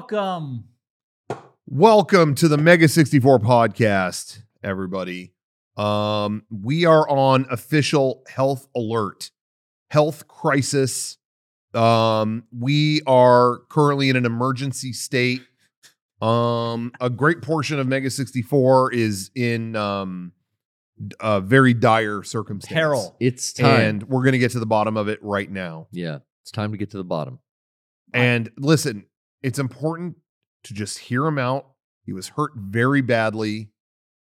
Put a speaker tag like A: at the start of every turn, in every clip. A: Welcome.
B: Welcome to the Mega 64 podcast, everybody. Um, we are on official health alert, health crisis. Um, we are currently in an emergency state. Um, a great portion of Mega 64 is in um, d- a very dire circumstance.
A: Peril.
C: It's time.
B: And we're going to get to the bottom of it right now.
C: yeah, it's time to get to the bottom.
B: And listen, it's important to just hear him out. He was hurt very badly.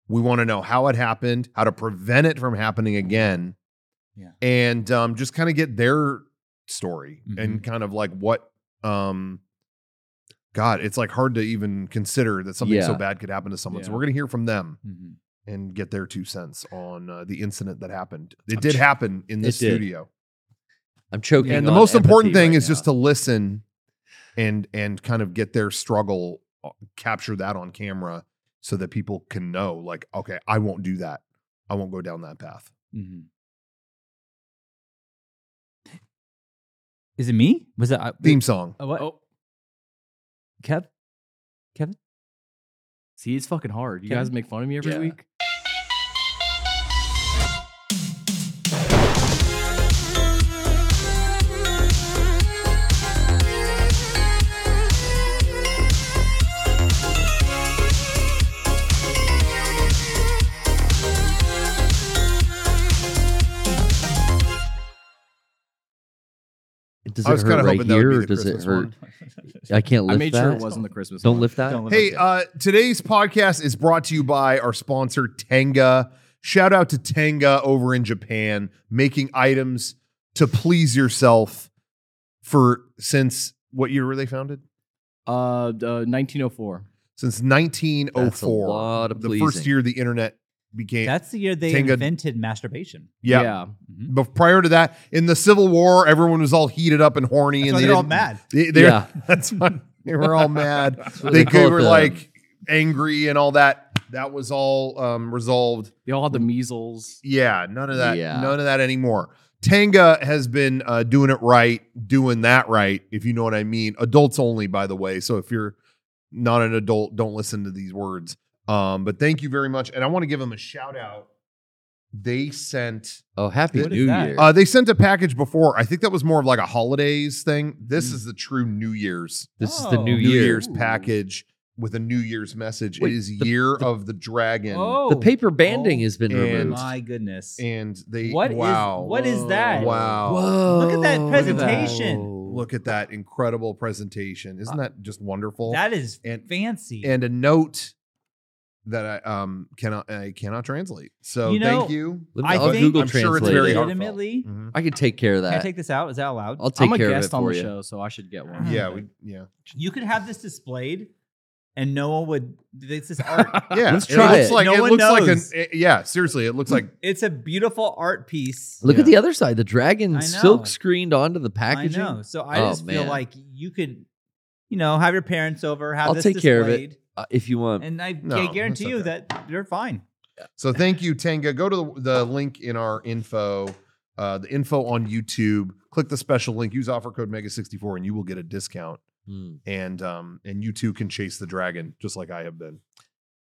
B: We want to know how it happened, how to prevent it from happening again.
A: Yeah.
B: And um, just kind of get their story
C: Mm-hmm.
B: and kind of like what um God, it's like hard to even consider that something so
C: Yeah.
B: bad could happen to someone. So
A: Yeah.
B: we're gonna hear from them
A: Mhm.
B: and get their two cents on uh, the incident that happened. It
C: I'm
B: did
C: ch-
B: happen in
C: It
B: this
C: did.
B: studio
C: I'm choking.
B: and the
C: on
B: most important
C: empathy
B: thing
C: right
B: is just
C: now.
B: to listen and and kind of get their struggle uh, capture that on camera so that people can know like okay i won't do that i won't go down that path
A: Mhm. Is it me? Was it I,
B: theme song
A: Oh, what?
D: Oh,
C: Kev.
D: see, it's fucking hard. You
C: Kevin?
D: guys make fun of me every
C: Yeah.
D: week.
C: Does it
B: i was kind
C: hurt
B: of
C: right
B: hoping that would
C: here,
B: be
C: or
B: the
C: does
B: christmas
C: it hurt?
B: one
C: I can't lift
D: I made
C: that.
D: sure it wasn't the Christmas.
C: Don't
D: one.
C: lift that.
A: Don't live up
B: hey
A: to it.
B: uh today's podcast is brought to you by our sponsor tenga shout out to tenga over in japan making items to please yourself for since what year were they founded
D: Uh, d- uh, 1904.
B: since 1904
C: That's a lot of
B: Oh, the first
C: pleasing.
B: year the internet became
A: that's the year they
B: Tenga-
A: invented masturbation.
B: yeah, But prior to that, in the Civil War, everyone was all heated up and
A: That's
B: horny, and
A: why
B: they
A: they're all
B: didn't-
A: mad.
B: They, they-
C: Yeah.
B: that's why they were all mad.
C: what
B: they,
C: they call
B: they
C: it,
B: were
C: the-
B: like angry and all that. That was all um, resolved.
D: They all had the measles.
B: Yeah, none of that.
C: Yeah.
B: None of that anymore. Tanga has been uh, doing it right, doing that right, if you know what I mean. Adults only, by the way. So if you're not an adult, don't listen to these words. Um, but thank you very much, and I want to give them a shout out. They sent
C: Oh, happy
A: What is
C: New
A: that?
C: Year!
B: uh, they sent a package before. I think that was more of like a holidays thing. This is the true New Year's
C: this is the
A: Oh.
C: Mm. New,
B: New
C: Year.
B: Year's package with a New Year's message.
C: Wait,
B: it is
C: the-
B: year
C: the-
B: of the dragon,
A: Oh,
C: The paper banding
A: Oh.
C: has been
B: And-
C: removed.
A: My goodness.
B: and they
A: What is-
B: wow
A: what is that?
B: wow
A: Look at that
C: Whoa.
A: presentation.
B: look at that incredible presentation. Isn't that just wonderful?
A: Uh, That is
B: And-
A: fancy.
B: and a note that I um cannot I cannot translate. So
A: You know,
B: thank you.
C: Let me-
A: I
C: I'll
A: think-
C: Google
B: I'm sure it's
C: Translate
B: very
C: it.
B: hard.
A: legitimately.
B: Mhm.
C: I could take care of
A: Can I
C: that.
A: take this out? Is that allowed?
C: I'll take
D: I'm a
C: care
D: guest
C: of it
D: on
C: for
D: the
C: you.
D: show, so I should get one.
B: Yeah, we yeah.
A: You could have this displayed, and no one would. This is art.
B: Yeah,
C: Let's try
B: it looks
C: it.
B: like
A: No
B: it
A: one
B: looks like an
A: knows.
B: it- yeah. Seriously, it looks like
A: it's a beautiful art piece.
C: Look at
B: Yeah.
C: the other side. The dragon
A: I know.
C: silk screened onto the packaging.
A: I know. So I
C: Oh,
A: just feel
C: man.
A: like you could, you know, have your parents over, have
C: I'll
A: this
C: take care of it.
A: displayed,
C: Uh, if you want,
A: and I
B: No,
A: I
B: that's
A: guarantee you
B: okay.
A: that they're fine.
B: So thank you, Tenga. Go to the, the link in our info, uh, the info on YouTube. Click the special link. Use offer code Mega64, and you will get a discount.
C: Mm.
B: And um, and you too can chase the dragon, just like I have been.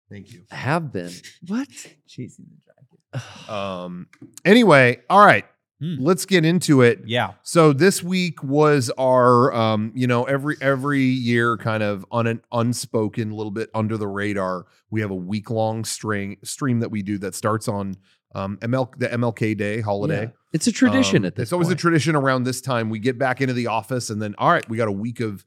B: Thank you.
C: have been what?
A: Chasing the dragon.
B: Um. Anyway, all right.
A: Hmm.
B: Let's get into it.
A: Yeah.
B: So this week was our, um, you know, every every year, kind of on an unspoken, little bit under the radar. We have a week long string stream that we do that starts on um, ML the MLK Day holiday.
C: Yeah. It's a tradition
B: Um,
C: at this.
B: It's always
C: point.
B: a tradition around this time. We get back into the office, and then all right, we got a week of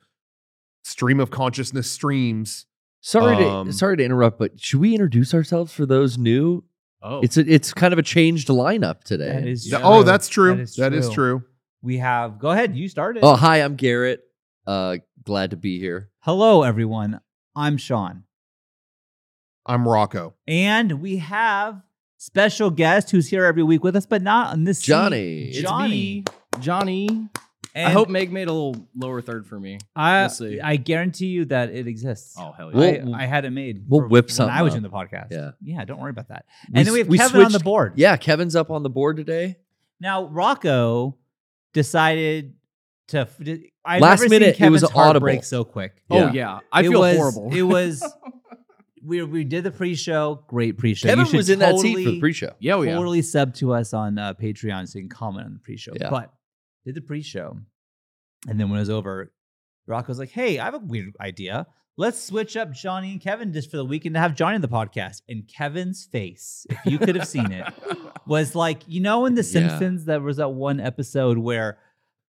B: stream of consciousness streams.
C: Sorry
B: Um,
C: to sorry to interrupt, but should we introduce ourselves for those new?
D: Oh,
C: It's a, it's kind of a changed lineup today.
A: That is
B: Th-
A: true.
B: oh, that's true. That is true.
A: We have. Go ahead. You started.
C: oh, hi, I'm Garrett. Uh, glad to be here.
A: Hello, everyone. I'm Sean,
B: I'm Rocco.
A: and we have special guest who's here every week with us, but not on this seat.
C: Johnny.
D: It's
A: Johnny.
D: me, Johnny.
A: And
D: I hope Meg made a little lower third for me.
A: I,
D: we'll see.
A: I guarantee you that it exists.
D: Oh hell yeah!
C: Well-
A: I, I had it made.
C: we'll
A: for
C: whip
A: when
C: something
A: I was
C: up.
A: in the podcast.
C: Yeah.
A: yeah. Don't worry about that.
C: We
A: and then
C: s-
A: we have
C: we
A: Kevin on the
C: switched-
A: board.
C: Yeah, Kevin's up on the board today.
A: Now Rocco decided to. I
C: Last
A: never
C: minute, it
A: seen Kevin's
C: was
A: heart
C: audible.
A: break so quick.
D: Oh yeah, I
A: It
D: feel
A: was-
D: horrible.
A: It was. We, we did the pre-show, great pre-show. You
C: Kevin
A: should
C: was in that seat for
A: totally-
C: the pre-show.
D: yeah, oh, yeah.
A: totally sub to us on uh, Patreon so you can comment on the pre-show.
C: Yeah.
A: But did the pre-show, and then when it was over, Rocco's like, "Hey, I have a weird idea. Let's switch up Johnny and Kevin just for the weekend to have Johnny in the podcast." And Kevin's face, if you could have seen it, was like, you know, in The
C: Yeah.
A: Simpsons, there was that one episode where.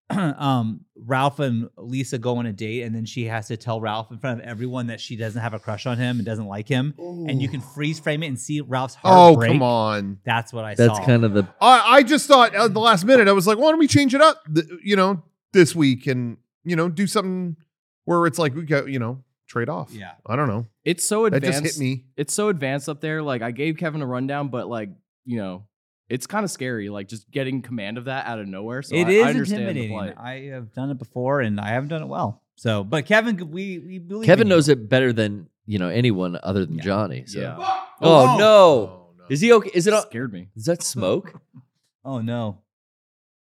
A: um Ralph and Lisa go on a date and then she has to tell Ralph in front of everyone that she doesn't have a crush on him and doesn't like him and you can freeze frame it and see Ralph's heart
B: Oh,
A: break.
B: come on.
A: That's what I
C: That's
A: saw.
C: kind of the
B: I, I just thought at the last minute, I was like, why don't we change it up, th- you know, this week and, you know, do something where it's like we go, you know, trade off.
A: yeah.
B: I don't know.
D: it's so
B: That
D: advanced.
B: just hit me.
D: It's so advanced up there. Like I gave Kevin a rundown, but like you know, it's kind of scary. Like just getting command of that out of nowhere. So
A: It
D: I,
A: is
D: I understand the
A: intimidating.
D: plight.
A: I have done it before, and I haven't done it well. So, but Kevin, we we believe
C: Kevin
A: in you.
C: knows it better than you know anyone other than
A: Yeah.
C: Johnny. So.
D: Yeah.
C: Oh,
A: Oh,
C: no!
B: no.
C: Is he okay? Is it?
D: It
C: o-
D: scared me.
C: Is that smoke?
A: Oh no.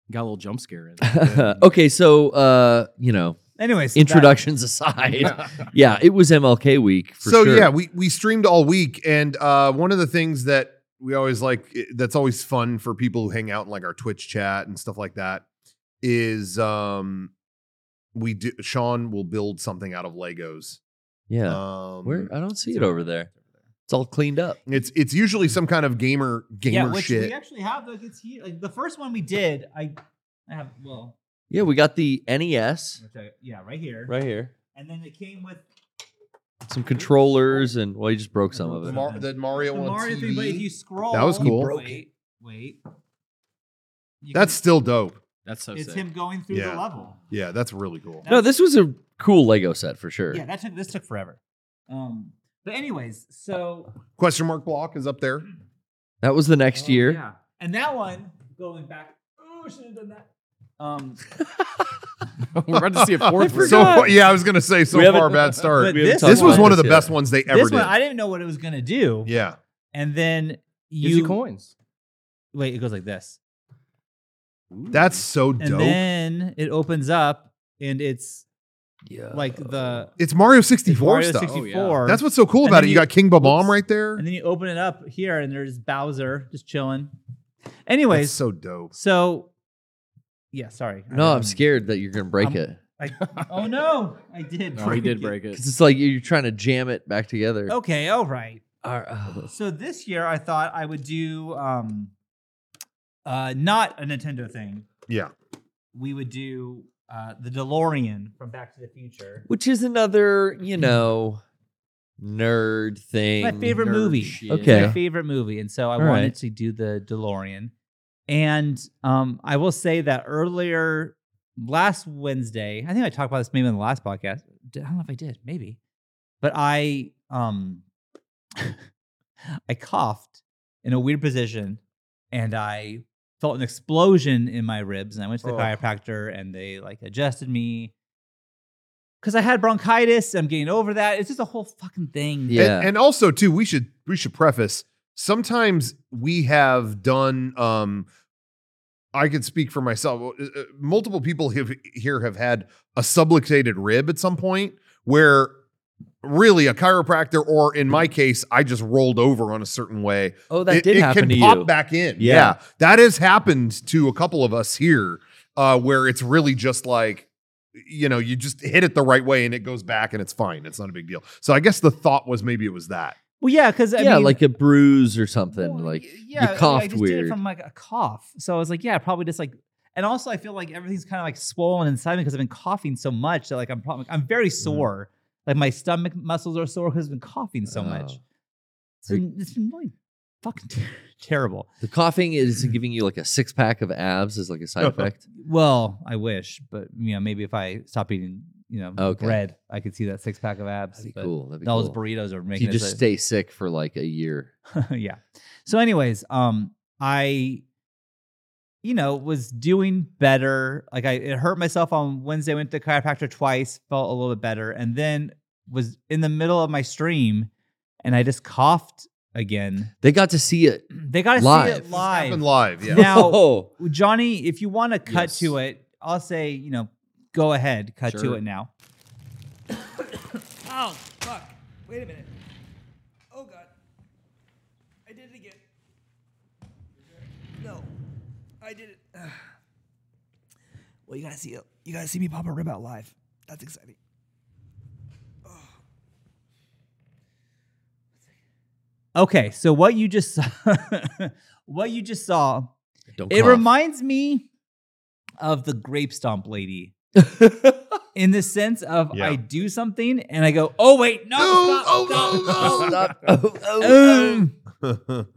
D: Got a little jump scare. In
C: okay, so uh, you know,
A: Anyways, so that-
C: introductions aside, yeah, it was MLK week for
B: so
C: sure.
B: yeah, we we streamed all week, and uh, one of the things that we always like i- that's always fun for people who hang out in like our Twitch chat and stuff like that is um we do Sean will build something out of Legos.
C: yeah.
B: Um,
C: Where I don't see it over there. It's all cleaned up.
B: it's it's usually some kind of gamer
A: yeah,
B: gamer
A: which
B: shit.
A: we actually have. Like it's here. Like the first one we did, I, I have well,
C: Yeah, we got the NES
A: which I, yeah, right here,
C: right here.
A: and then it came with
C: Some controllers and well, you just broke some of
B: the,
C: it.
B: Mar- the
A: the
B: Mario on
A: Mario thing. But if
B: TV.
A: you scroll,
B: That was cool.
C: broke
A: Wait, wait. You
B: that's
A: can-
B: still dope.
D: That's so
A: it's
D: sick.
A: him going through
B: Yeah.
A: the level.
B: Yeah, that's really cool.
C: No, this was a cool Lego set for sure.
A: Yeah, that took this took forever. Um, but anyways, so
B: Question mark block is up there.
C: That was the next
A: Oh,
C: year.
A: Yeah. And that one, going back, oh, should have done that. Um,
D: We're about to see a fourth.
C: forgot.
D: version.
B: So yeah, I was gonna say so
C: We haven't-
B: far bad start.
A: But
C: We haven't
A: this
C: talked
B: this was
C: about
B: one of the
C: yet.
B: best ones they ever
A: this
B: did.
A: one, I didn't know what it was going to do.
B: yeah.
A: And then
D: Gives
A: you,
D: you coins.
A: wait, it goes like this.
B: That's so
A: And
B: dope.
A: then it opens up and it's
C: Yeah.
A: like the
B: it's Mario
A: it's
B: 64
A: Mario
B: stuff. Oh,
A: 64.
B: That's what's so cool
A: And
B: about
A: then
B: it. You
A: you-
B: got King Babam
A: Oops.
B: right there.
A: And then you open it up here and there's Bowser just chilling.
B: That's
A: Anyways, so,
B: so dope.
A: yeah, sorry. I
C: No, I'm
A: didn't-
C: scared that you're gonna break
A: um, I'm-
C: it.
A: Oh no, I did.
D: No, he did break
C: Because
D: it.
C: It's like you're trying to jam it back together.
A: Okay, all right.
C: Ar- ugh.
A: So this year I thought I would do um uh not a Nintendo thing.
B: Yeah.
A: We would do uh the DeLorean from Back to the Future.
C: Which is another, you know, nerd thing.
A: Mm-hmm. My favorite
D: nerd
A: movie.
D: shit.
A: It's
C: Okay.
A: My favorite movie. And so I
C: All
A: wanted
C: right.
A: to do the DeLorean. And um I will say that earlier last Wednesday, I think I talked about this maybe in the last podcast. I don't know if I did, maybe. But I um I coughed in a weird position and I felt an explosion in my ribs and I went to the
B: Oh.
A: chiropractor and they like adjusted me cuz I had bronchitis, I'm getting over that. It's just a whole fucking thing.
C: Yeah.
B: And, and also too, we should we should preface. Sometimes we have done. um I could speak for myself. Uh, uh, Multiple people have, here have had a subluxated rib at some point, where really a chiropractor, or in my case, I just rolled over on a certain way,
C: Oh, that
B: it,
C: did
B: it can
C: happen to
B: pop
C: you.
B: back in. Yeah.
C: Yeah.
B: that has happened to a couple of us here, uh, where it's really just like, you know, you just hit it the right way and it goes back and it's fine. It's not a big deal. So I guess the thought was maybe it was that.
A: Well, yeah, cuz I
C: yeah,
A: mean,
C: like a bruise or something.
A: Well,
C: like
A: y- yeah, I, mean, I
C: coughed
A: just did
C: weird.
A: it from like a cough. So I was like, yeah, probably just like, and also I feel like everything's kind of like swollen inside me because I've been coughing so much that like I'm probably I'm very
C: Mm-hmm.
A: sore. Like my stomach muscles are sore because I've been coughing so much.
C: Oh.
A: It's been, it's been really fucking ter- terrible.
C: the coughing is giving you like a six pack of abs is like a
A: Oh,
C: side effect.
A: Well, I wish, but you know, maybe if I stop eating, you know,
C: Okay.
A: bread, I could see that six pack of abs.
C: That'd be
A: but
C: cool. That'd be
A: All
C: cool.
A: those burritos are
C: So
A: making
C: you
A: it
C: just
A: so-
C: stay sick for like a year.
A: yeah. So, anyways, um, I, you know, was doing better. Like I it hurt myself on Wednesday. Went to the chiropractor twice. Felt a little bit better, and then was in the middle of my stream, and I just coughed again.
C: They got to see it.
A: They got to see
C: Live.
A: it
B: Happened
A: live.
B: live. Yeah.
A: Now-
C: oh,
A: Johnny, if you want to cut
D: Yes.
A: to it, I'll say you know go ahead, cut to
D: Sure.
A: it now.
E: Oh, fuck. Wait a minute. Oh, God. I did it again. No. I did it. Ugh. Well, you gotta see it. You gotta see me pop a rib out live. That's exciting.
A: Okay, so what you just saw, what you just saw,
C: Don't
A: it
C: cough.
A: reminds me of the grape stomp lady. In the sense of
B: Yeah.
A: I do something and I go, oh wait, no,
B: No,
A: stop,
B: oh,
A: stop,
B: no, no.
C: Stop. Oh, oh, oh.
A: Um,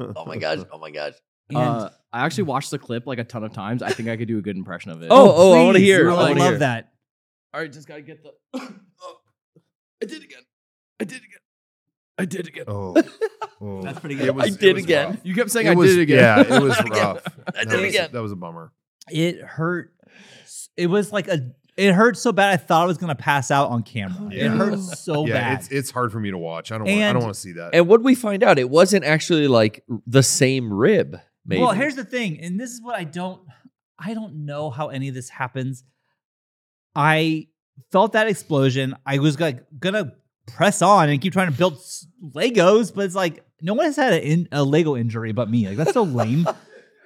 B: oh
C: Oh my gosh. Oh my gosh.
A: and-
D: Uh, I actually watched the clip like a ton of times. I think I could do a good impression of it.
A: oh,
C: oh, I wanna
A: please,
C: hear,
A: I
D: I
A: would
D: wanna
A: love
C: hear.
A: that.
D: all right, just gotta get the. Oh, I did it again. I did it again. I did it again.
B: Oh. Oh.
A: That's pretty
B: It
A: good.
B: was-
C: I
B: it
C: did
B: was
C: again.
B: rough.
D: You kept saying
B: It
D: I
B: was,
D: did it again.
B: yeah, it was
C: I did it
B: rough.
C: I did
B: that
C: it
B: was,
C: again.
B: That was a bummer.
A: It hurt. s- It was like a. It hurt so bad. I thought I was gonna pass out on camera.
B: Oh, Yeah.
A: It hurt so
B: yeah,
A: bad.
B: it's it's hard for me to watch. I don't. Wanna, I
A: And-
B: don't want to see that.
C: And what we find out, it wasn't actually like the same rib. Maybe.
A: Well, here's the thing, and this is what I don't I don't know how any of this happens. I felt that explosion. I was like gonna press on and keep trying to build s- Legos, but it's like no one has had a, in, a Lego injury but me. Like that's so lame.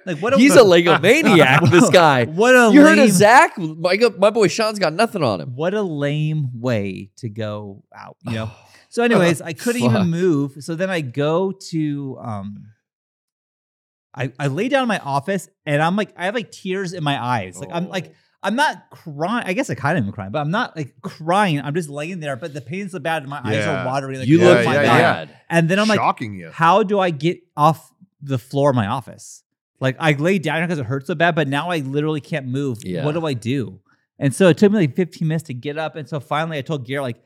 A: like what?
C: He's a Lego maniac. this guy.
A: What a
C: You heard
A: lame,
C: of Zach? My, go- my boy Sean's got nothing on him.
A: What a lame way to go out. You know. So, anyways, I couldn't
C: Fuck.
A: even move. So then I go to um I, I lay down in my office and I'm like, I have like tears in my eyes. Like I'm
B: Oh.
A: like, I'm not crying. I guess I kind of am crying, but I'm not like crying. I'm just laying there, but the pain's so bad and my eyes
B: Yeah.
A: are watering. Like,
C: you
A: oh
C: look
A: my
B: yeah,
A: God.
B: yeah.
C: bad.
A: And then I'm like,
B: shocking you.
A: how do I get off the floor of my office? Like I lay down because it hurts so bad, but now I literally can't move.
C: Yeah.
A: What do I do? And so it took me like 15 minutes to get up. And so finally I told Garrett, like,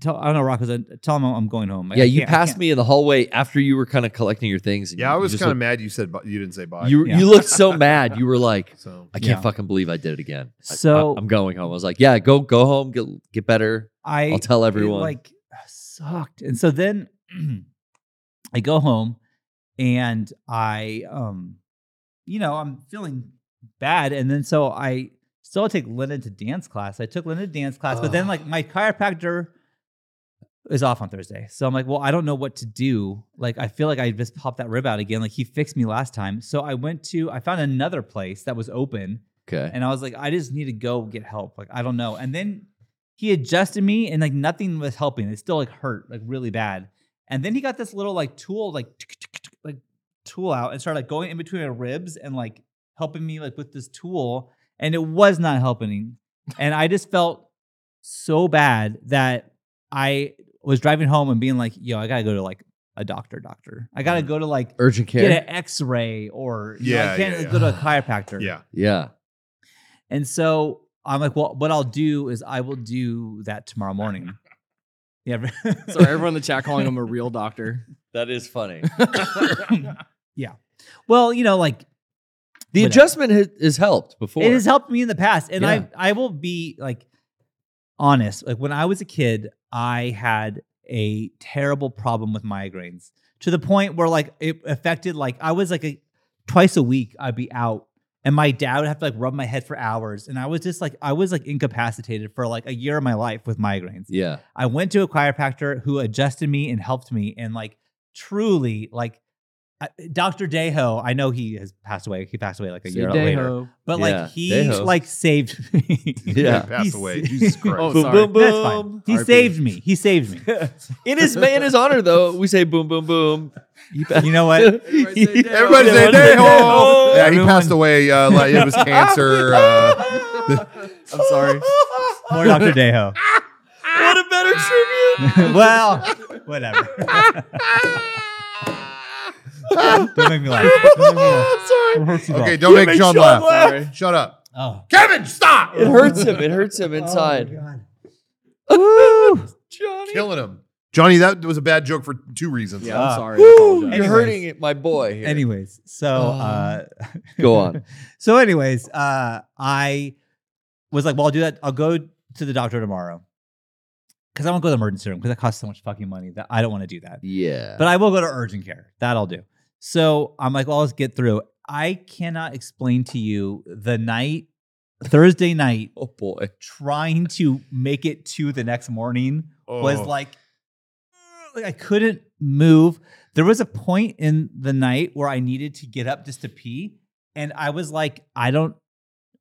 A: tell, I don't know, Rock, I tell him I'm going home. Like,
C: Yeah,
A: I
C: you
A: can't- I
C: passed
A: can't-
C: me in the hallway after you were kind of collecting your things. and
B: Yeah,
C: you-
B: I
C: you
B: was
C: just
B: kind of mad. You said bu- you didn't say bye.
C: looked- You
A: Yeah.
C: you looked so mad. You were like,
B: so
C: I can't
A: Yeah.
C: fucking believe I did it again. I- I-
A: So-
C: I'm going home. I was like, yeah, go go home, get get better.
A: I,
C: I'll tell
A: it,
C: everyone.
A: like uh, sucked. And so then I go home and I um you know, I'm feeling bad and then so I still take Linda to dance class. I took Linda to dance class, but then
C: Ugh.
A: like my chiropractor is off on Thursday. So I'm like, well, I don't know what to do. Like I feel like I just popped that rib out again. Like he fixed me last time. So I went to I found another place that was open
C: okay.
A: and I was like, I just need to go get help. Like, I don't know. And then he adjusted me and like nothing was helping. It still like hurt like really bad. And then he got this little like tool, like tick, tick, tick, like tool out and started like going in between my ribs and like helping me like with this tool. And it was not helping. And I just felt so bad that I was driving home and being like, yo, I gotta go to like a doctor, doctor. I gotta go to like
C: Urgent care.
A: get an x-ray or you know,
B: Mm-hmm. Yeah,
A: I can't
B: yeah,
A: like,
B: yeah.
A: go to a chiropractor.
B: yeah,
C: Yeah.
A: And so I'm like, well, what I'll do is I will do that tomorrow morning. Yeah.
D: Sorry, everyone in the chat calling him a real doctor.
C: That is funny.
A: Um, Well, you know, like
C: The
A: Whatever.
C: adjustment has, has helped before.
A: it has helped me in the past, and
C: Yeah.
A: I I will be like honest. Like when I was a kid, I had a terrible problem with migraines to the point where like it affected like I was like a twice a week I'd be out. And my dad would have to like rub my head for hours. And I was just like, I was like incapacitated for like a year of my life with migraines.
C: Yeah.
A: I went to a chiropractor who adjusted me and helped me, and like truly, like I- Dr. Deho. I know he has passed away. He passed away like a year later, but
C: Yeah,
A: like he
C: Deho.
A: like saved me.
C: Yeah.
B: Passed
A: He
B: away.
A: s-
B: Jesus Christ.
D: Oh, sorry.
A: That's fine. He
D: RIP.
A: saved me. He saved me.
C: In his in his honor, though, we say boom, boom, boom.
A: You know what?
D: Everybody say Deho.
B: Everybody say
C: Everyone-
B: Deho. Yeah, he
A: Everyone-
B: passed away. Uh, like it was cancer. Uh,
D: I'm sorry.
A: Poor Dr. Deho.
C: what a better tribute.
A: well, whatever. Don't make me laugh. Don't make me laugh. It hurts too
B: okay,
A: bad.
B: don't make Sean laugh.
D: Sorry.
B: Shut up,
A: Oh.
B: Kevin. Stop.
C: It hurts him. It hurts him
A: Oh,
C: inside.
A: my God.
C: Johnny.
B: Killing him, Johnny. That was a bad joke for two reasons.
D: Yeah,
A: Ah.
D: I'm sorry. I
C: Woo,
D: apologize.
C: you're
A: Anyways.
C: hurting it, my boy. here. Oh.
A: Anyways, so uh,
C: Go on.
A: So, anyways, uh, I was like, well, I'll do that. I'll go to the doctor tomorrow because I won't go to the emergency room because that costs so much fucking money that I don't want to do that.
C: Yeah.
A: But I will go to urgent care. That I'll do. So I'm like, well, let's get through. I cannot explain to you the night Thursday night
C: Oh boy.
A: trying to make it to the next morning was
B: Oh.
A: like, like I couldn't move. There was a point in the night where I needed to get up just to pee, and I was like, I don't,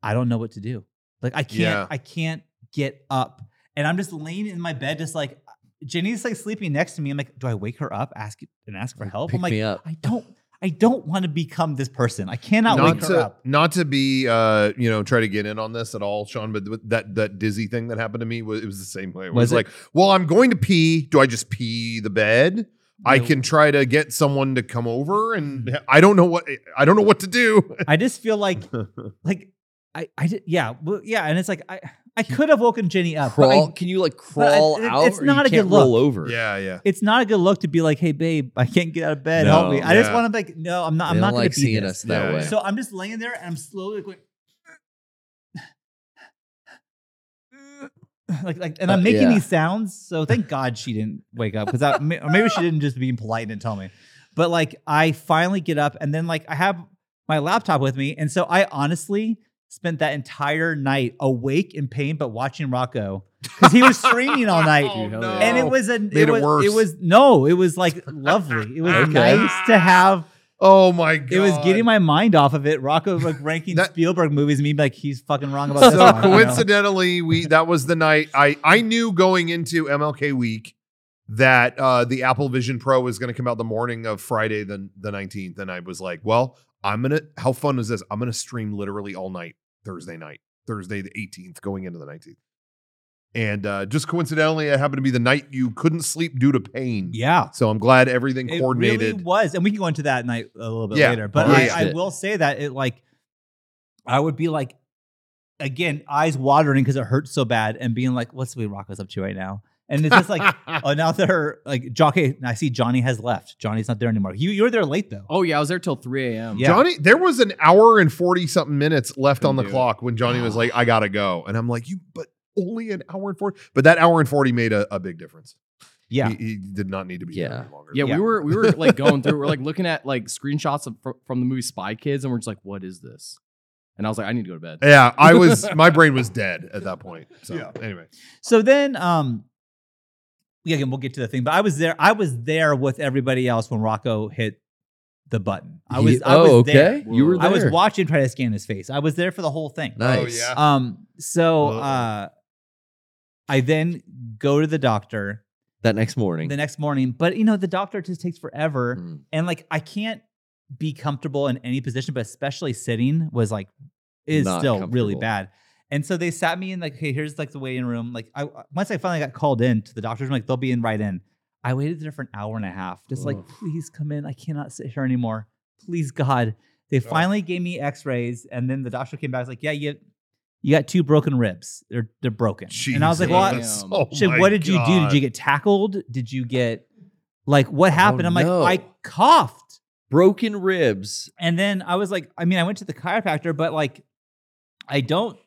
A: I don't know what to do. Like I can't,
B: Yeah.
A: I can't get up, and I'm just laying in my bed, just like Jenny's like sleeping next to me. I'm like, do I wake her up, ask and ask for help?
C: Pick
A: I'm like,
C: me up.
A: I don't, I don't want to become this person. I cannot
B: not
A: wake her
B: to
A: up.
B: not to be uh you know try to get in on this at all sean but th- that that dizzy thing that happened to me was it was the same way it was,
A: Was it?
B: like well i'm going to pee do i just pee the bed i
A: No.
B: can try to get someone to come over and i don't know what i don't know what to do
A: I just feel like, like I, I did, yeah, well, yeah, and it's like I, I could have woken Jenny up. but I
C: Crawl? can you like crawl
A: it-
C: out?
A: it's
C: or
A: not
C: you
A: a good
C: can't Roll
A: look.
C: over.
B: yeah yeah
A: it's not a good look to be like, "Hey, babe, I can't get out of bed. help
C: No.
A: me." I just
B: Yeah.
A: want to like, no, I'm not.
C: They
A: I'm not
C: don't
A: going
C: like
A: to be
C: seeing
A: this.
C: us that
B: Yeah,
C: way.
A: So I'm just laying there and I'm slowly going. Like, like, and I'm
C: Uh,
A: making
C: yeah.
A: these sounds. So thank God she didn't wake up because, or maybe she didn't just be polite and tell me. But like, I finally get up, and then like, I have my laptop with me, and so I honestly spent that entire night awake in pain, but watching Rocco because he was streaming all night
D: dude, hell yeah.
A: and it was a
B: Made it
A: it was,
B: worse.
A: it was no it was like lovely it was
B: Okay.
A: nice to have
B: oh my god
A: it was getting my mind off of it rocco like ranking
B: That-
A: spielberg movies and me being like he's fucking wrong about this
B: so
A: one, you know?
B: coincidentally we that was the night i i knew going into mlk week that uh the apple vision pro was going to come out the morning of friday the, the 19th and i was like well i'm gonna how fun is this i'm gonna stream literally all night thursday night thursday the 18th going into the 19th and uh just coincidentally it happened to be the night you couldn't sleep due to pain
A: yeah
B: so i'm glad everything
A: it
B: coordinated
A: really was and we can go into that night a little bit
B: Yeah.
A: later but
B: Yeah.
A: I, I will say that it like i would be like again eyes watering because it hurts so bad and being like what's the way rocco's up to right now and it's just like oh now they're like jockey i see johnny has left johnny's not there anymore you, you were there late though
D: Oh yeah, I was there till 3 a.m.
A: Yeah.
B: Johnny, there was an hour and 40 something minutes left on the
D: Couldn't do it.
B: clock when Johnny was like, I gotta go. And I'm like, you, but only an hour and 40. But that hour and 40 made a, a big difference.
A: yeah
B: He, he did not need to be there
C: Yeah.
B: any longer.
D: Yeah,
A: Yeah.
D: we were we were like going through. We're like looking at like screenshots of, fr- from the movie Spy Kids, and we're just like, "What is this?" And I was like, "I need to go to bed."
B: Yeah. I was, my brain was dead at that point. So
E: Yeah.
B: anyway,
A: So then, um, yeah, again, we'll get to the thing. But I was there. I was there with everybody else when Rocco hit the button. I was.
C: He-
A: I was
C: oh,
A: There.
C: okay. You were there.
A: I was watching, trying to scan his face. I was there for the whole thing.
C: Nice.
B: Oh, yeah.
A: Um. So,
B: Uh-oh.
A: uh, I then go to the doctor
C: That next morning.
A: the next morning. But you know, the doctor just takes forever,
C: Mm.
A: and like I can't be comfortable in any position, but especially sitting was like is
C: Not
A: still really
C: comfortable.
A: bad. And so they sat me in like, hey, here's like the waiting room. Like I uh, once I finally got called in to the doctor's, i like, they'll be in right in. I waited there for an hour and a half, just like,
C: Ugh.
A: please come in. I cannot sit here anymore. Please God. They finally gave me X-rays, and then the doctor came back. I was like, yeah, you, you got two broken ribs. They're they're broken. And I was like, well, I-
B: Jesus.
D: damn.
B: Oh
A: Shit,
B: my
A: what did you do? Did
B: God.
A: you get tackled? Did you get like what happened? I'm like,
C: Oh no.
A: I coughed.
C: Broken ribs.
A: And then I was like, I mean, I went to the chiropractor, but like I don't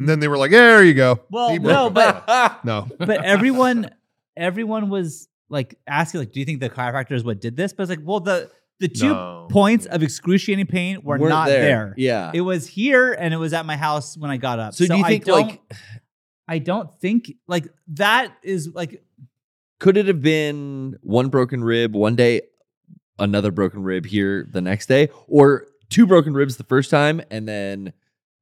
B: And then they were like, there you go.
A: Well,
B: He broke
A: no,
B: it.
A: but-
B: no.
A: but everyone everyone was like asking, like, do you think the chiropractor is what did this? But it's like, well, the the two
B: No.
A: points of excruciating pain were
C: Weren't
A: not there.
C: Yeah.
A: It was here and it was at my house when I got up.
C: so, do you
A: I
C: think
A: don't-
C: like
A: I don't think like that is like
C: could it have been one broken rib one day, another broken rib here the next day, or two broken ribs the first time and then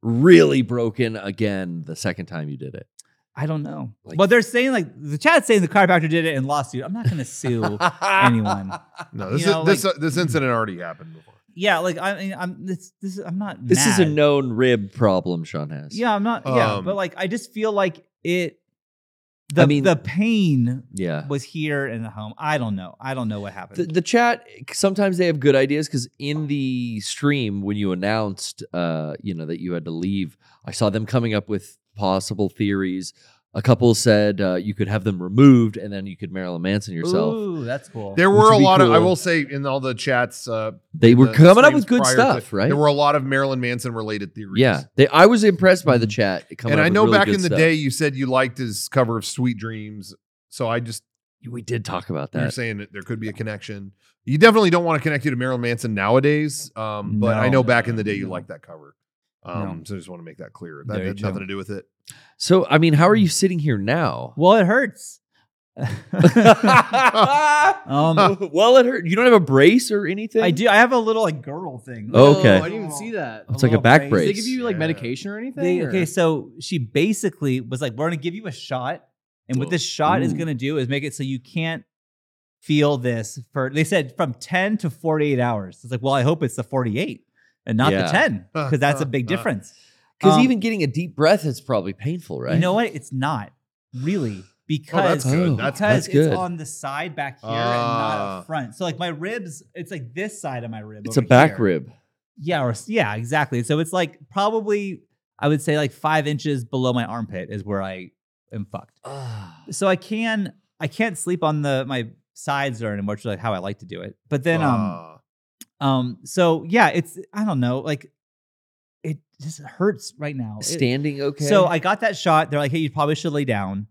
C: really broken again the second time you did it?
A: I don't know.
C: Like-
A: but they're saying like the chat's saying the chiropractor did it in lawsuit. I'm not gonna sue anyone.
B: No, this,
A: You know,
B: is, this, uh, this incident already happened before.
A: Yeah, like I mean, I'm this this is I'm not
C: This is a
A: mad.
C: known rib problem Sean has.
A: Yeah, I'm not yeah,
B: Um,
A: but like I just feel like it the
C: mean-
A: the pain
C: Yeah.
A: was here in the home. I don't know. I don't know what
C: The,
A: happened.
C: the chat sometimes they have good ideas because in the stream when you announced, uh, you know that you had to leave, I saw them coming up with possible theories. A couple said uh, you could have them removed and then you could Marilyn Manson yourself.
A: Ooh, that's cool.
B: There
C: Which
B: were a
C: would be
B: lot of, I
C: cool.
B: will say, in all the chats, uh,
C: They were
B: the
C: coming up
B: streams
C: with good
B: prior to-
C: stuff, right?
B: There were a lot of Marilyn Manson related theories. Mm-hmm.
C: yeah, they, I was impressed by the
A: Mhm.
C: chat. coming
B: and
C: up
B: I
C: with
B: know
C: really
B: back
C: good
B: in the
C: stuff.
B: day you said you liked his cover of Sweet Dreams. So I just
C: we did talk about
B: you're
C: that.
B: saying that there could be a connection. You definitely don't want to connect you to Marilyn Manson nowadays. Um, but I
A: No.
B: know back in the day you liked that cover. Um, So I just want to make that clear. That
A: There you
B: had nothing
A: go.
B: to do with it.
C: So, I mean, how are
B: Mm-hmm.
C: you sitting here now?
A: Well, it hurts. um,
C: well, it hurt. You don't have a brace or anything.
A: I do. I have a little like girdle thing.
C: Oh, okay.
D: I didn't even see that.
C: It's like a
A: little
C: back
A: brace.
D: Did
C: brace.
D: they give you like
B: Yeah.
D: medication or anything?
A: They,
D: or-
A: okay, so she basically was like, "We're gonna give you a shot, and what
C: Whoa.
A: this shot is
C: Oh, Ooh.
A: gonna do is make it so you can't feel this for." They said from ten to forty-eight hours. It's like, well, I hope it's the forty-eight and not
C: Yeah.
A: the ten because that's a big difference.
C: Because
A: Um,
C: even getting a deep breath is probably painful, right?
A: you know what? It's not really
B: Oh, that's
A: because
B: good.
C: Oh,
B: that's
A: because
C: that's good.
A: it's on the side back here and not
B: Ah.
A: up front. So like my ribs, it's like this side of my rib.
C: It's a
A: over
C: back
A: here.
C: rib.
A: Yeah, or yeah, exactly. So it's like probably I would say like five inches below my armpit is where I am fucked. So I can I can't sleep on the my sides or anymore, which is like how I like to do it. But then um
B: Ah.
A: um so yeah, it's I don't know like it just hurts right now. Oh, It-
C: Standing okay.
A: so I got that shot. They're like, hey, you probably should lay down.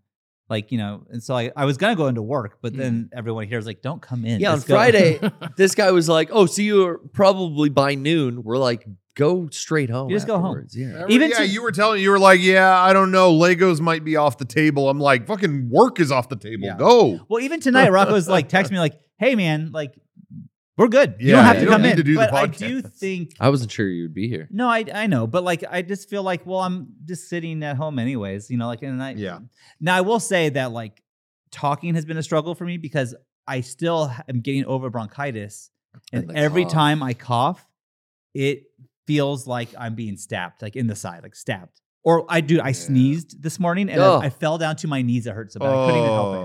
A: Like, you know, and so I, I was gonna go into work, but then everyone here is like, don't come in.
C: Mm-hmm. yeah, on
A: Let's go."
C: Friday, this guy was like, "Oh, so you're probably by noon." We're like, "Go straight home."
A: You just go home.
C: afterwards." Yeah.
B: Remember-
A: even
B: Uh, yeah,
A: to-
B: you were telling you were like, yeah, I don't know, Legos might be off the table. I'm like, fucking work is off the table.
A: Yeah.
B: Go.
A: well, even tonight, Rocco's like texting me, like, hey man, like we're good. you
B: Yeah,
A: don't have
C: you
A: to
C: don't
A: come
B: need
A: in.
B: to do the
A: but I
B: podcast.
A: do think
C: I wasn't sure you would be here.
A: no, I I know, but like I just feel like, well, I'm just sitting at home anyways, you know, like and I
B: Yeah.
A: Now I will say that like talking has been a struggle for me because I still ha- am getting over bronchitis, and,
C: And the
A: every
B: oh.
C: cough.
A: time I cough, it feels like I'm being stabbed, like in the side, like stabbed. Or I do. I
B: Yeah.
A: sneezed this morning and
C: Ugh.
A: I, I fell down to my knees. It hurt so bad. I couldn't even help
B: Oh.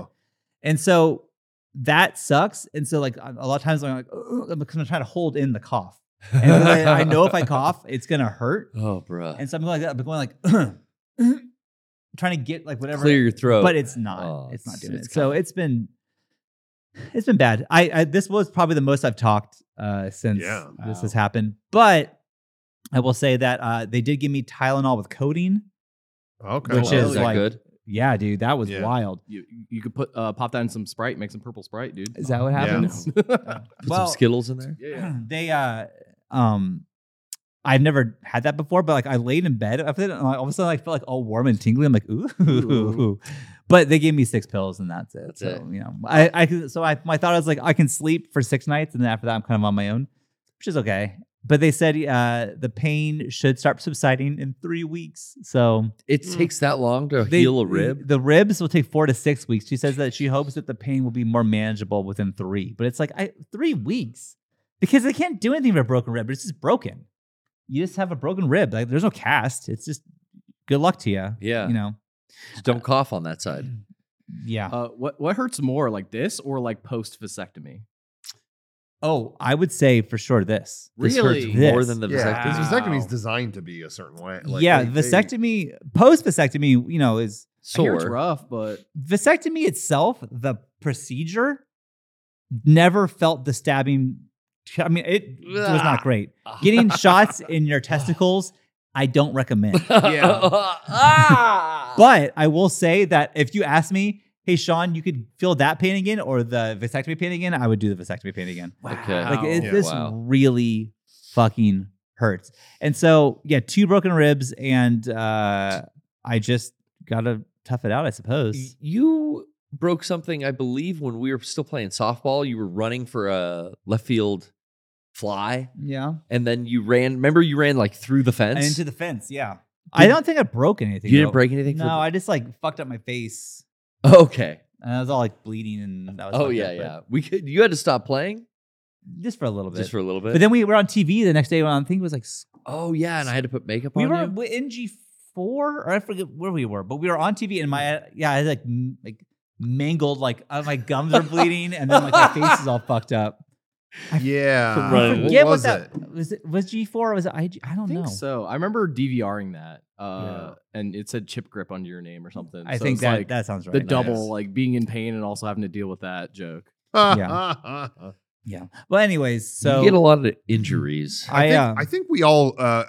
A: it. And so that sucks. And so like a lot of times I'm like, "Ugh," I'm gonna try to hold in the cough. And then I, I know if I cough, it's gonna hurt.
C: Oh, bruh.
A: And so I'm going like that, but going like trying to get like whatever
C: Clear your throat.
A: but it's not.
C: Oh,
A: it's not
C: it's-
A: doing
C: it's
A: it. So
C: coming.
A: it's been it's been bad. I, I this was probably the most I've talked uh, since
B: Yeah.
A: this
D: Wow.
A: has happened. But I will say that uh, they did give me Tylenol with codeine.
B: Okay.
A: Which
C: Well,
A: is
C: that
A: like-
C: good?
A: Yeah, dude, that was
B: Yeah.
A: wild.
D: You, you could put uh, pop that in some Sprite, make some purple Sprite, dude.
A: Is that what
B: Yeah.
A: happens?
C: Put some Skittles in there.
D: yeah.
A: they uh um I've never had that before, but like I laid in bed after that, and like, all of a sudden I felt like all warm and tingly. I'm like, ooh.
D: Ooh.
A: But they gave me six pills and that's it.
C: That's
A: so
C: it.
A: you know, I, I could- so I my thought was like I can sleep for six nights, and then after that I'm kind of on my own, which is okay. But they said uh, the pain should start subsiding in three weeks. So
C: It
B: Mm.
C: takes that long to
A: they-
C: heal a rib.
A: The ribs will take four to six weeks. She says that she hopes that the pain will be more manageable within three. But it's like I, three weeks because they can't do anything with a broken rib. It's just broken. You just have a broken rib. Like there's no cast. It's just good luck to you.
C: Yeah.
A: You know.
C: Just don't cough on that side.
A: Yeah.
D: Uh, what what hurts more, like this or like post vasectomy?
A: oh, I would say for sure this.
C: This hurts
D: Really?
C: more
A: This.
C: than the
B: yeah,
C: vasectomy.
B: because
D: Wow.
B: vasectomy is designed to be a certain way. Like,
A: yeah.
B: they- they-
A: vasectomy, post vasectomy, you know, is
D: I hear it's
C: Sore.
D: rough, but
A: vasectomy itself, the procedure, never felt the stabbing. I mean, it was not great. Getting shots in your testicles, I don't recommend.
C: yeah.
A: But I will say that if you ask me, hey, Sean, you could feel that pain again or the vasectomy pain again, I would do the vasectomy pain again.
C: Okay.
A: Like, it,
B: Yeah.
A: this
C: Wow.
A: really fucking hurts. And so, yeah, two broken ribs, and uh, I just got to tough it out, I suppose.
C: you broke something, I believe, when we were still playing softball. You were running for a left field fly,
A: Yeah.
C: and then you ran. Remember, you ran like through the
A: And
C: fence.
A: into the fence, yeah. I don't think I broke anything.
C: you
A: though.
C: didn't break anything.
A: No, I just like fucked up my face.
C: For the- okay.
A: And I was all like bleeding and that was
C: Oh
A: fucked
C: yeah,
A: up,
C: yeah. We could. You had to stop playing
A: but Just for a little bit.
C: just for a little bit.
A: but then we were on TV the next day when I think it was like s-
C: oh yeah, and I had to put makeup
A: we
C: on.
A: were
C: you.
A: with NG four or I forget where we were, but we were on TV and my yeah, I had like m- like mangled like uh, my gums are bleeding and then like my face is all fucked up.
B: Yeah.
C: Right.
B: What
A: Forget
B: was
A: that
B: it?
A: Uh, was it was G four or was it IG? I
D: I
A: don't
D: think
A: know.
D: so. I remember DVRing that, uh, and it said chip grip under your name or something.
A: I
D: So
A: think
D: it's
A: that
D: like
A: that sounds right.
D: the
A: Yes.
D: double, like being in pain and also having to deal with that joke.
A: Yeah. Yeah. Well, anyways, so
C: you get a lot of injuries.
B: I,
A: I,
B: think,
A: um,
B: I think we all, uh,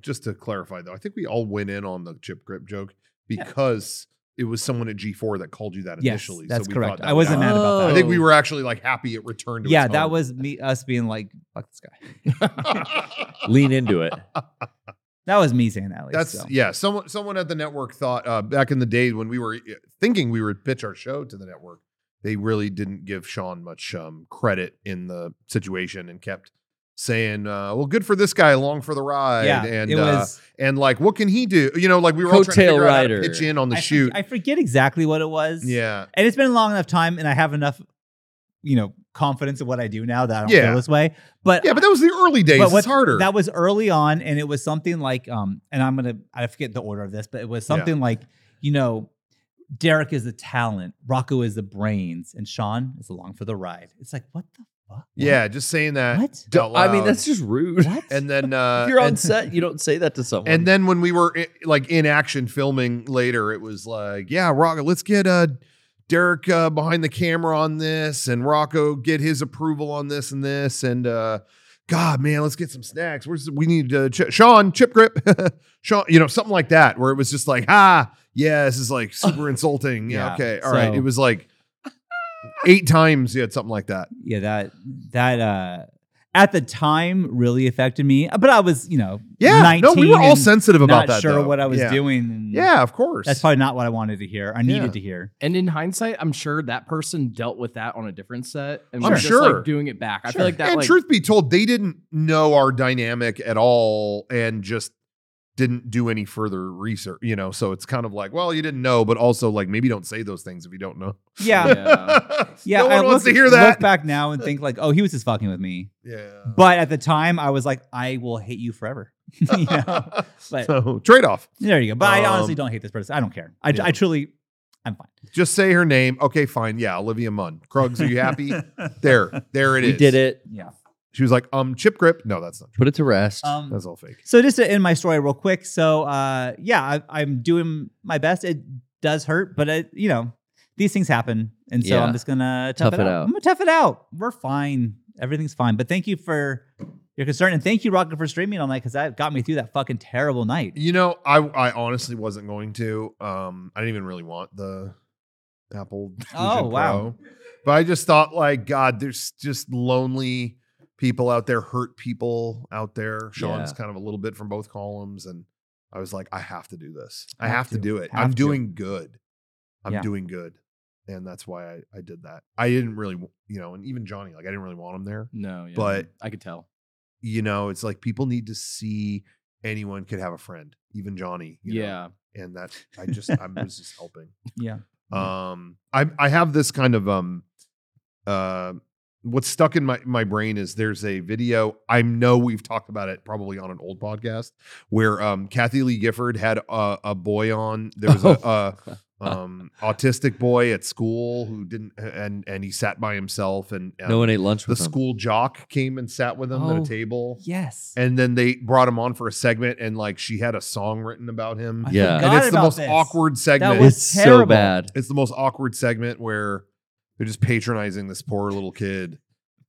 B: just to clarify though, I think we all went in on the chip grip joke because it was someone at G4 that called you that
A: yes,
B: initially.
A: that's
B: so we
A: correct.
B: thought that
A: I
B: was
A: wasn't
B: how-
A: mad about that.
B: I think we were actually like happy it returned to
A: yeah,
B: its
A: that
B: home.
A: was me us being like, fuck this guy.
C: Lean into it.
A: That was me saying that. At least,
B: That's
A: so.
B: yeah. Someone someone at the network thought uh, back in the day when we were uh, thinking we would pitch our show to the network, they really didn't give Sean much um, credit in the situation and kept saying, uh, "Well, good for this guy, along for the ride,"
A: yeah.
B: and
A: it
B: uh,
A: was.
B: and like, what can he do? You know, like we were all trying to
C: Coattail
B: figure out how to
C: rider.
B: pitch in on the
A: I forg-
B: shoot.
A: I forget exactly what it was.
B: yeah,
A: and it's been a long enough time, and I have enough, you know, confidence in what I do now that I don't
B: Yeah.
A: feel this way. But
B: yeah, but that was the early days.
A: But
B: it's
A: what-
B: harder.
A: That was early on, and it was something like, um, and I'm gonna I forget the order of this, but it was
B: Yeah.
A: something like, you know, Derek is the talent, Rocco is the brains, and Sean is along for the ride. It's like, what the fuck?
B: yeah, just saying that.
A: What?
B: out
C: I mean,
B: loud.
C: that's just rude.
A: What?
B: and then uh,
C: if you're on
B: and-
C: set, you don't say that to someone.
B: And then when we were i- like in action filming later, it was like, yeah, Rocco, let's get uh, Derek uh, behind the camera on this, and Rocco get his approval on this and this, and uh, God, man, let's get some snacks. Where's we need uh, Ch- Sean Chip Grip, Sean, you know, something like that, where it was just like, ah, yeah, this is like super insulting. Yeah,
A: Yeah,
B: okay, all right.
A: so-
B: It was like eight times you had something like that.
A: yeah, that that uh at the time really affected me. But I was, you know,
B: Yeah,
A: 19
B: no, we were all
A: and
B: sensitive about
A: not
B: that.
A: sure
B: though.
A: what I was
B: Yeah.
A: doing. and
B: Yeah, of course.
A: That's probably not what I wanted to hear. I needed
B: Yeah.
A: to hear.
D: And in hindsight, I'm sure that person dealt with that on a different set and
B: I'm
D: was just
B: sure.
D: like doing it back. I
A: Sure.
D: feel like that
B: and
D: like
B: truth be told, they didn't know our dynamic at all and just didn't do any further research, you know. So it's kind of like, well, you didn't know, but also like maybe don't say those things if you don't know.
A: Yeah.
D: Yeah.
A: Yeah,
B: no one
A: I
B: wants
A: look,
B: to hear
A: Look
B: that.
A: back now and think like, oh, he was just fucking with me.
B: yeah.
A: But at the time, I was like, I will hate you forever. you know? But
B: so trade off.
A: there you go. But I honestly
B: Um,
A: don't hate this person. I don't care. I,
B: yeah.
A: I truly, I'm fine.
B: Just say her name. Okay, fine. Yeah, Olivia Munn. Krugs, are you happy? there, there it is.
C: we did it.
A: Yeah.
B: She was like, um, chip grip. No, that's not true.
C: Put it to rest.
A: Um,
B: That's all fake.
A: so just to end my story real quick. So uh, yeah, I, I'm doing my best. It does hurt, but it, you know, these things happen, and so
C: Yeah.
A: I'm just gonna tough, it, out. I'm gonna tough it out. We're fine. Everything's fine. But thank you for your concern, and thank you, Rocket, for streaming all night because that got me through that fucking terrible night.
B: You know, I I honestly wasn't going to. Um, I didn't even really want the Apple. Vision
A: Oh, wow.
B: Pro. But I just thought, like, God, there's just lonely people out there, hurt people out there. Sean's
C: Yeah.
B: kind of a little bit from both columns, and I was like, I have to do this. I
A: Have
B: have to,
A: to.
B: do it.
A: Have
B: I'm
A: to.
B: doing good. I'm
A: Yeah.
B: doing good, and that's why I I did that. I didn't really, w- you know, and even Johnny, like, I didn't really want him there
D: no, yeah,
B: But-
D: I could tell.
B: you know, it's like people need to see anyone could have a friend, even Johnny. you know?
D: yeah.
B: and that I just I was just helping.
A: Yeah.
B: Um, I I have this kind of um, uh, what's stuck in my my brain is there's a video I know we've talked about it probably on an old podcast where um Kathy Lee Gifford had a, a boy on there was a. a um autistic boy at school who didn't and and he sat by himself and um,
C: no one ate lunch
B: the
C: with him.
B: school jock came and sat with him at
C: Oh.
B: a table
A: Yes.
B: and then they brought him on for a segment and like she had a song written about him
A: I
C: Yeah.
A: forgot
B: and it's the
A: about
B: most
A: this.
B: awkward segment.
A: was-
C: It's so
A: terrible.
C: bad.
B: it's the most awkward segment where they're just patronizing this poor little kid,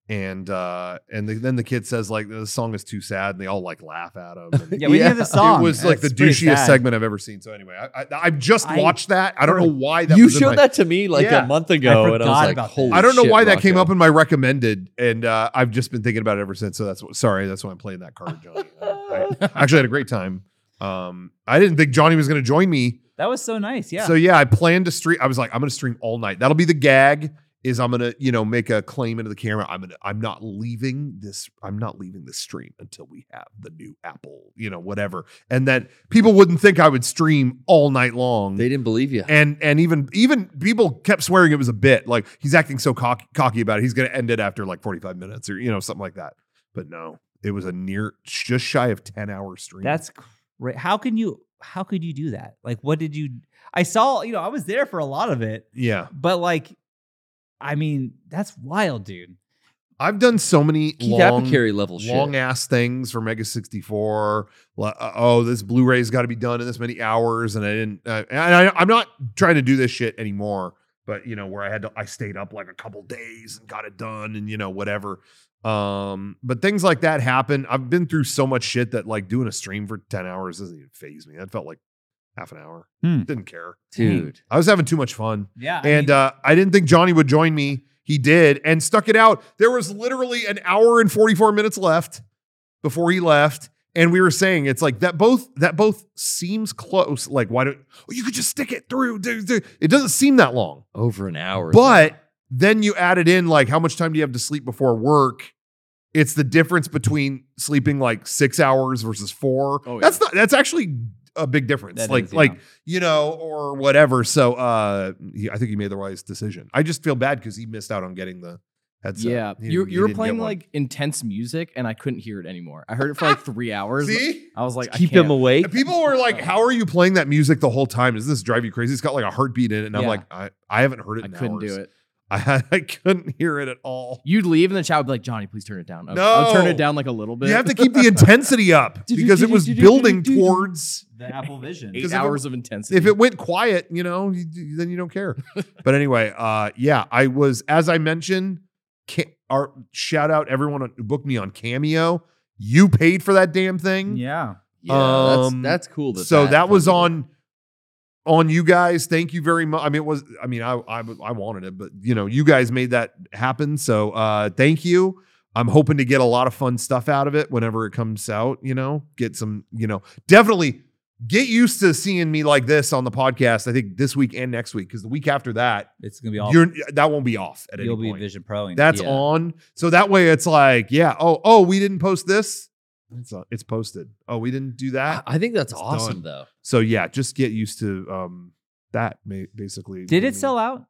B: and uh, and the, then the kid says like the song is too sad, and they all like laugh at him. and
A: Yeah, we
C: Yeah.
A: didn't have the song.
B: It was like the
A: That's pretty
B: douchiest
A: sad.
B: segment I've ever seen. So anyway, I, I, I just
A: I-
B: watched that. I don't know why that
C: you
B: was in
C: showed
B: my-
C: that to me like
B: Yeah.
C: a month ago, and
A: forgot
C: I was like,
A: about that.
C: "Holy
B: I don't know
C: shit,
B: why that came
C: Rocco.
B: up in my recommended, and uh, I've just been thinking about it ever since. So that's what, sorry, that's why I'm playing that card, Johnny. I, I actually had a great time. Um, I didn't think Johnny was going to join me,
A: That was so nice. Yeah.
B: so yeah, I planned to stream. I was like, I'm going to stream all night. That'll be the gag. Is I'm going to you know make a claim into the camera. I'm gonna I'm not leaving this. I'm not leaving this stream until we have the new Apple, you know, whatever. And that people wouldn't think I would stream all night long
C: They didn't believe you.
B: and and even even people kept swearing it was a bit like he's acting so cocky, cocky about it he's going to end it after like 45 minutes or you know something like that but no it was a near just shy of 10 hour stream
A: That's great. How can you? How could you do that? Like, what did you? I saw. You know, I was there for a lot of it,
B: yeah
A: but like, I mean, that's wild, dude.
B: i've done so many
C: Keith
B: long,
C: Apicary level shit.
B: long ass things for mega 64 like, uh, oh this blu-ray's got to be done in this many hours and i didn't uh, and I, i'm not trying to do this shit anymore but you know where i had to i stayed up like a couple days and got it done and you know whatever um but things like that happen i've been through so much shit that like doing a stream for 10 hours doesn't even phase me that felt like half an hour
A: Hmm.
B: didn't care
C: Dude,
B: i was having too much fun
A: Yeah. I
B: and
A: mean,
B: uh, I didn't think Johnny would join me. He did and stuck it out. There was literally an hour and 44 minutes left before he left. and we were saying it's like that both that both seems close. Like why don't oh, you could just stick it through? do- do- It doesn't seem that long,
C: Over an hour.
B: but then you added in like how much time do you have to sleep before work? It's the difference between sleeping like six hours versus four.
D: Oh, yeah.
B: That's not that's actually a big difference.
A: That
B: like
A: is, yeah.
B: like you know or whatever. So uh, he, I think he made the wise decision. I just feel bad because he missed out on getting the headset.
D: yeah,
B: He
D: you
B: didn't- he
D: you were
B: didn't get
D: playing
B: one.
D: like intense music, and I couldn't hear it anymore. I heard it for like three hours.
B: see.
D: I was like, I
C: keep
D: can't.
C: him awake.
B: And people were like, "How are you playing that music the whole time? Does this drive you crazy?" It's got like a heartbeat in it, and I'm
D: Yeah.
B: like, "I, I haven't heard it.
D: I
B: in
D: couldn't
B: hours.
D: do it.
B: I, I couldn't hear it at all.
D: You'd leave, and the chat would be like, Johnny, please turn it down. I- I'll turn
B: No.
D: it down like a little bit.
B: You have to keep the intensity up because it was building towards.
A: The Apple Vision.
D: eight
B: 'cause if it-
D: hours of intensity.
B: If it went quiet, you know, you, you- then you don't care. But anyway, uh, yeah, I was as I mentioned. Ca- our shout out everyone on- who booked me on Cameo. You paid for that damn thing.
A: yeah.
C: Yeah,
B: Um,
C: that's, that's cool. That
B: so that, was
C: fucking-
B: on on you guys thank you very much i mean it was i mean I, I i wanted it but you know you guys made that happen so uh thank you i'm hoping to get a lot of fun stuff out of it whenever it comes out you know get some you know definitely get used to seeing me like this on the podcast i think this week and next week because the week after that
A: It's gonna be all.
B: you're that won't be off at
A: you'll
B: any
A: be
B: point
A: Vision Pro.
B: that's
C: Yeah.
B: on so that way it's like yeah oh oh we didn't post this it's on, it's posted oh we didn't do that
C: I I think that's
B: It's
C: awesome
B: done.
C: though.
B: so yeah, just get used to um that ma- basically.
A: Did it sell out?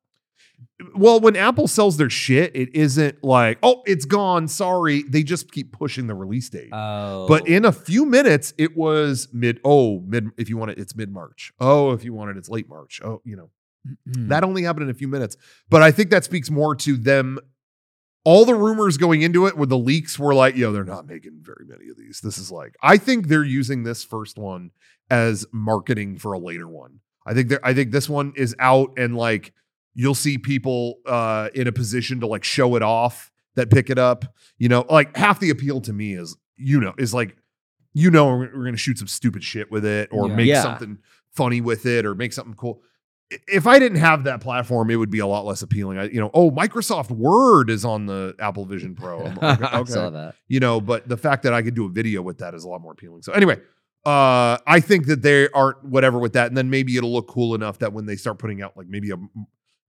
B: Well, when Apple sells their shit, it isn't like, "Oh, it's gone, sorry." They just keep pushing the release date.
A: Oh,
B: But in a few minutes, it was mid oh, mid if you want it it's mid-March. Oh, if you want it it's late March. Oh, you know.
A: Hmm. Mm-hmm.
B: That only happened in a few minutes. But I think that speaks more to them all the rumors going into it where the leaks were like, yo, they're not making very many of these. This is like, I think they're using this first one as marketing for a later one. I think they're I think this one is out and like you'll see people uh in a position to like show it off that pick it up. You know, like half the appeal to me is you know, is like you know we're we're gonna shoot some stupid shit with it or
A: Yeah.
B: make
C: Yeah.
B: something funny with it or make something cool. I- If I didn't have that platform, it would be a lot less appealing. I, you know, oh, Microsoft Word is on the Apple Vision Pro. I'm like,
C: I saw that.
B: you know but the fact that i could do a video with that is a lot more appealing so anyway uh i think that they aren't whatever with that and then maybe it'll look cool enough that when they start putting out like maybe a m-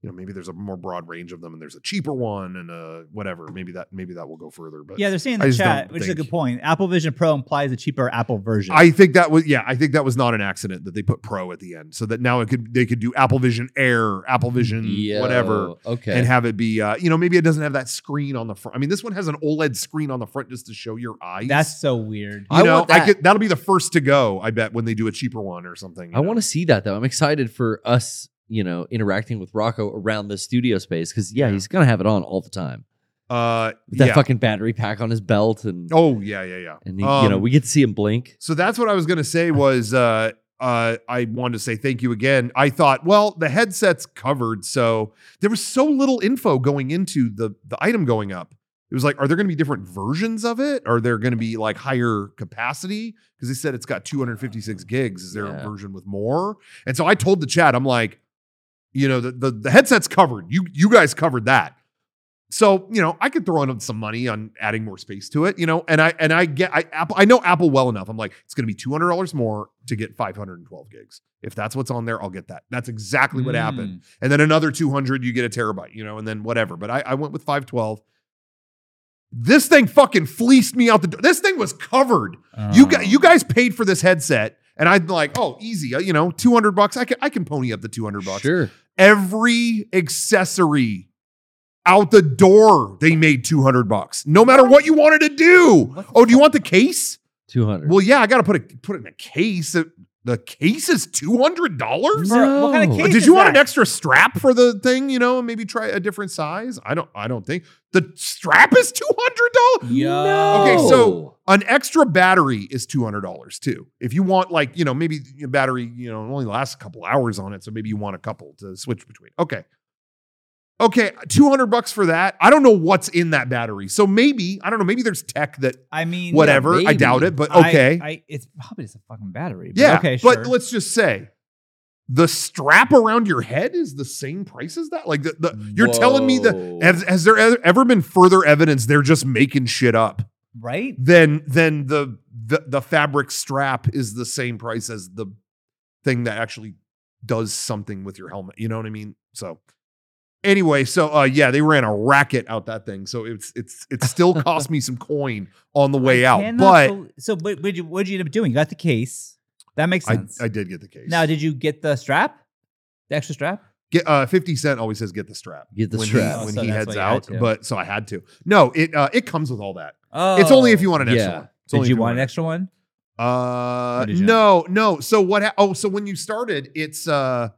B: you know maybe there's a more broad range of them and there's a cheaper one and uh whatever maybe that maybe that will go further but
A: yeah, they're saying in
B: I
A: the
B: just
A: chat,
B: don't
A: which is a
B: think-
A: good point. Apple Vision Pro implies a cheaper Apple version.
B: i think that was yeah i think that was not an accident that they put pro at the end so that now it could they could do apple vision air apple vision Mm, whatever
C: Yo, Okay.
B: and have it be uh you know maybe it doesn't have that screen on the front i mean this one has an oled screen on the front just to show your eyes
A: That's so weird.
B: You
C: I
B: know,
C: want
B: I
C: that.
B: could that'll be the first to go, I bet, when they do a cheaper one or something. you
C: I
B: know?
C: want to see that though. I'm excited for us, you know, interacting with Rocco around the studio space because yeah, he's gonna have it on all the time.
B: uh
C: With that
B: yeah.
C: fucking battery pack on his belt and
B: Oh yeah, yeah, yeah.
C: and he, you
B: Um,
C: know we get to see him blink.
B: So that's what I was gonna say was uh uh I wanted to say thank you again. I thought, well, the headset's covered, so there was so little info going into the the item going up. It was like, are there going to be different versions of it? Are there going to be like higher capacity? Because they said it's got 256 gigs. Is there
C: Yeah.
B: a version with more? And so I told the chat, I'm like, you know, the, the the headset's covered. You you guys covered that. So you know, I could throw in some money on adding more space to it. You know, and I and I get I Apple I know Apple well enough. I'm like, it's going to be two hundred dollars more to get 512 gigs. If that's what's on there, I'll get that. That's exactly what happened
A: Mm.
B: and then another 200 you get a terabyte you know and then whatever but i, I went with 512 this thing fucking fleeced me out the door this thing was covered you
A: Oh.
B: got you guys paid for this headset and i'm like oh easy uh, you know 200 bucks i can i can pony up the 200 bucks
C: Sure.
B: every accessory out the door they made 200 bucks no matter what you wanted to do
A: What the
B: oh do you want the case
C: Two hundred.
B: well yeah i gotta put it put it in a case Uh, the case is $200
A: For- what kind of
B: uh,
A: case
B: Did
A: is
B: you want
A: that?
B: an extra strap for the thing? You know, and maybe try a different size. I don't. I don't think the strap is two hundred dollars.
A: Yo.
B: Okay, so- An extra battery is two hundred dollars too. If you want, like, you know, maybe your battery, you know, only lasts a couple hours on it, so maybe you want a couple to switch between. Okay, okay, two hundred bucks for that. I don't know what's in that battery, so maybe I don't know. Maybe there's tech that
A: I mean,
B: whatever. I
C: maybe.
B: doubt it, but
A: I-
B: okay.
A: I, it's probably just a fucking battery. But
B: Yeah.
A: Okay.
B: But
A: sure.
B: let's just say the strap around your head is the same price as that. Like the, the you're telling me that
C: Whoa.
B: has, e-, has there ever ever been further evidence they're just making shit up
A: right.
B: than than the the the fabric strap is the same price as the thing that actually does something with your helmet. You know what I mean? So anyway, so uh yeah, they ran a racket out that thing. So it's it's it still cost me some coin on the way out.
A: Cannot
B: But
A: bel- so what would you what'd you end up doing? You got the case. That makes
B: I,
A: sense.
B: I did get the case.
A: now, did you get the strap? The extra strap?
B: Get, uh, 50 Cent always says get the strap.
C: Get the
B: when
C: strap.
B: He, when
A: Oh, So
B: he
A: that's
B: heads
A: why you had
B: out.
A: to.
B: But so I had to. No, it uh, it comes with all that.
A: Oh,
B: it's only if you want an extra
C: yeah.
B: one. It's only
A: Did
B: if
A: you want
B: an
A: an extra one?
B: Uh,
A: What did you-
B: no, no. So what? Ha- oh, so when you started, it's uh,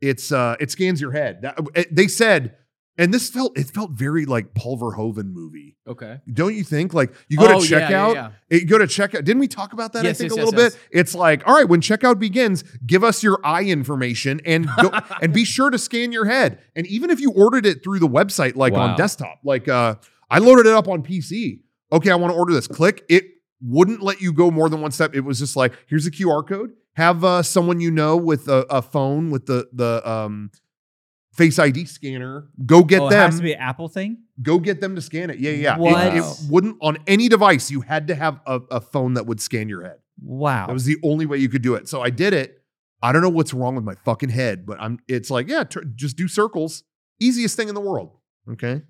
B: it's uh, it scans your head. That, it- they said, and this felt it felt very like Pulverhoven movie,
D: Okay.
B: don't you think? Like you go
D: Oh,
B: to
D: yeah,
B: checkout,
D: yeah, yeah.
B: it- you go to checkout. Didn't we talk about that?
D: Yes,
B: I think
D: yes,
B: a
D: yes,
B: little
D: yes.
B: bit. It's like, all right, when checkout begins, give us your eye information and go, and be sure to scan your head. And even if you ordered it through the website, like
C: Wow.
B: on desktop, like uh, I loaded it up on PC. Okay, I want to order this. Click. It wouldn't let you go more than one step. It was just like, here's a QR code. Have uh, someone you know with a, a phone with the the um, face ID scanner. Go get
A: oh, It
B: them
A: has to be an Apple thing.
B: go get them to scan it. Yeah, yeah. yeah.
A: What?
B: It- It, wouldn't on any device. You had to have a, a phone that would scan your head.
A: Wow.
B: That was the only way you could do it. So I did it. I don't know what's wrong with my fucking head, but I'm. It's like yeah, tur just do circles. Easiest thing in the world. Okay.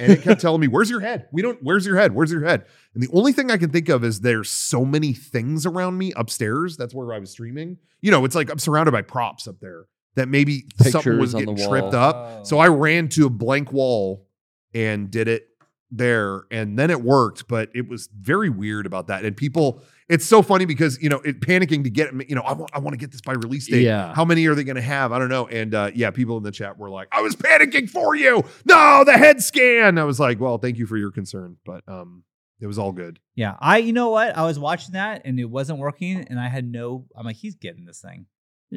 B: And it kept telling me, "Where's your head? We don't. Where's your head? Where's your head?" And the only thing I can think of is there's so many things around me upstairs. That's where I was streaming. You know, it's like I'm surrounded by props up there. That maybe something
C: Pictures
B: was
C: on the
B: getting tripped
C: wall.
B: up.
A: Oh.
B: So I ran to a blank wall and did it there and then it worked but it was very weird about that and people it's so funny because you know it panicking to get you know I want I want to get this by release date
C: Yeah.
B: how many are they going to have I don't know and uh yeah people in the chat were like I was panicking for you no the head scan I was like well thank you for your concern but um it was all good
A: Yeah, I you know what? I was watching that and it wasn't working, and I had no. I'm like, he's getting this thing.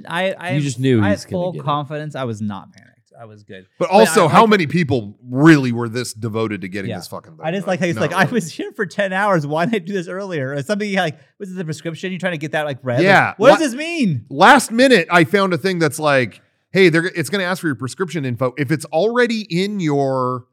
A: I, I
C: You just knew
A: I
C: he's
A: had
C: gonna
A: full
C: get it.
A: confidence. I was not panicked. I was good.
B: but also
A: I
B: how
A: like-
B: many people really were this devoted to getting
A: Yeah.
B: this fucking thing
A: I just like how he's
B: No.
A: like, I was here for ten hours. Why didn't I do this earlier? Or something like, was this a prescription? You trying to get that like red? Like,
B: Yeah.
A: what,
B: What-
A: does this mean?
B: last minute I found a thing that's like, hey, they're it's going to ask for your prescription info. If it's already in your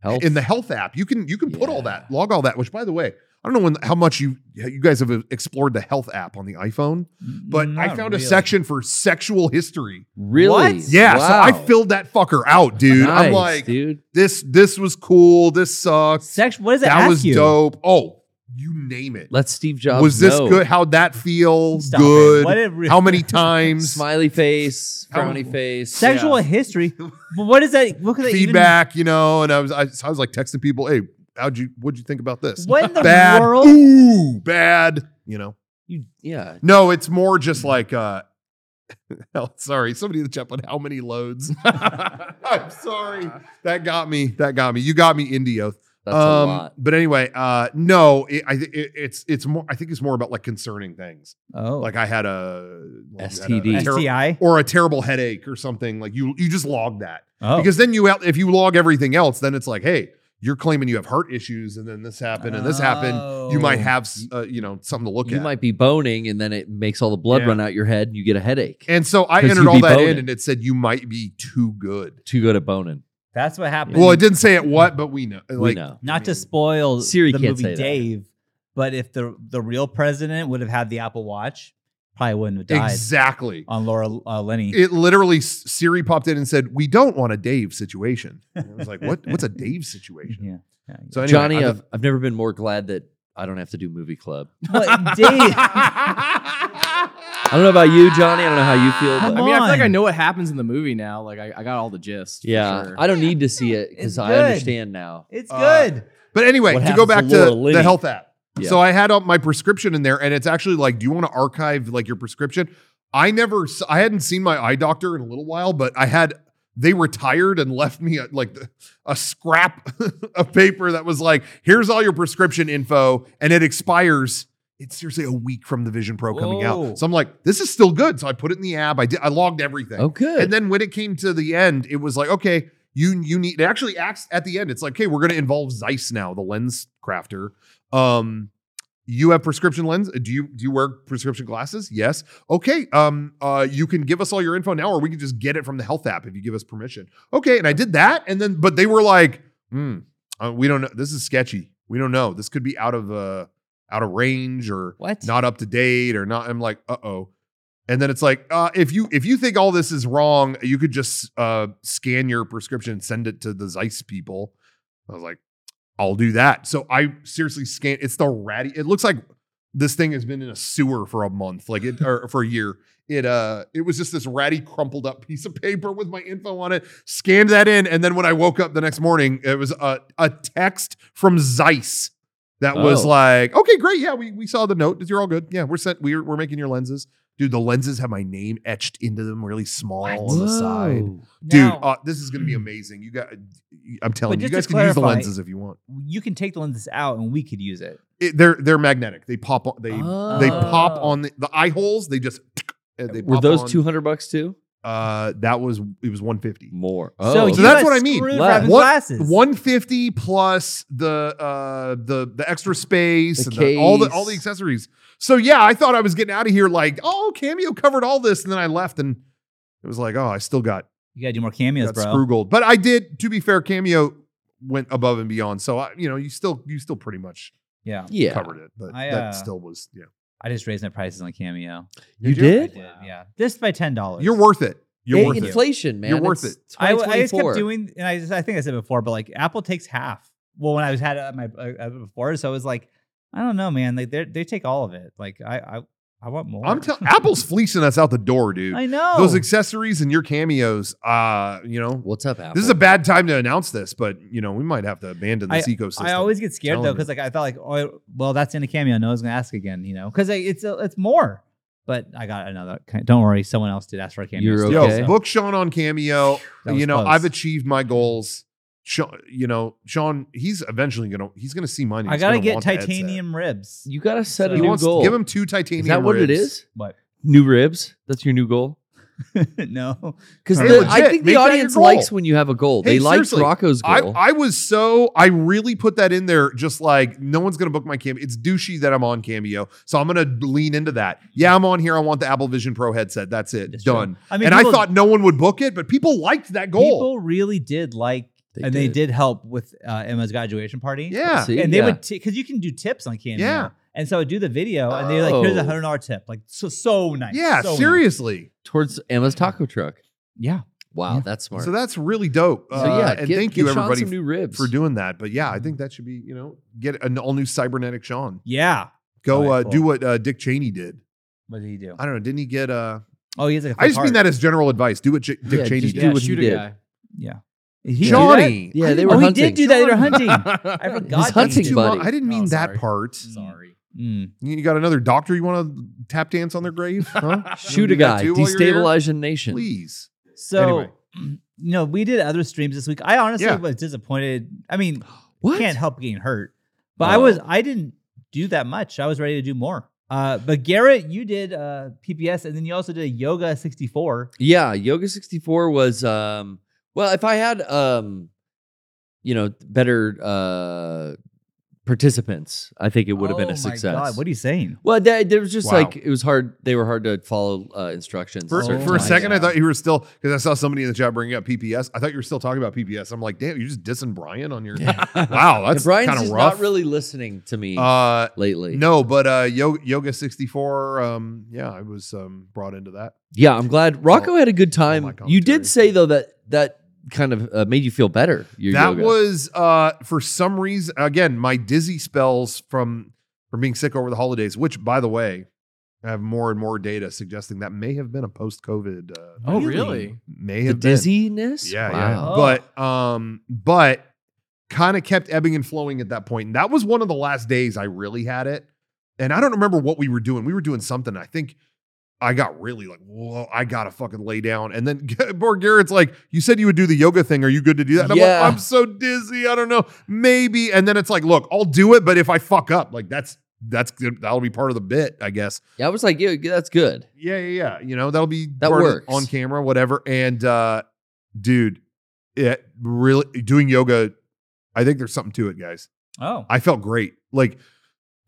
C: Health.
B: in the health app, you can you can put all that, log all that. Which, by the way, I don't know when how much you you guys have explored the health app on the iPhone, but I
A: Not
B: found
A: really.
B: a section for sexual history.
C: really?
A: What?
B: Yeah, so I
C: Wow.
B: filled that fucker out, dude. I'm
C: Nice,
B: like,
C: dude.
B: this this was cool. This sucks.
A: Sex. What does it
B: That
A: ask
B: was
A: you?
B: dope. Oh, you name it.
C: Let Steve Jobs.
B: was this
C: know.
B: good? How'd that feel?
A: Stop it.
B: good.
A: What it re-
B: How many times?
C: Smiley face,
B: How-
C: frowny face.
A: sexual
D: Yeah.
A: history? But what is that? What could they even-
B: feedback, you know, and I was I, so I was like texting people, hey, how'd you what'd you think about this?
A: What in the
B: bad,
A: world?
B: ooh, bad, you know.
C: You, yeah.
B: No, it's more just like uh hell, sorry, somebody in the chat put how many loads. I'm sorry. That got me. That got me. You got me Indio. Um,
C: That's a lot.
B: But anyway, uh no, it, I thi- it, it's it's more I think it's more about like concerning things.
A: Oh,
B: Like I had a had a-
C: STD.
B: ter-
A: STI.
B: or a terrible headache or something. Like you you just log that
A: Oh,
B: because then you out if you log everything else then it's like hey you're claiming you have heart issues and then this happened and this happened you might
A: Oh.
B: have s- uh, you know something to look
C: you
B: at
C: might be boning, and then it makes all the blood
B: Yeah.
C: run out your head, and you get a headache.
B: and so i
C: 'Cause
B: entered
C: you'd
B: all
C: be
B: that in
C: boning.
B: and it said you might be too good
C: Too good at boning.
A: that's what happened.
B: well it didn't say at what but we know like
C: know.
B: I
A: not to
B: mean,
A: spoil
C: Siri
A: the
C: can't
A: movie
C: say that.
A: Dave, but if the the real president would have had the Apple Watch, probably wouldn't have died
B: exactly
A: on Laura uh, Lenny.
B: it literally S- siri popped in and said we don't want a dave situation and i was like what what's a dave situation
A: yeah. yeah.
B: so anyway,
C: Johnny,
B: I
C: I've, I've never been more glad that I don't have to do movie club.
A: But Dave,
C: I don't know about you, Johnny. I don't know how you feel.
A: Come
C: But,
D: I mean, I feel like
A: on.
D: I know what happens in the movie now. Like I, I got all the gist. for
C: yeah,
D: sure.
C: I don't need to see it
A: It's
C: because I
A: good.
C: understand now.
A: it's
B: Uh,
A: good.
B: But anyway,
C: What
B: to go back
C: happens
B: to,
C: to Laura Linney?
B: the health app.
C: Yeah.
B: So I had uh, my prescription in there, and it's actually like, do you want to archive like your prescription? I never, s- I hadn't seen my eye doctor in a little while, but I had they retired and left me a, like the- a scrap of paper that was like, here's all your prescription info, and it expires. It's seriously a week from the Vision Pro coming
A: Whoa.
B: out, so I'm like, this is still good. So I put it in the app. I did, I logged everything.
C: Oh, good.
B: And then when it came to the end, it was like, okay, you you need it actually acts at the end. It's like, okay, we're gonna involve Zeiss now, the lens crafter. Um, you have prescription lens. Do you do you wear prescription glasses? Yes. Okay. Um, uh, you can give us all your info now, or we can just get it from the health app if you give us permission. Okay, and I did that, and then but they were like, hmm, uh, we don't know. This is sketchy. We don't know. This could be out of uh out of range or
A: What?
B: not up to date or not. I'm like, uh oh. And then it's like, uh, if you if you think all this is wrong, you could just uh, scan your prescription and send it to the Zeiss people. I was like, I'll do that. So I seriously scan. It's the ratty. It looks like this thing has been in a sewer for a month, like it or for a year. It uh, it was just this ratty, crumpled up piece of paper with my info on it. Scanned that in, and then when I woke up the next morning, it was a a text from Zeiss that was
C: Oh.
B: like, "Okay, great, yeah, we we saw the note. You're all good. Yeah, we're sent. We're we're making your lenses." Dude, the lenses have my name etched into them really small on the side.
C: Oh.
B: Dude,
A: Now,
B: uh, this is going to be amazing. You got, I'm
A: Mm.
B: telling
A: But
B: you, you guys
A: just to
B: can use the
A: clarify-
B: lenses if you want.
A: you can take the lenses out and we could use it.
B: It- they're they're magnetic. They pop. On, they they pop
A: Oh.
B: on the, the eye holes. They just. uh, They
C: Were
B: pop
C: those
B: on.
C: two hundred bucks too?
B: Uh, that was it was 150.
C: More.
A: so,
C: Oh,
A: you
B: So that's
A: got
B: what I mean.
A: screwed for
C: Wow.
A: having
B: One-
A: glasses.
B: 150 plus the uh the the extra space
C: The
B: and the- all the
C: case.
B: all the accessories. So yeah, I thought I was getting out of here like, oh, Cameo covered all this, and then I left and it was like, oh, I still got
A: you gotta do more cameos,
B: got
A: bro.
B: screw gold. But I did, to be fair, Cameo went above and beyond. So I, you know, you still you still pretty much
A: Yeah,
C: yeah.
B: covered it. But
A: I, uh,
B: that still was yeah.
A: I just raised my prices on Cameo.
C: You
B: Did you?
A: I
C: did?
A: did, yeah. Just by ten dollars.
B: You're worth it. You're
C: Hey,
B: worth it.
C: inflation, man.
B: You're worth
C: It's
A: I, I just
C: 2024.
A: kept doing, and I just, I think I said before, but like Apple takes half. Well, when I was had it at my uh, uh, before, so I was like, I don't know, man. Like they they take all of it. Like I I, I want more.
B: I'm telling Apple's fleecing us out the door, dude.
A: I know
B: Those accessories and your cameos, uh, you know,
C: What's up, Apple?
B: This is a bad time to announce this, but you know we might have to abandon this ecosystem.
A: I always get scared though
B: Telling
A: because like I felt like oh well that's in a cameo no one's gonna ask again you know because it's uh, it's more but I got another don't worry someone else did ask for a cameo
C: You're
A: still,
B: yo
C: okay.
A: so
B: book Sean on Cameo.
A: That was
B: You know
A: close.
B: I've achieved my goals. Sean, you know Sean, he's eventually gonna he's gonna see money.
A: I
B: He's
A: gotta
B: gonna
A: get
B: want the headset.
A: titanium ribs
C: you gotta set
A: So-
C: a
B: He
C: new
B: wants
C: goal.
B: give him two
C: is
B: titanium.
C: that what it
B: ribs.
C: is?
A: What?
C: New ribs? That's your new goal?
A: no
C: Because
B: Hey,
C: I
B: legit,
C: think
B: make
C: the
B: that your
C: audience
B: goal.
C: likes when you have a goal.
B: Hey,
C: they liked
B: seriously,
C: Rocco's
B: I,
C: goal.
B: I was so I really put that in there just like no one's gonna book my cameo. It's douchey that I'm on cameo, so I'm gonna lean into that. Yeah, I'm on here. I want the Apple Vision Pro headset. That's it.
A: That's true.
B: Done.
A: I mean
B: and
A: people-
B: I thought no one would book it, but people liked that goal.
A: people really did like and they did help with uh, Emma's graduation party
B: yeah.
C: See?
A: and they
C: Yeah.
A: would because you can do tips on cameo
B: Yeah.
A: and so I would do the video and they're like here's a
C: Oh.
A: hundred dollar tip like so so nice
B: Yeah,
A: so nice.
B: seriously.
C: towards Emma's taco truck.
A: yeah
C: Wow,
A: Yeah.
C: that's smart.
B: So that's really dope.
C: So,
B: Uh,
C: yeah,
B: and
C: give-
B: thank
C: give
B: you
C: Sean
B: everybody
C: some new ribs.
B: for doing that. But yeah, I think that should be you know get an all new cybernetic Sean.
A: yeah
B: Go
A: All right,
B: uh,
A: cool.
B: do what uh, Dick Cheney did.
A: what did he do
B: I don't know. Didn't he get? Uh,
A: oh he's like a
B: I just
A: full
B: mean
A: card.
B: that as general advice. Do what J- Dick
C: Yeah,
B: Cheney
C: just
B: did.
C: do
D: yeah,
C: what
D: shoot
C: he
D: a
C: did.
D: guy.
A: yeah He did that?
B: Johnny.
C: Yeah,
B: I
C: they
B: didn't-
C: were
A: oh,
C: hunting.
A: he did do that. They were hunting. I
D: I
A: forgot.
C: He's
A: that he
C: hunting,
A: did-
B: too long.
C: buddy.
B: I didn't
D: Oh,
B: mean that
D: sorry.
B: part.
D: Sorry.
A: Mm.
B: You got another doctor you want to tap dance on their grave? Huh?
C: Shoot
B: Do
C: a
B: that
C: guy,
B: too while you're here?
C: destabilize a nation.
B: Please.
A: So,
B: Anyway.
A: you know, we did other streams this week. I honestly
B: Yeah.
A: was disappointed. I mean,
C: What?
A: can't help getting hurt, but I
C: Oh.
A: was. I didn't do that much. I was ready to do more. Uh, but Garrett, you did uh, PPS, and then you also did a yoga sixty four.
C: Yeah, Yoga 64 was um well, if I had um you know, better uh participants, I think it would have been a success.
A: Oh What are you saying?
C: well, they, there was just
B: Wow.
C: like it was hard. They were hard to follow uh, instructions.
B: For,
A: Oh
C: certain
B: for a
A: my
C: times.
B: second, I
A: God.
B: thought you were still because I saw somebody in the chat bringing up PPS. I thought you were still talking about PPS. I'm like, damn, you're just dissing Brian on your. wow,
C: And
B: that's
C: Brian's
B: kind
C: just
B: of rough.
C: not really listening to me
B: Uh,
C: lately.
B: no, but uh, Yo- Yoga 64. Um, yeah, I was um brought into that.
C: Yeah, I'm glad Rocco had a good time.
B: Oh, my commentary.
C: you did say though that that kind of uh, made you feel better. Your
B: that
C: yoga.
B: was uh for some reason again my dizzy spells from from being sick over the holidays. Which, by the way, I have more and more data suggesting that may have been a post COVID. Uh,
D: Oh,
B: thing.
D: really?
B: May
C: the
B: have been.
C: dizziness.
B: Yeah,
C: wow.
A: Oh.
B: yeah. But um, but kind of kept ebbing and flowing at that point. And that was one of the last days I really had it. And I don't remember what we were doing. We were doing something. I think I got really like, whoa, I gotta fucking lay down. And then poor Garrett's like, you said you would do the yoga thing. Are you good to do that? And I'm
C: Yeah.
B: like, I'm so dizzy. I don't know. Maybe. And then it's like, look, I'll do it, but if I fuck up, like that's that's good. That'll be part of the bit, I guess.
C: Yeah, I was like, yeah, that's good.
B: Yeah, yeah, yeah. You know, that'll be
C: That
B: part of-
C: works.
B: on camera, whatever. And uh dude, it really doing yoga, I think there's something to it, guys.
A: Oh,
B: I felt great. Like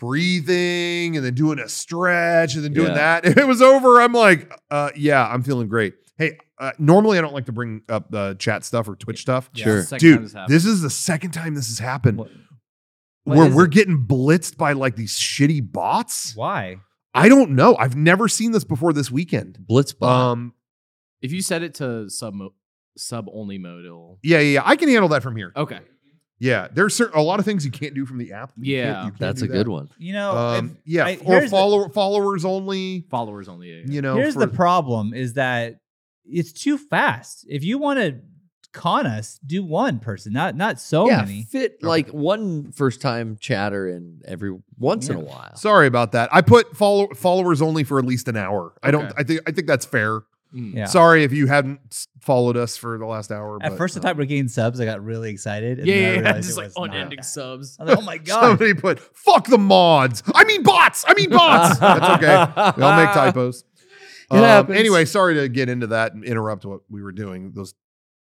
B: breathing and then doing a stretch and then doing
C: Yeah.
B: that. If it was over, I'm like, uh yeah, I'm feeling great. Hey, uh, normally I don't like to bring up the chat stuff or Twitch stuff.
A: Yeah.
C: Sure.
D: Second time
B: Dude,
D: happened.
B: this is the second time this has happened.
A: What- What
B: where
A: is
B: we're
A: it?
B: getting blitzed by like these shitty bots.
A: Why?
B: I don't know. I've never seen this before this weekend.
C: Blitzbot.
B: Um,
D: If you set it to sub mo- sub only mode, it'll
B: yeah, yeah, yeah. I can handle that from here.
D: okay.
B: Yeah, there's certain, a lot of things you can't do from the app. You can't-
D: Yeah.
B: you can't
C: That's
B: do
C: a good
B: that.
C: one.
A: You know,
B: Um,
A: if-
B: yeah,
A: I-
B: or
A: here's the-
B: follower followers only.
D: Followers only. Yeah, yeah.
B: You know,
A: here's
B: for-
A: the problem: is that it's too fast. If you want to con us, do one person, not not so
C: yeah,
A: many.
C: fit like one first time chatter in every once in a while.
B: Sorry about that. I put follow, followers only for at least an hour. I don't.
D: Okay.
B: I think. I think that's fair.
D: Mm.
A: Yeah.
B: Sorry if you hadn't s- followed us for the last hour.
A: At
B: but,
A: first, the
B: um,
A: time we're getting subs, I got really excited. And
D: Yeah,
A: then I
D: yeah, yeah.
A: realized it
D: Just like
A: was not
D: unending
A: that.
D: subs.
A: I was like, oh my god!
B: Somebody put fuck the mods. I mean bots. I mean bots. That's okay. They all make typos.
C: It
B: Um,
C: happens.
B: anyway, sorry to get into that and interrupt what we were doing. Those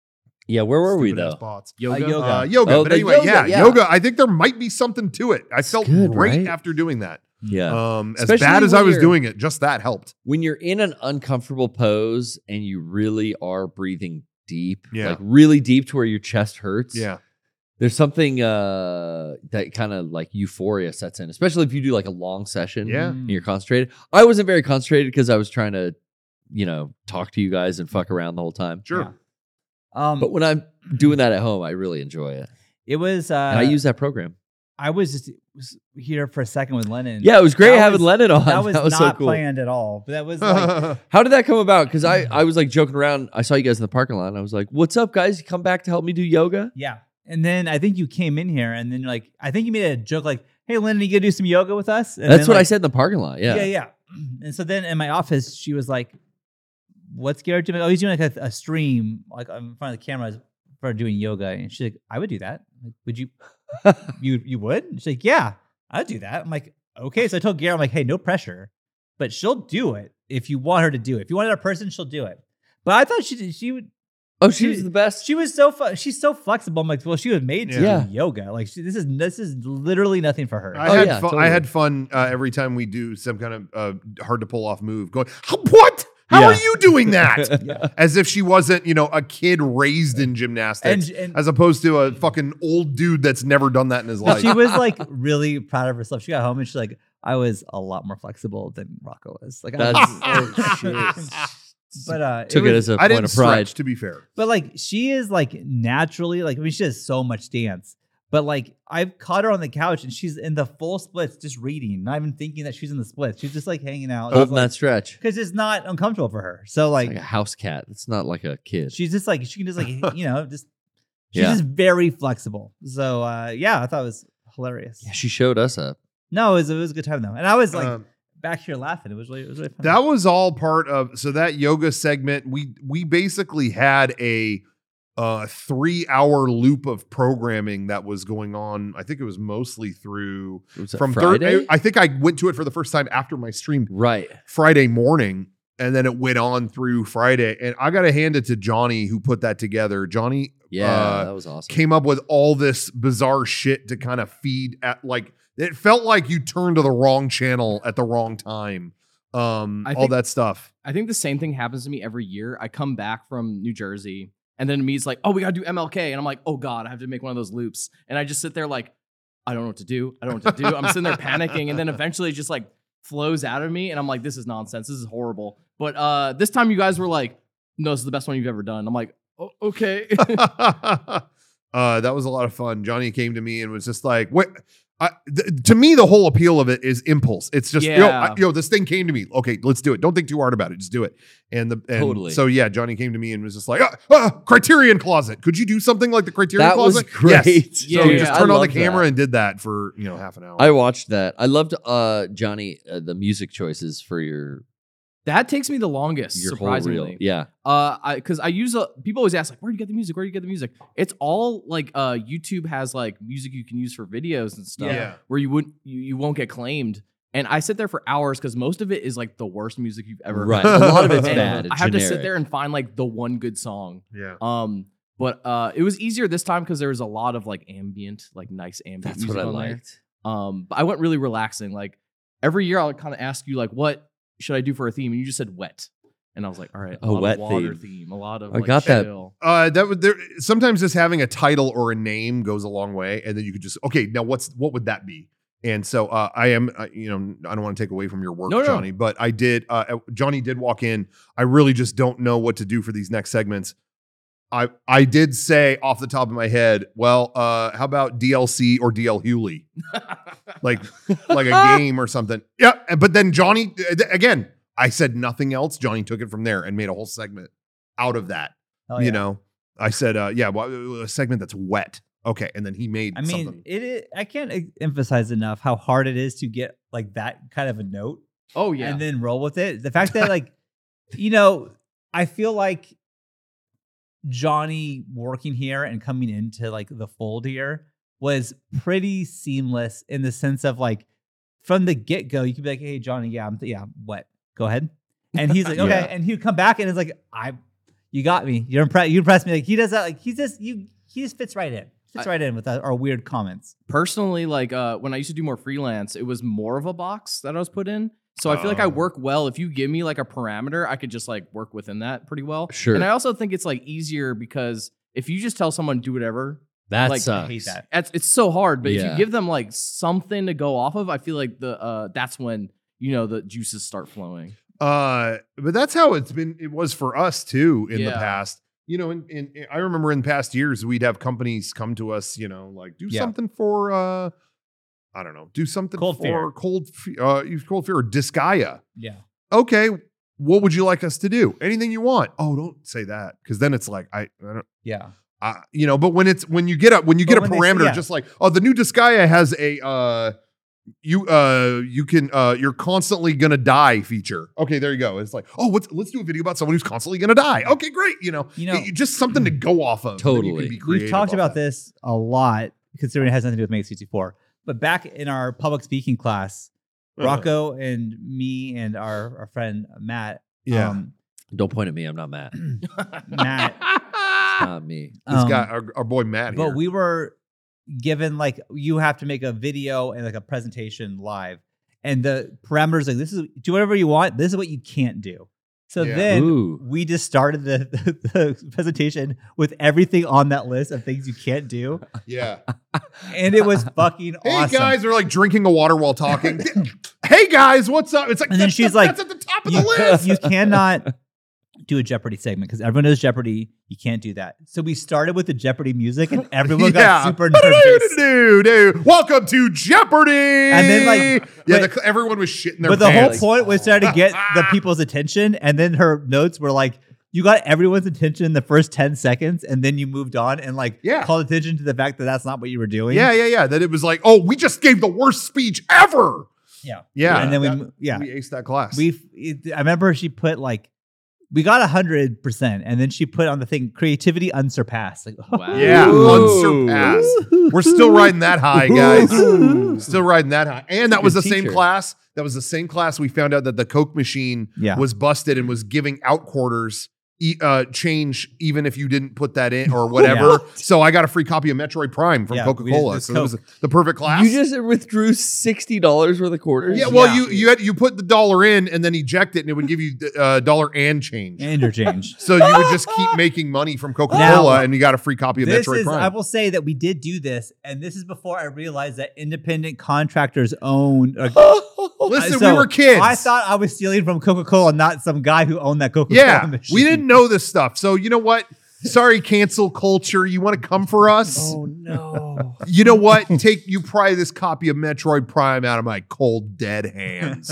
C: Yeah, where were we
B: stupid-ass
C: though?
B: Bots.
A: Uh,
D: Yoga.
A: yoga.
B: Uh, yoga.
C: Oh,
B: but
C: the
B: anyway,
C: yoga,
B: yeah,
C: yeah.
B: yoga. I think there might be something to it. I felt
C: good,
B: great
C: right?
B: after doing that.
C: Yeah.
B: Um, as
C: Especially
B: bad as
C: when
B: I was
C: you're-
B: doing it, just that helped.
C: when you're in an uncomfortable pose and you really are breathing deep,
B: Yeah.
C: like really deep to where your chest hurts.
B: Yeah.
C: There's something uh that kind of like euphoria sets in, especially if you do like a long session
B: Yeah.
C: and you're concentrated. I wasn't very concentrated because I was trying to, you know, talk to you guys and fuck around the whole time.
B: Sure.
A: Yeah. Um,
C: But when I'm doing that at home, I really enjoy it.
A: it was. Uh,
C: and I use that program.
A: I was just was here for a second with Lennon.
C: Yeah, it was great
A: that
C: having
A: was-
C: Lennon on.
A: that was,
C: so
A: not
C: cool.
A: planned at all. But that was like,
C: How did that come about? Because I, I was like joking around. I saw you guys in the parking lot and I was like, what's up, guys? You come back to help me do yoga?
A: yeah. And then I think you came in here, and then you're like, I think you made a joke like, "Hey, Lennon, you gonna do some yoga with us?" And
C: That's
A: then,
C: what I
A: like,
C: said in the parking lot. Yeah.
A: yeah, And so then in my office, she was like, "What's Garrett doing?" Oh, he's doing like a, a stream, like in front of the cameras for doing yoga. And she's like, "I would do that. I'm like, would you? you you would?" And she's like, "Yeah, I'd do that." I'm like, "Okay." So I told Garrett, "I'm like, hey, no pressure, but she'll do it if you want her to do it. If you want another person, she'll do it." But I thought she did- she would
C: Oh, she was the best.
A: she was so fu- she's so flexible. I'm like, well, she was made to
C: Yeah.
A: do yoga. Like she, this is this is literally nothing for her.
B: I,
C: Oh,
B: had
C: yeah,
B: fun, I
C: totally.
B: had fun uh, every time we do some kind of uh, hard to pull off move. Going, "How- what? How are
C: Yeah.
B: you doing that?
A: Yeah.
B: As if she wasn't, you know, a kid raised in
A: And,
B: gymnastics,
A: and
B: as opposed to a fucking old dude that's never done that in his life.
A: she was like really proud of herself. She got home and she's like, I was a lot more flexible than Rocco was. Like, I was,
C: That's- oh,
A: but uh,
C: Took it,
A: was-
C: as a
B: I
C: point
B: didn't
C: of pride.
B: stretch, to be fair.
A: But like she is like naturally like I mean she has so much dance. But like I've caught her on the couch and she's in the full splits just reading, not even thinking that she's in the splits. She's just like hanging out.
C: Holding that stretch.
A: because it's not uncomfortable for her. So
C: Like, ah,
A: like,
C: a house cat. It's not like a kid.
A: she's just like she can just like you know just she's
C: Yeah.
A: just very flexible. So uh yeah, I thought it was hilarious.
C: yeah, she showed us up.
A: No, it was, it was a good time though, and I was like
B: Um,
A: back here laughing. It was really it was really fun.
B: that was all part of so that yoga segment. We we basically had a uh, three hour loop of programming that was going on. I think it was mostly through
C: It was a
B: from
C: Friday.
B: Thursday. I think I went to it for the first time after my stream
C: right.
B: Friday morning, and then it went on through Friday. And I got to hand it to Johnny who put that together. Johnny
C: Yeah,
B: Uh,
C: that was awesome.
B: came up with all this bizarre shit to kind of feed at like it felt like you turned to the wrong channel at the wrong time. Um,
D: I
B: all
D: think-
B: that stuff.
D: I think the same thing happens to me every year. I come back from New Jersey, and then me's like, "Oh, we gotta do MLK," and I'm like, "Oh God, I have to make one of those loops," and I just sit there like, "I don't know what to do. I don't know what to do." I'm sitting there panicking, and then eventually it just like flows out of me, and I'm like, "This is nonsense. This is horrible." But uh, this time you guys were like, "No, this is the best one you've ever done." I'm like, oh, "Okay."
B: uh, that was a lot of fun. Johnny came to me and was just like, "What?" I, th- to me, the whole appeal of it is impulse. It's just yo,
D: Yeah.
B: I- yo, this thing came to me. Okay, let's do it. Don't think too hard about it. Just do it. And the and
C: Totally.
B: So yeah, Johnny came to me and was just like, "Ah, ah, "Criterion Closet. Could you do something like the Criterion
C: that was
B: Closet?"
C: great.
B: Yes.
D: Yeah,
B: so
D: yeah,
B: we just
D: I
B: turned on the
C: loved
B: camera
C: that.
B: and did that for you know half an hour.
C: I watched that. I loved uh Johnny uh, the music choices for your
D: that takes me the longest,
C: your whole
D: surprisingly.
C: reel. Yeah.
D: uh i because i use a people always ask like where do you get the music where do you get the music it's all like uh youtube has like music you can use for videos and stuff
B: Yeah.
D: where you wouldn't you, you won't get claimed and i sit there for hours because most of it is like the worst music you've ever
C: Right.
D: heard.
C: A lot of it's
D: And
C: bad. and
D: i have to sit
C: generic.
D: there and find like the one good song
B: yeah.
D: um but uh it was easier this time because there was a lot of like ambient like nice ambient
C: That's
D: music
C: what I
D: on there.
C: liked.
D: Um, but I went really relaxing. Like every year, I'll kind of ask you like, what should I do for a theme? And you just said wet. And I was like, all right,
C: A
D: a, lot
C: wet
D: of water
C: theme.
D: theme. a lot of
C: I
D: like,
C: got that.
D: chill.
B: Uh, that would there. Sometimes just having a title or a name goes a long way, and then you could just okay. Now what's what would that be? And so uh, I am, uh, you know, I don't want to take away from your work,
D: No, no.
B: Johnny, but I did. Uh, Johnny did walk in. I really just don't know what to do for these next segments. I I did say off the top of my head, well, uh, how about DLC or DL Hewley? like like a game or something. Yeah, and- but then Johnny uh, th- again. I said nothing else. Johnny took it from there and made a whole segment out of that.
A: Hell yeah.
B: You know, I said, uh, yeah, well, a segment that's wet. Okay, and then he made
A: I mean,
B: something.
A: it. i- I can't e- emphasize enough how hard it is to get like that kind of a note
D: Oh yeah.
A: and then roll with it. The fact that like, you know, I feel like Johnny working here and coming into like the fold here was pretty seamless in the sense of like from the get go, you could be like, hey, Johnny, yeah, I'm yeah, what? Go ahead. And he's like, okay,
C: Yeah.
A: and he'd come back and it's like, I, you got me. You're impressed. You impressed me. Like he does that. Like he just you. He just fits right in. Fits right in with our our weird comments.
D: personally like uh when i used to do more freelance it was more of a box that i was put in so i feel like i
B: Oh.
D: work well if you give me like a parameter i could just like work within that pretty well
C: Sure.
D: and i also think it's like easier because if you just tell someone do whatever
C: That
D: Like, I
C: sucks.
A: hate that.
D: that's it's so hard but if
C: Yeah.
D: you give them like something to go off of i feel like the uh that's when you know the juices start flowing
B: Uh, but that's how it's been. It was for us too in the
D: Yeah.
B: past. You know, in, in I remember in past years we'd have companies come to us. You know, like do
A: Yeah.
B: something for uh, I don't know, do something
A: Cold
B: for
A: Fear.
B: cold Fe- uh, cold fear or Disgaea.
A: Yeah.
B: Okay, what would you like us to do? Anything you want. Oh, don't say that because then it's like I, I don't.
A: Yeah.
B: uh, you know, but when it's when you get up when you
A: But
B: get a
A: when they
B: parameter,
A: say- yeah.
B: just like oh, the new Disgaea has a uh, you uh, you can uh, you're constantly gonna die feature. Okay, there you go. It's like oh, let's let's do a video about someone who's constantly gonna die. Okay, great. You know,
A: You know, mm.
B: it- just something to go off of. that you can
C: Totally.
B: be
A: We've
B: creative
A: talked
B: off
A: about
B: of.
A: this a lot, considering it has nothing to do with Make 64. But back in our public speaking class,
B: Uh-huh.
A: Rocco and me and our, our friend Matt,
B: Yeah,
A: um,
C: Don't point at me. I'm not Matt. It's
A: Matt,
C: not me.
B: this
A: um,
B: guy, our, our boy Matt.
A: but
B: here.
A: we were given like you have to make a video and like a presentation live, and the parameters like this is do whatever you want. This is what you can't do. So
B: Yeah.
A: then
C: Ooh.
A: we just started the, the presentation with everything on that list of things you can't do,
B: yeah.
A: and it was fucking
B: Hey
A: awesome.
B: guys, we're like drinking a water while talking. hey guys, what's up? It's like
A: And then
B: that's
A: she's
B: the-
A: like,
B: that's at the top of
A: you,
B: the list.
A: you cannot do a Jeopardy segment because everyone knows Jeopardy. You can't do that. So we started with the Jeopardy music, and everyone got super nervous.
B: nervous. Welcome to Jeopardy. And
A: then, like,
B: yeah,
A: but-
B: the, everyone was shitting their
A: But the whole
B: pants.
A: point was trying to get the people's attention, and then her notes were like, "You got everyone's attention in the first ten seconds, and then you moved on and like
B: Yeah.
A: called attention to the fact that that's not what you were doing."
B: yeah, yeah, yeah. That it was like, oh, we just gave the worst speech ever.
A: Yeah.
B: yeah.
A: and then we,
B: That-
A: mo- yeah,
B: we aced that class.
A: we. it- I remember she put like. We got hundred percent, and then she put on the thing creativity unsurpassed. Like,
D: Wow.
B: yeah,
C: Ooh.
B: unsurpassed. We're still riding that high, guys. Still riding that high. And that was the
C: Good
B: same
C: teacher.
B: class. That was the same class. We found out that the Coke machine
A: Yeah.
B: was busted and was giving out quarters e- uh, change even if you didn't put that in or whatever. So I got a free copy of Metroid Prime from
A: Yeah, we
B: Coca
A: did
B: Cola.
A: this
B: So that was the perfect class.
C: You just withdrew sixty dollars worth of quarters.
B: yeah, well,
A: Yeah.
B: you you had you put the dollar in and then eject it, and it would give you uh, dollar and change.
A: interchange.
B: so you would just keep making money from Coca Cola,
A: Now-
B: and you got a free copy of
A: this
B: Metroid
A: is,
B: Prime.
A: I will say that we did do this, and this is before I realized that independent contractors own. like,
B: Listen,
A: so
B: we were kids.
A: I thought I was stealing from Coca Cola, not some guy who owned that Coca Cola
B: Yeah,
A: machine.
B: we didn't know this stuff. So you know what? Sorry, cancel culture. You want to come for us?
E: Oh no.
B: You know what? Take you pry this copy of Metroid Prime out of my cold dead hands.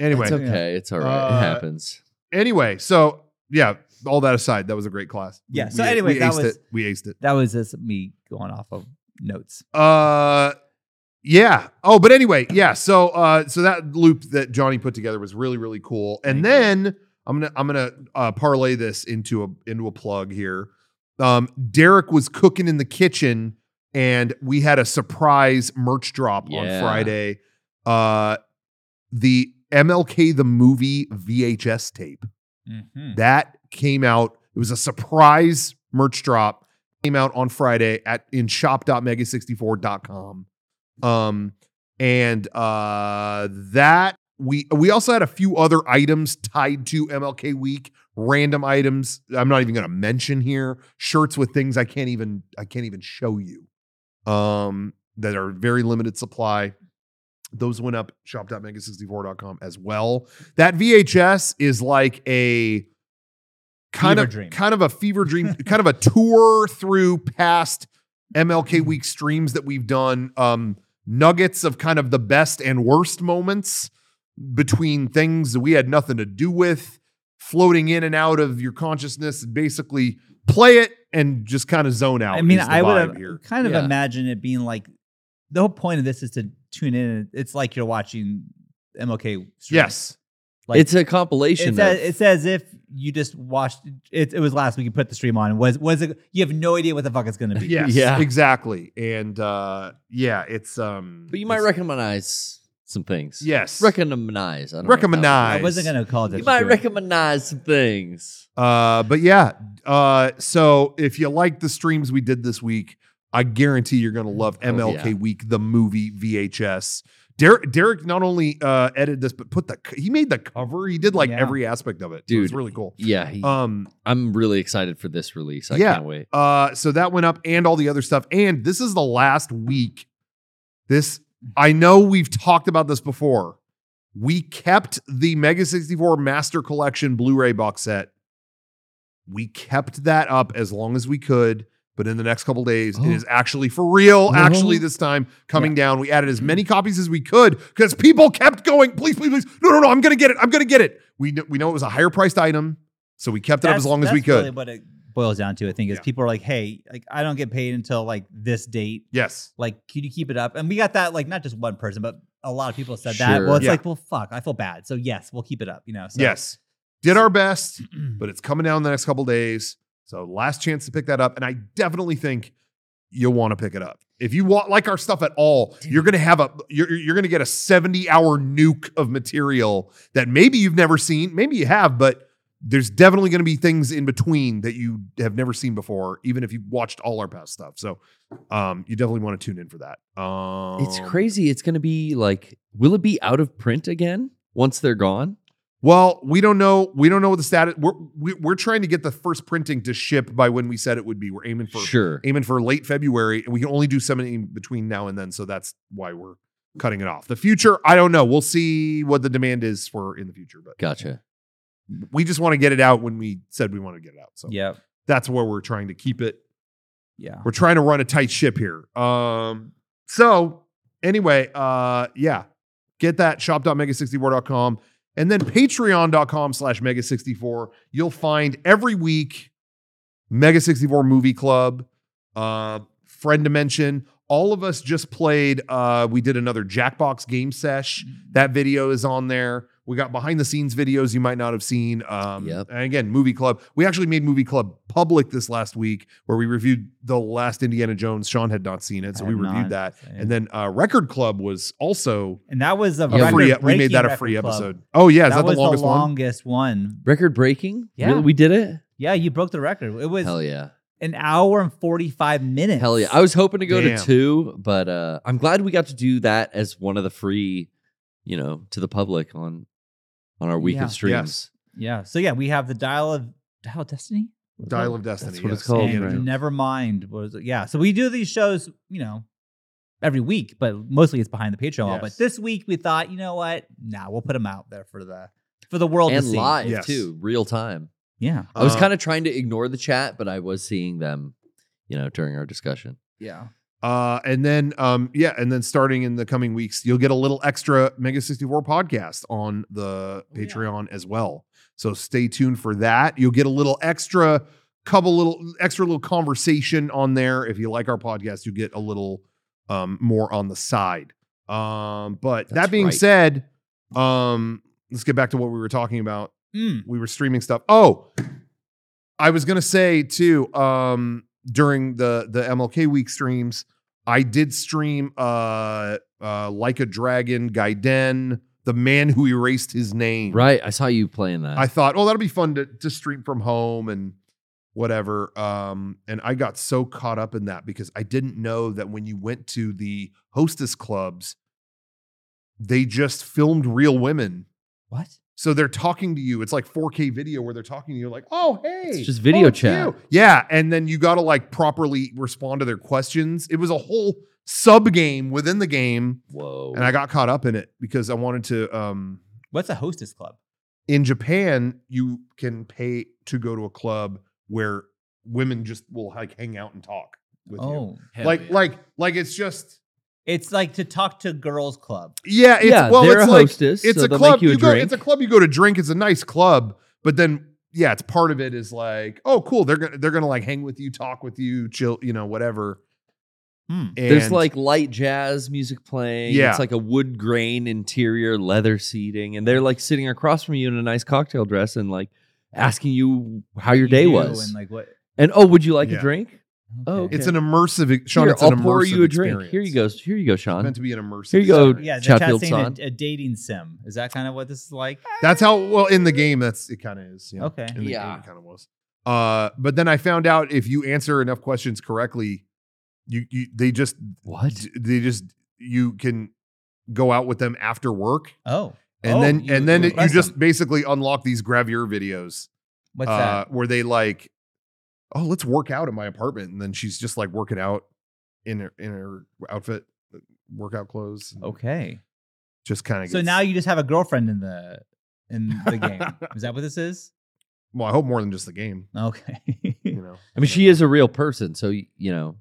B: Anyway,
C: It's okay. It's all right.
B: Uh,
C: it happens.
B: anyway. So yeah, all that aside, that was a great class.
A: Yeah,
B: We-
A: so
B: we-
A: anyway,
B: we
A: that
B: aced
A: was-
B: it. We aced it.
A: that was just me going off of notes.
B: Uh yeah. Oh, but anyway, yeah. So uh so that loop that Johnny put together was really really cool. And then I'm going to I'm going to uh parlay this into a into a plug here. Um Derek was cooking in the kitchen and we had a surprise merch drop on
C: Yeah.
B: Friday. Uh the MLK the movie VHS tape. Mm-hmm.
A: Hmm.
B: That came out. It was a surprise merch drop. Came out on Friday at in shop.mega64.com. Um, and uh, that we we also had a few other items tied to MLK Week, random items. I'm not even going to mention here. Shirts with things I can't even I can't even show you. Um, that are very limited supply. Those went up shop.mega64.com as well. That VHS is like a kind
A: Fever
B: of
A: dream.
B: kind of a fever dream, kind of a tour through past MLK Week streams that we've done. Um, nuggets of kind of the best and worst moments between things that we had nothing to do with, floating in and out of your consciousness, and basically play it and just kind of zone out.
A: I mean,
B: is the
A: I would
B: vibe
A: have
B: here.
A: kind of
C: Yeah.
A: imagine it being like the whole point of this is to tune in. It's like you're watching MLK. streams.
B: Yes.
A: Like-
C: it's a compilation.
A: It's as,
C: of-
A: it's as if you just watched it. It was last week. You put the stream on. Was was it? You have no idea what the fuck it's gonna be.
B: Yes.
C: Yeah.
B: Exactly. And uh yeah, it's um
C: but you might
B: it's-
C: recognize some things.
B: Yes.
C: Recognize. I don't know if
A: I
C: that was-
B: Recognize.
A: wasn't gonna call it.
C: You might recognize some things.
B: Uh, but yeah, uh, so if you like the streams we did this week, I guarantee you're gonna love MLK
C: yeah.
B: Week, the movie VHS. Derek, Derek not only uh, edited this, but put the c- he made the cover. He did like
A: Yeah.
B: every aspect of it. so it's
C: Dude.
B: really cool.
C: Yeah, he,
B: Um,
C: I'm really excited for this release. I
B: yeah.
C: can't wait.
B: uh, so that went up, and all the other stuff. And this is the last week. This
C: Mm.
B: I know we've talked about this before. We kept the Mega 64 Master Collection Blu-ray box set. We kept that up as long as we could, but in the next couple days, it
C: Oh.
B: is actually for real.
C: Oh.
B: Actually, this time coming down, we added as many
C: Mm.
B: copies as we could because people kept going. Please, please, please! No, no, no! I'm gonna get it! I'm gonna get it! We kn- we know it was a higher priced item, so we kept it up as long as we could.
A: Really what it boils down to, I think, is
B: Yeah.
A: people are like, "Hey, like I don't get paid until like this date.
B: yes.
A: Like, could you keep it up?" And we got that. Like, not just one person, but a lot of people said that.
C: Sure.
A: Well, it's
B: Yeah.
A: like, well, fuck, I feel bad. So yes, we'll keep it up. You know. So.
B: Yes. Did our best, but it's coming down the next couple days. So last chance to pick that up. And I definitely think you'll want to pick it up. If you want like our stuff at all, you're gonna have a you're you're gonna get a 70 hour nuke of material that maybe you've never seen. Maybe you have, but there's definitely gonna be things in between that you have never seen before, even if you've watched all our past stuff. So um you definitely want to tune in for that. Um
C: it's crazy. It's going to be like, will it be out of print again once they're gone?
B: Well, we don't know. We don't know what the status. We're we, we're trying to get the first printing to ship by when we said it would be. We're aiming for
C: sure.
B: aiming for late February, and we can only do something in between now and then. So that's why we're cutting it off. The future, I don't know. We'll see what the demand is for in the future, but
C: Gotcha.
B: we just want to get it out when we said we want to get it out. So
A: Yep.
B: that's where we're trying to keep it.
A: Yeah.
B: We're trying to run a tight ship here. Um. So anyway, uh, yeah, get that shop.mega64.com and then patreon.com slash mega64. You'll find every week Mega64 Movie Club, uh, Friend Dimension. All of us just played, uh, we did another Jackbox game sesh. That video is on there. We got behind the scenes videos you might not have seen. Um,
C: Yep.
B: And again, Movie Club. We actually made Movie Club public this last week where we reviewed the last Indiana Jones. Sean had not seen it, so
A: I
B: we
A: had not
B: reviewed that.
A: seen it.
B: And then uh, Record Club was also
A: And that was a
C: Yeah,
B: a free. e,
A: record.
B: We made that a free episode. Oh yeah,
A: Yeah,
B: is
A: that,
B: that,
A: was
B: the longest one?
A: one.
C: Record breaking?
A: Yeah.
C: Really? We did it?
A: Yeah, you broke the record. It was
C: Hell yeah.
A: an hour and forty five minutes.
C: Hell yeah. I was hoping to go
B: Damn.
C: to two, but uh, I'm glad we got to do that as one of the free, you know, to the public on on our week
A: Yeah.
C: of streams.
A: yeah. So yeah, we have the dial of dial of destiny. What's it
B: Dial
A: called?
B: of Destiny.
C: That's what it's
B: yes.
C: called,
B: Indiana
A: and
C: right.
B: Jones.
A: never mind was it? yeah so we do these shows you know every week but mostly it's behind the patreon wall.
B: Yes.
A: but this week we thought you know what nah we'll put them out there for the for the world to
C: And
A: see
C: live
B: Yes.
C: too, real time.
A: yeah
C: I was
B: Uh,
C: kind of trying to ignore the chat, but I was seeing them, you know, during our discussion.
D: Yeah.
B: Uh, and then, um, yeah, and then starting in the coming weeks, you'll get a little extra Mega 64 podcast on
C: Oh,
B: the Patreon as well. So stay tuned for that. You'll get a little extra, couple little extra little conversation on there. If you like our podcast, you get a little um, more on the side. Um, but
C: That's
B: that being
C: right.
B: said, um, let's get back to what we were talking about
A: Mm.
B: we were streaming stuff. Oh, I was gonna say too. Um, during the the MLK week streams, I did stream uh, uh, like a dragon, Gaiden, the man who erased his name.
C: Right. I saw you playing that.
B: I thought, oh, that'll be fun to to stream from home and whatever. Um, and I got so caught up in that because I didn't know that when you went to the hostess clubs, They just filmed real women.
A: What?
B: So they're talking to you. It's like 4K video where they're talking to you like, oh, hey.
C: It's just video
B: oh,
C: chat.
B: you." Yeah. And then you got to like properly respond to their questions. It was a whole sub game within the game.
C: Whoa.
B: And I got caught up in it because I wanted to. Um,
A: What's a hostess club?
B: in Japan, you can pay to go to a club where women just will like hang out and talk with you.
A: Oh,
D: Hell
B: like,
D: yeah.
B: like, like it's just,
A: it's like to talk to girls club.
B: yeah. It's,
C: yeah,
B: well,
C: they're
B: it's
C: a
B: like,
C: hostess.
B: it's
C: so
B: a
C: they'll
B: club
C: Make you a
B: go
C: drink.
B: it's a club you go to drink it's a nice club but then yeah it's part of it is like oh cool they're gonna they're gonna like hang with you talk with you chill you know whatever
A: Hmm.
B: and
C: There's like light jazz music playing.
B: Yeah.
C: It's like a wood grain interior, leather seating, and they're like sitting across from you in a nice cocktail dress and like asking you how your day
A: You
C: was.
A: and like
C: And,
A: what?
C: oh, would you like
B: Yeah.
C: a drink? Oh, okay.
B: it's an immersive e, Sean
C: Here,
B: it's an
C: I'll
B: immersive
C: pour you a drink.
B: experience.
C: Here you go. Here you go,
B: it's
C: Sean.
B: meant to be an immersive
C: Here you go.
B: experience.
A: Yeah, the
C: Chatfield
A: chat's saying
C: Son.
A: a, a dating sim. Is that kind of what this is like?
B: that's how well in the game that's it kind of is yeah.
A: Okay.
B: in the
C: Yeah.
B: game it kind of was uh but then i found out if you answer enough questions correctly you, you they just
C: What?
B: they just you can go out with them after work
A: Oh,
B: and
D: Oh,
B: then
D: you-
B: and then
D: you
B: it- you,
D: impress
B: just
D: them.
B: basically unlock these gravure videos
A: what's
B: uh,
A: that?
B: where they like oh let's work out at my apartment and then she's just like working out in her in her outfit uh, workout clothes and
A: Okay.
B: just kind of
A: So now you just have a girlfriend in the in the game. Is that what this is?
B: well i hope more than just the game
A: Okay.
B: you know
C: I mean, she is a real person, so y- you know.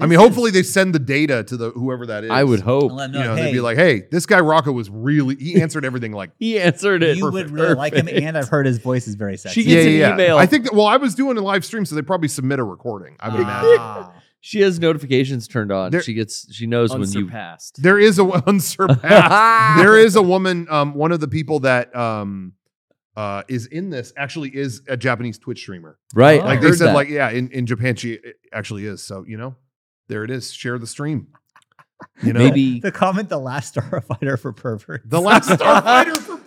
B: i mean hopefully they send the data to the whoever that is
C: I would hope
A: Let them
B: Oh, you
A: know,
B: know
A: hey,
B: they'd be like hey this guy rocco was really he answered everything like
C: he answered it.
A: you would really like him,
C: Perfect.
A: and I've heard his voice is very sexy.
C: She gets an email.
B: i think that, well i was doing a live stream so they probably submit a recording i would imagine
A: Ah.
C: she has notifications turned on.
B: There-
C: she gets. She knows when you.
D: Unsurpassed.
B: there is a unsurpassed there is a woman um one of the people that um uh is in this actually is a japanese twitch streamer
C: right.
A: Oh.
B: like
C: I
B: they
C: heard
B: said
C: that.
B: like yeah in, in japan she eh, actually is so you know there it is share the stream you know
C: maybe
A: the comment, the last starfighter for pervert.
B: the last starfighter for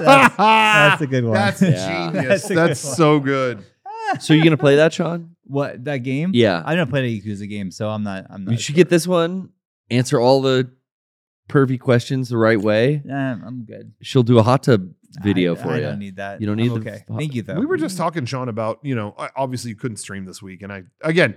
A: That's- that's a good one.
B: That's
C: Yeah.
B: genius
A: That's a
B: that's
A: good one.
B: so good
C: So you gonna play that, Sean?
A: what that game?
C: Yeah.
A: I don't play the Yakuza game, so I'm not. I'm not.
C: You should get this one. Answer all the pervy questions the right way.
A: Um, I'm good.
C: She'll do a hot tub video
A: I,
C: for
A: I
C: you.
A: don't need that.
C: You don't
A: I'm
C: need the-
A: Okay. Thank you though.
B: we were just talking sean about you know I- obviously you couldn't stream this week and i again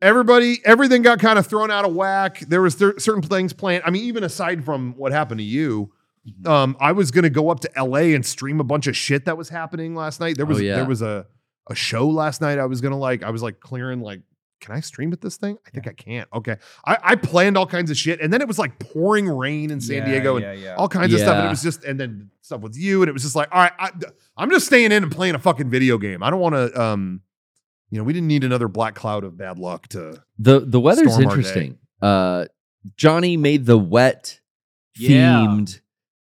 B: everybody everything got kind of thrown out of whack there was cer- certain things planned i mean even aside from what happened to you
C: Mm-hmm.
B: um, I was gonna go up to LA and stream a bunch of shit that was happening last night. There
C: Oh,
B: was
C: yeah.
B: there was a a show last night. I was gonna like I was like clearing like, can I stream at this thing? I think I can't. Okay, I, I planned all kinds of shit, and then it was like pouring rain in San
A: Yeah,
B: Diego and
A: Yeah, yeah.
B: all kinds of stuff. And it
C: Yeah.
B: was just and then stuff with you, and it was just like, all right, I, I'm just staying in and playing a fucking video game. I don't want to. Um, you know, we didn't need another black cloud of bad luck to.
C: The the weather's
B: Storm our
C: interesting. Uh, Johnny made the wet
D: Yeah.
C: themed.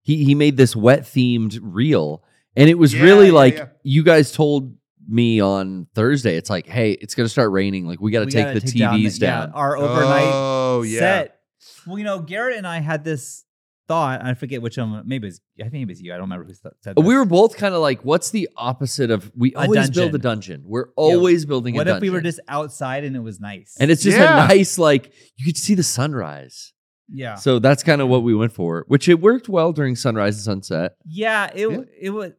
C: He he made this wet themed reel, and it was
B: Yeah,
C: really
B: yeah,
C: like
B: yeah.
C: you guys told me on Thursday. It's like, hey, it's gonna start raining. Like we gotta
A: We
C: take
A: gotta
C: the
A: down
C: TVs
A: the- yeah,
C: down.
A: our overnight
B: Oh yeah.
A: set. Well, you know, Garrett and I had this thought. I forget which one. Maybe it was, I think maybe it's you. I don't remember who th- said.
C: Oh, We
A: this.
C: were both kind of like, what's the opposite of we
A: A
C: always build a
A: dungeon.
C: dungeon. We're always building a
A: What
C: dungeon.
A: if we were just outside and it was nice?
C: and it's just
B: Yeah.
C: a nice like you could see the sunrise.
A: yeah,
C: So that's kind of what we went for, which it worked well during sunrise and sunset.
A: yeah. It w it was.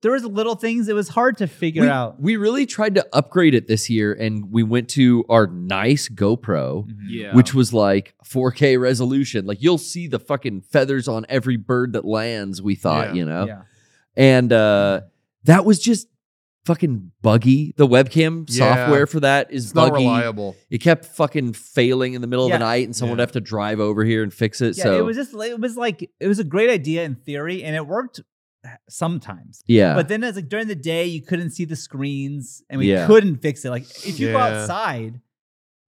A: There was little things. It was hard to figure
C: we,
A: out.
C: we really tried to upgrade it this year and we went to our nice GoPro,
A: Mhm.
D: Yeah.
C: which was like 4K resolution. Like you'll see the fucking feathers on every bird that lands, we thought,
B: Yeah.
C: you know?
A: Yeah.
C: And uh, that was just fucking buggy. The webcam
B: Yeah.
C: software for that is
B: It's not
C: buggy.
B: reliable.
C: It kept fucking failing in the middle
A: Yeah.
C: of the night and someone
B: Yeah.
C: would have to drive over here and fix it.
A: Yeah,
C: so,
A: it was just it was like it was a great idea in theory, and it worked sometimes.
C: yeah.
A: But then, as like during the day, you couldn't see the screens, and we
C: Yeah.
A: couldn't fix it. Like if you go
B: Yeah.
A: outside,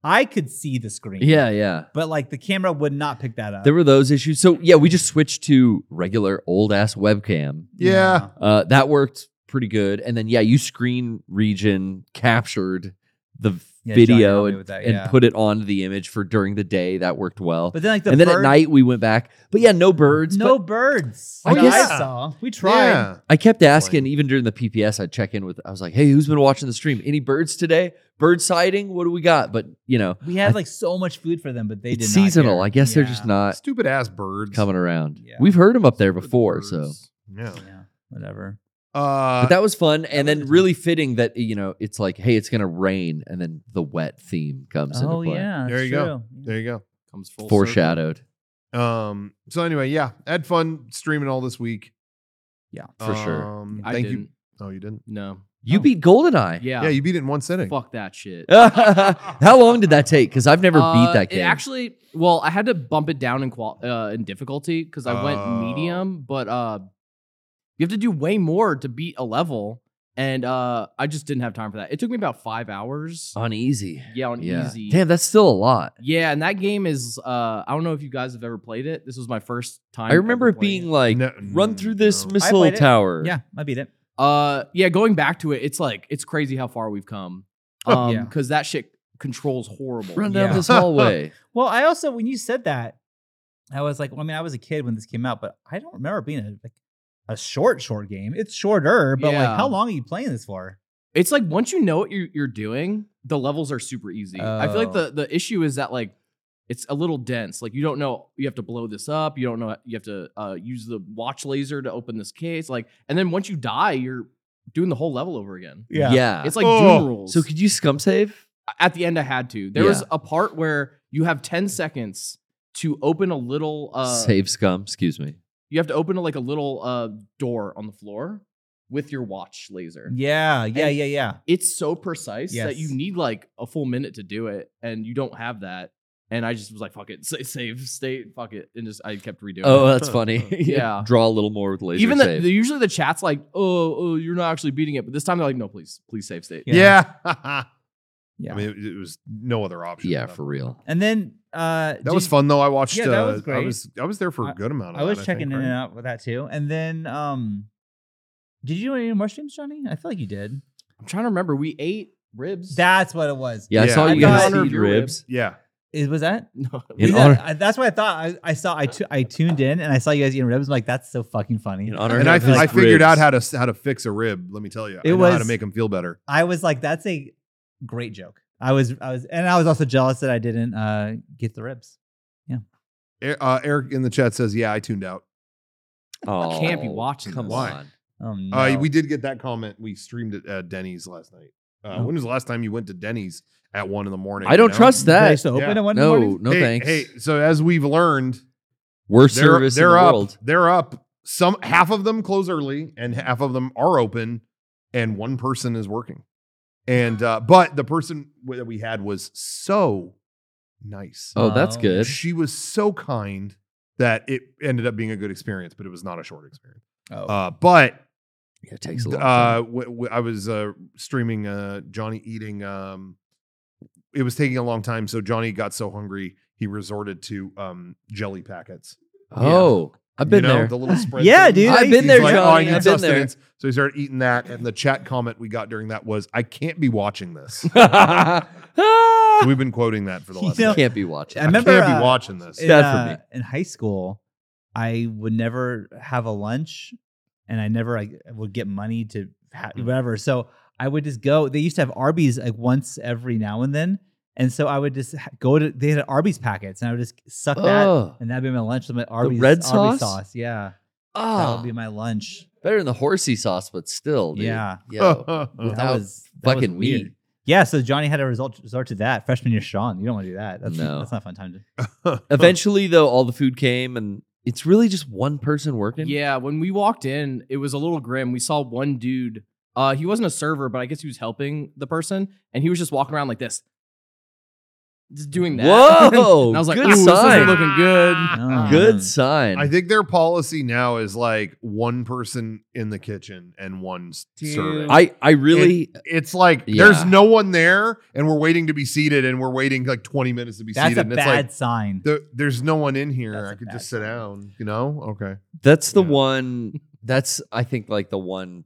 A: I could see the screen.
C: yeah, yeah.
A: but like the camera would not pick that up.
C: There were those issues. So yeah, we just switched to regular old ass webcam.
B: Yeah.
C: Uh, that worked pretty good. And then yeah, you screen region captured the
A: Yeah, Johnny
C: video
A: helped me
C: and,
A: with that,
C: and
A: yeah.
C: put it on the image for during the day. That worked well.
A: But then like the
C: and then at
A: bird-
C: night Oh, we went back. But yeah, no birds.
A: no
C: but
A: birds.
C: I
A: that
C: guess-
A: I saw. We tried.
B: Yeah.
C: I kept asking, even during the PPS, I'd check in with I was like, hey, who's been watching the stream? Any birds today? Bird sighting? What do we got? But you know,
A: We had like so much food for them, but they did
C: it's
A: not
C: seasonal.
A: care.
C: I guess they're just
A: Yeah.
C: not
B: Stupid ass birds.
C: Uh, coming around.
A: Yeah.
C: We've heard them up there before, so
B: Yeah.
A: Yeah, whatever.
B: Uh,
C: but that was fun and
A: was
C: then
A: a-
C: really fitting that you know it's like hey it's gonna rain and then the wet theme comes
A: Oh
C: into play
A: yeah,
B: There
A: it's
B: you go.
A: true.
B: there you go.
D: Comes full circle.
C: foreshadowed
B: Um. So anyway, yeah, I had fun streaming all this week.
A: Yeah.
C: For sure.
B: Um,
D: I
B: thank
D: didn't.
B: you. Oh, you didn't.
D: No.
C: you beat goldeneye
D: Yeah.
B: Yeah, you beat it in one sitting.
D: Fuck that shit.
C: how long did that take because i've never
D: Uh,
C: beat that
D: it
C: game
D: actually, well, I had to bump it down in qual uh, in difficulty because I
B: Oh.
D: went medium, but uh, you have to do way more to beat a level, and uh, I just didn't have time for that. It took me about five hours.
C: uneasy
D: yeah, on
C: Oh, yeah
D: easy.
C: damn that's still a lot
D: Yeah, and that game is. Uh, I don't know if you guys have ever played it. This was my first time.
C: i remember
D: ever
C: it
D: playing
C: being like
B: No,
C: run through this
B: no. I
C: missile
A: played it.
C: tower
A: Yeah, I beat it.
D: Uh, yeah, going back to it, it's like it's crazy how far we've come. Um,
A: Yeah.
D: because that shit controls horrible.
C: run down
A: Yeah.
C: this hallway
A: Well, I also when you said that, I was like, well, I mean, I was a kid when this came out, but I don't remember it being a like a short, short game. It's shorter, but like,
D: Yeah.
A: how long are you playing this for?
D: It's like once you know what you're, you're doing, the levels are super easy. I feel like
A: Oh.
D: the the issue is that like it's a little dense. Like you don't know you have to blow this up. You don't know you have to uh, use the watch laser to open this case. Like and then once you die, you're doing the whole level over again.
C: yeah
D: It's like
B: Oh.
D: Doom rules.
C: so could you scum save
D: at the end I had to. There was
C: Yeah.
D: a part where you have 10 seconds to open a little uh
C: save scum excuse me
D: you have to open like a little uh door on the floor with your watch laser.
A: Yeah, yeah,
D: And-
A: yeah, yeah.
D: It's so precise
A: Yes.
D: that you need like a full minute to do it and you don't have that. And I just was like fuck it, sa- save state, fuck it and just I kept redoing
C: oh
D: it.
C: that's funny
D: Yeah.
C: draw a little more with laser
D: Even the,
C: save.
D: the usually the chat's like, "Oh, oh, you're not actually beating it." But this time they're like, "No, please. Please save state."
A: Yeah.
B: Yeah.
A: Yeah.
B: I mean, it, it was no other option.
C: yeah for real
A: And then uh
B: That was fun though. I watched.
A: Yeah, that
B: uh,
A: was great.
B: I was I was there for a good amount. of
A: I was
B: that,
A: checking
B: think,
A: in
B: right?
A: and out with that too. And then um did you do any more streams, Johnny? I feel like you did.
D: I'm trying to remember. We ate ribs.
A: That's what it was.
C: yeah,
B: Yeah.
C: i saw
A: I
C: you
A: thought-
C: guys
D: Honor of
C: eat
D: your rib.
C: ribs
B: Yeah.
A: Is was that?
D: no,
C: In
A: Was
C: honor-
A: that I, that's what I thought. I, I saw I, tu- I tuned in and I saw you guys eating ribs. I'm like, that's so fucking funny.
C: In honor
B: And I,
C: of his
B: I figured
C: ribs.
B: out how to s- how to fix a rib. Let me tell you, I
A: It
B: know how to
A: was-
B: make them feel better.
A: I was like, that's a great joke. I was, I was, and I was also jealous that I didn't uh, get the ribs.
B: E- uh, Eric in the chat says, "Yeah, I tuned out."
C: Oh,
D: can't be watching
C: Come
D: this.
B: Why?
C: on.
A: Oh no!
B: Uh, we did get that comment. We streamed at uh, Denny's last night. Uh,
A: Oh.
B: When was the last time you went to Denny's at one in the morning?
C: I don't trust
A: Did I
C: that.
A: used to open
B: Yeah.
A: at one
C: No,
A: morning?
C: no
B: hey,
C: thanks.
B: Hey, so as we've learned,
C: Worst
B: they're,
C: service
B: they're
C: in the
B: up.
C: world.
B: They're up. Some half of them close early, and half of them are open, and one person is working. And uh, but the person w- that we had was so nice.
C: Oh, that's
A: Oh.
C: good.
B: She was so kind that it ended up being a good experience, but it was not a short experience.
A: Oh.
B: Uh, but
C: Yeah, it takes a long
B: uh,
C: time.
B: w- w- I was uh, streaming uh, Johnny eating. Um, it was taking a long time, so Johnny got so hungry he resorted to um, jelly packets.
C: oh, I've been
B: you know,
C: there.
B: The little spread.
A: Yeah,
B: thing.
A: dude.
C: I've
A: I-
C: been
B: He's
C: there,
B: like, "Oh, I
C: Johnny.
B: need
C: I've been there.
B: sustenance." So he started eating that, and the chat comment we got during that was, "I can't be watching this." So
C: Ah!
B: we've been quoting that for the
A: You
B: last.
A: know,
B: I
C: can't be watching.
A: I remember-
B: can't be
A: uh,
B: watching this.
A: in,
C: bad for
A: uh, in high school, I would never have a lunch, and I never like would get money to ha-
C: Mm.
A: whatever. So I would just go. They used to have Arby's like once every now and then, and so I would just ha- go to. They had Arby's packets, and I would just suck that,
C: Oh,
A: and that'd be my lunch. So my Arby's
C: red sauce?
A: Arby's sauce, yeah, that
C: oh.
A: would be my lunch.
C: better than the horsey sauce, but still. Dude.
A: Yeah.
C: Yo.
A: That,
C: That
A: was that was
C: fucking
A: weird.
C: weird.
A: Yeah, so Johnny had to resort, resort to that freshman year. Sean, you don't want to do that. That's
C: No.
A: that's not a fun time. To,
C: Eventually, though, all the food came, and it's really just one person working.
D: Yeah, when we walked in, it was a little grim. We saw one dude. Uh, he wasn't a server, but I guess he was helping the person, and he was just walking around like this, just doing that.
C: Whoa,
D: and I was like,
C: good
D: "Ooh, this
C: sign. Ah.
D: isn't looking good."
A: No.
C: Good sign.
B: I think their policy now is like one person in the kitchen and one s-
A: Dude.
B: servant.
C: I, I really.
B: it's like
C: Yeah.
B: there's no one there, and we're waiting to be seated, and we're waiting like 20 minutes to be
A: That's
B: seated.
A: a
B: and
A: bad
B: it's like
A: sign.
B: the, there's no one in here.
A: That's
B: I
A: a
B: could
A: bad
B: just sit
A: sign.
B: down. You know? Okay.
C: That's the
B: Yeah.
C: one. That's I think like the one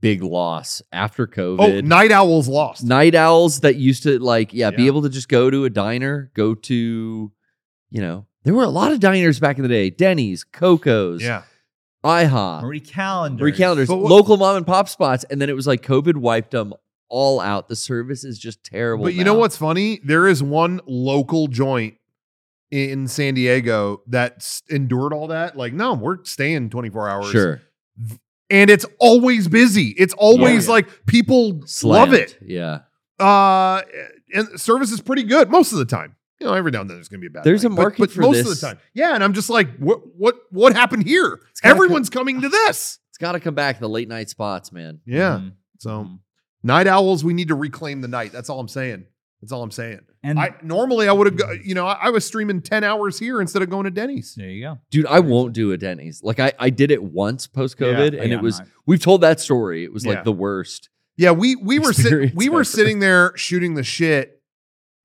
C: big loss after COVID.
B: Oh, Night Owl's lost.
C: night owls that used to like yeah, be
B: Yeah.
C: able to just go to a diner go to you know there were a lot of diners back in the day denny's coco's
B: Yeah.
C: ihop
A: Marie Calendar.
C: recalendars
B: But what-
C: local mom and pop spots and then it was like covid wiped them all out the service is just terrible
B: But you know
C: now.
B: what's funny? There is one local joint in San Diego that's endured all that. Like, no, we're staying 24 hours.
C: sure
B: And it's always busy. It's always
D: Yeah.
B: like people love
C: Slammed.
B: it.
C: yeah
B: Uh, and service is pretty good most of the time. You know, every now and then there's going to be a bad.
C: There's a
B: night, but-
C: market
B: but,
C: for
B: most of
C: this.
B: the time. Yeah, and I'm just like, what, what, what happened here?
C: It's gotta
B: Everyone's coming to this.
C: it's got to come back the late night spots man
B: Yeah.
A: Mhm.
B: So,
C: Mm.
B: night owls, we need to reclaim the night. That's all I'm saying. That's all I'm saying.
A: And
B: I normally I would have, go, you know, I, I was streaming ten hours here instead of going to Denny's.
A: there you go.
C: dude i won't do a denny's like i, I did it once post covid
A: Oh,
C: and
A: yeah,
C: it was
A: I'm not-
C: we've told that story it was
B: Yeah.
C: like the worst
B: Yeah, we we were sitting
C: Experience
B: we were
C: ever.
B: sitting there shooting the shit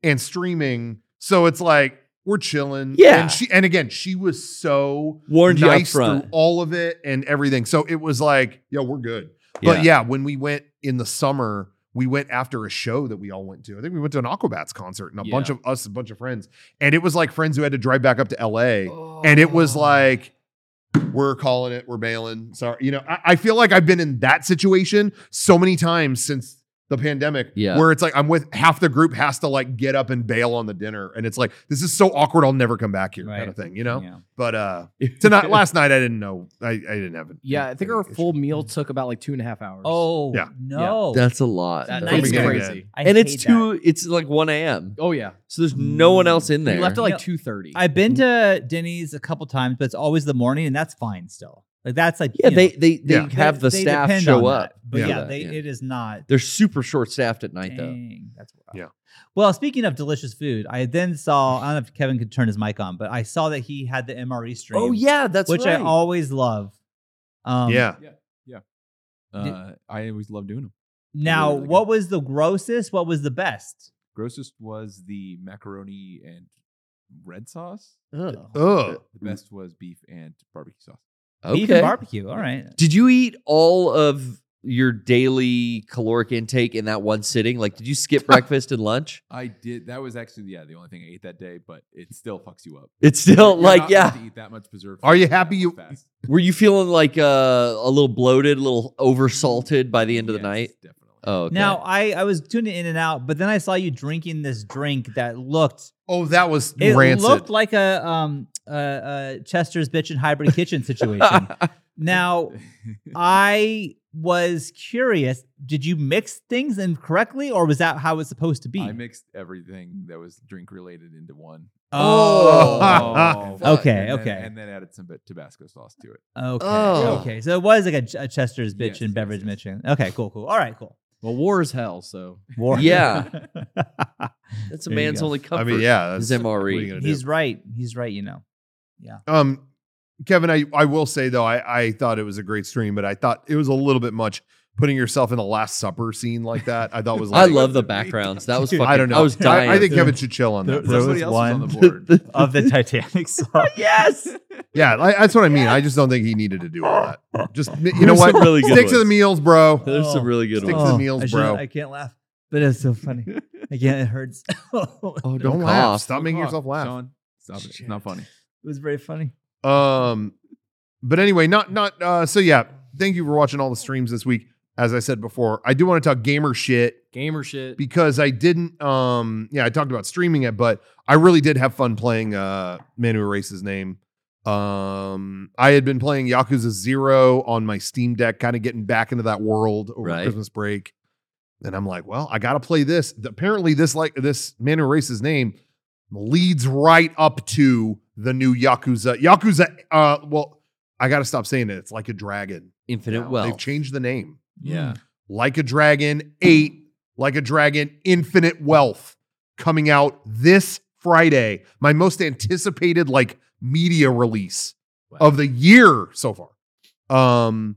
B: and streaming. So it's like we're chilling.
C: Yeah.
B: and she and again she was so
C: warned you up
B: nice
C: front
B: through all of it and everything. So it was like, yeah, we're good. But yeah, when we went in the summer, we went after a show that we all went to. I think we went to an Aquabats concert and a bunch
D: Yeah.
B: of us, a bunch of friends, and it was like friends who had to drive back up to LA. and it was like we're calling it we're bailing sorry you know I, I feel like i've been in that situation so many times since the pandemic
C: Yeah.
B: where it's like i'm with half the group has to like get up and bail on the dinner and it's like this is so awkward i'll never come back here kind
A: Right.
B: of thing you know
A: Yeah.
B: but uh tonight last night i didn't know i, I didn't have it
D: Yeah, I think our full meal took about like two and a half hours.
A: Oh
B: Yeah.
A: no.
C: That's a lot.
D: that,
A: From
D: that's
B: beginning to
D: crazy.
A: I
C: and it's
A: hate that. Mm.
C: two. It's like one a.m.
D: Oh yeah,
C: So there's no one else in there.
D: we left at
A: Yeah.
D: like two thirty.
A: I've been
C: Mm-hmm.
A: to Denny's a couple times, but it's always the morning, and that's fine still. Like that's like
C: yeah,
A: you
C: they
A: know,
C: they, they
B: Yeah.
C: have the
A: they
C: staff
A: depend
C: show
A: on
C: up.
A: that. But
B: Yeah.
A: yeah,
C: Yeah.
A: they, it is not.
C: They're super short staffed at night though.
A: Dang, that's rough.
B: Yeah.
A: Well, speaking of delicious food, I then saw I don't know if Kevin could turn his mic on, but I saw that he had the MRE stream.
C: Oh yeah, that's
A: which
C: right.
A: I always love. Um,
B: yeah
F: Uh, I always love doing them.
A: Now,
F: really good.
A: what was the grossest? What was the best?
F: Grossest was the macaroni and red sauce.
C: Ugh.
B: Ugh.
F: The
C: mm.
F: best was beef and barbecue sauce.
A: Beef and
C: Okay.
A: barbecue. All right.
C: Did you eat all of your daily caloric intake in that one sitting? Like, did you skip breakfast and lunch?
F: I did. That was actually yeah the only thing I ate that day, but it still fucks you up.
C: It's still
F: You're
C: like
F: not meant
C: yeah.
F: To eat that much preserved.
B: Are you
F: food that
B: happy you-
F: fast.
C: Were you feeling like uh, a little bloated, a little oversalted by the end of the
F: Yes,
C: night?
F: Definitely.
C: Oh, okay.
A: Now I, I was tuning in and out, but then I saw you drinking this drink that looked
B: oh that was
A: it
B: rancid
A: looked like a um a, a Chester's bitch and hybrid kitchen situation. now I was curious, did you mix things incorrectly or was that how it's supposed to be?
F: I mixed everything that was drink related into one.
A: oh,
F: fuck.
A: Okay,
F: And then-
A: okay.
F: and then added some bit- Tabasco sauce to it.
A: okay,
C: Oh.
A: okay. So it was like a, Ch- a Chester's bitch
F: Yes,
A: and
F: yes,
A: beverage
F: yes.
A: mission. Okay, cool, cool. All right, cool.
D: well, war is hell. So
A: War.
C: Yeah. that's a
A: There you
C: man's
A: go.
C: only
B: i
C: comfort.
B: mean yeah
C: is
B: that's what are you
C: MRE.
B: gonna do?
A: He's right. He's right. You know.
B: Um, Kevin, I, I will say though, I, I thought it was a great stream, but I thought it was a little bit much putting yourself in the Last Supper scene like that. I thought was.
C: I
B: Like,
C: love the backgrounds. That was
A: Dude,
C: fucking.
B: I don't know.
C: I was dying.
B: I, think
A: There-
B: Kevin should chill on that.
A: there-
B: bro.
A: was
F: Somebody else
A: one-
F: was on the board.
A: of the Titanic song. yes.
B: yeah, I, that's what I mean. I just don't think he needed to do all that. Just you know
C: There's
B: what?
C: some really good
B: Stick to the
C: ones.
B: meals, bro.
C: There's
A: Oh.
C: some really good
B: Stick to
C: ones.
B: the meals,
A: I shouldn't-
B: bro.
A: I can't laugh, but it's so funny. Again, it hurts. it
C: Oh,
B: Don't
C: don't
B: laugh.
C: cough.
B: Stop making
F: Fuck,
B: yourself laugh.
F: Sean, stop it. It's not funny.
A: was very funny.
B: Um, but anyway, not not. Uh, so yeah, thank you for watching all the streams this week. As I said before, I do want to talk gamer shit.
D: gamer shit.
B: because I didn't um yeah, I talked about streaming it, but I really did have fun playing uh Man Who Erased His Name. Um I had been playing Yakuza 0 on my Steam Deck, kind of getting back into that world over
C: Right.
B: Christmas break. And I'm like, well, I got to play this. Apparently this like this Man Who Erased His Name leads right up to the new Yakuza. Yakuza uh well, I got to stop saying it. It's like a dragon.
C: Infinite
B: now. They've
C: wealth.
B: changed the name.
F: Yeah.
C: Mm.
B: Like a Dragon 8, Like a Dragon Infinite Wealth coming out this Friday. My most anticipated like media release of the year so far. Um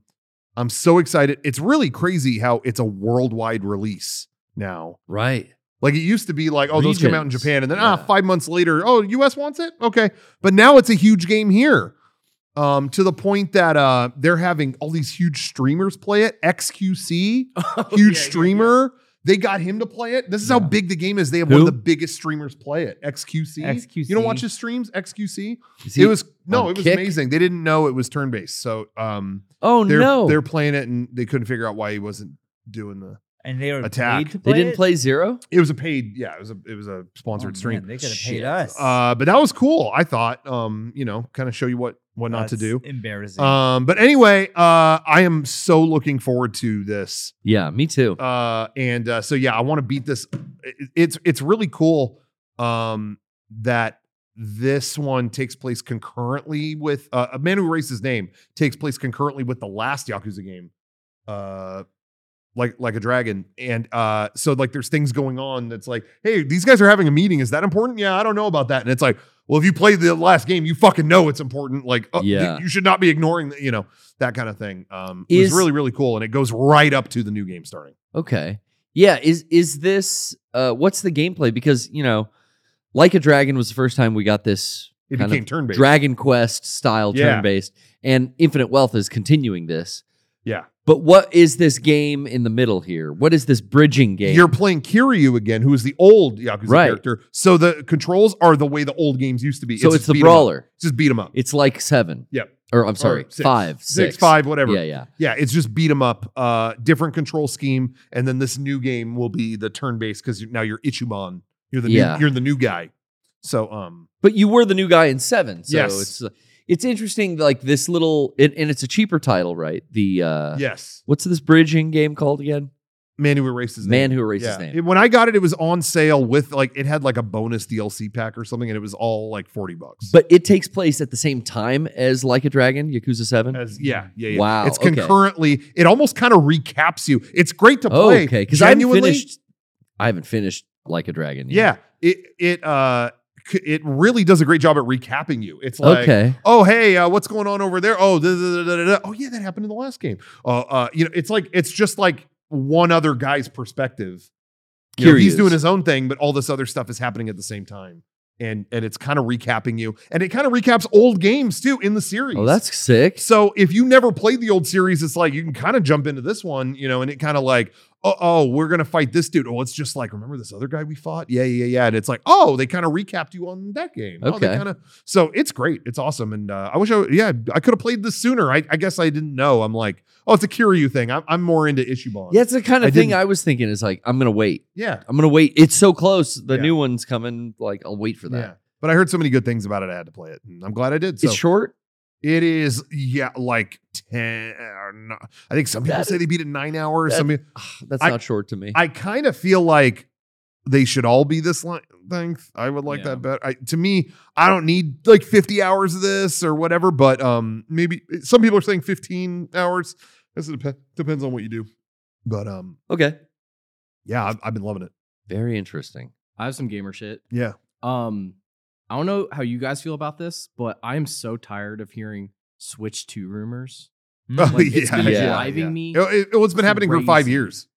B: I'm so excited. It's really crazy how it's a worldwide release now.
C: Right.
B: Like it used to be like, oh, those come out in
C: Regions.
B: Japan. And then, ah,
C: Yeah.
B: five months later, oh, US wants it? Okay. But now it's a huge game here. Um, to the point that uh, they're having all these huge streamers play it. XQC,
C: Oh,
B: huge streamer. They got him to play it. This is how
A: Yeah.
B: big the game is. They have
C: Who?
B: one of the biggest streamers play it. XQC.
A: XQC.
B: You don't watch his streams? XQC.
C: Is he-
B: it was no,
C: on
B: it was
C: Kick?
B: amazing. They didn't know it was turn based, so um,
C: oh
B: they're
C: no,
B: they're playing it and they couldn't figure out why he wasn't doing the.
A: and they were
B: Attack.
A: paid to
C: they
A: play
C: didn't
A: it?
C: play zero.
B: It was a paid, yeah, it was a it was a
A: Oh,
B: sponsored
A: man,
B: stream.
A: They could have
C: Shit.
A: paid us.
B: Uh, but that was cool. I thought, um, you know, kind of show you what what not to
A: That's
B: do.
A: Embarrassing.
B: Um, but anyway, uh, I am so looking forward to this.
C: Yeah, me too.
B: Uh, and uh, so yeah, I want to beat this. it- It's it's really cool um, that this one takes place concurrently with uh, a man who erased his name takes place concurrently with the last Yakuza game, uh, like like a dragon. And uh, so like there's things going on that's like, hey, these guys are having a meeting. Is that important? Yeah, I don't know about that. And it's like, well, if you played the last game, you fucking know it's important. Like, uh,
C: Yeah.
B: you should not be ignoring the, you know that kind of thing. Um, it
C: Is-
B: was really really cool, and it goes right up to the new game starting.
C: Okay. Yeah. Is is this? Uh, what's the gameplay? Because you know, like a dragon was the first time we got this
B: It
C: kind of
B: became turn based.
C: Dragon Quest style
B: Yeah.
C: turn based, and Infinite Wealth is continuing this.
B: Yeah.
C: But what is this game in the middle here? What is this bridging game?
B: You're playing Kiryu again, who is the old Yakuza
C: Right.
B: character. So the controls are the way the old games used to be.
C: so it's,
B: just
C: the
B: beat 'em up.
C: brawler.
B: It's just beat 'em up.
C: It's like seven.
B: Yep.
C: Or I'm sorry,
B: Or six.
C: five, six,
B: Six, five, whatever.
C: Yeah,
B: Yeah.
C: yeah.
B: it's just beat 'em up. Uh, different control scheme, and then this new game will be the turn based because now you're Ichiban. You're the
C: Yeah.
B: new, you're the new guy. So um,
C: But you were the new guy in seven. So
B: Yes.
C: it's it's interesting, like this little it, and it's a cheaper title, right? The uh
B: yes,
C: what's this bridging game called again?
B: man who erased his name.
C: Man who erased
B: Yeah.
C: his name.
B: It- when I got it, it was on sale with like it had like a bonus DLC pack or something, and it was all like forty bucks.
C: but it takes place at the same time as Like a Dragon, Yakuza Seven.
B: As yeah, yeah, yeah.
C: Wow,
B: It's
C: okay.
B: concurrently. It almost kind of recaps you. It's great to
C: Oh,
B: play.
C: okay, because I haven't
B: genuinely.
C: finished. I haven't finished Like a Dragon. yet.
B: Yeah. It it uh c- it really does a great job at recapping you. It's like
C: okay.
B: oh hey uh, what's going on over there oh da, da, da, da, da, da. oh yeah that happened in the last game uh, uh you know it's like it's just like one other guy's perspective you know, he's
C: Curious.
B: doing his own thing but all this other stuff is happening at the same time and and it's kind of recapping you and it kind of recaps old games too in the series
C: Oh, that's sick.
B: so if you never played the old series, it's like you can kind of jump into this one, you know, and it kind of like, oh, oh, we're gonna fight this dude. Oh, it's just like remember this other guy we fought? Yeah, yeah, yeah. And it's like, oh, they kind of recapped you on that game. Oh, they
C: Okay.
B: kind of. So it's great. It's awesome. And uh, I wish I, yeah, I could have played this sooner. I, I guess I didn't know. I'm like, oh, it's a Kiryu thing. I'm, I'm more into Ichiban.
C: Yeah, it's the kind
B: I
C: of thing
B: didn't-
C: I was thinking is like, I'm gonna wait.
B: yeah,
C: I'm gonna wait. It's so close. The
B: Yeah.
C: new one's coming. Like, I'll wait for that.
B: yeah. But I heard so many good things about it. I had to play it, and I'm glad I did. So
C: it's short.
B: It is, yeah, like ten. Or no, I think some people
C: That-
B: say they beat it in nine hours.
C: that-
B: some people,
C: Ugh, That's
B: I-
C: not short to me.
B: I kind of feel like they should all be this li- length. I would like
D: Yeah.
B: that better. I, to me, I don't need like 50 hours of this or whatever, but um, maybe some people are saying 15 hours. This is dep- depends on what you do. But um,
C: okay.
B: yeah, I've, I've been loving it.
C: Very interesting.
D: I have some gamer shit.
B: Yeah.
D: Um, I don't know how you guys feel about this, but I am so tired of hearing Switch 2 rumors.
C: Mm-hmm.
A: Mm.
D: Like, it's been
C: yeah,
D: driving me
B: It, it, it, has been happening for five
D: crazy.
B: years.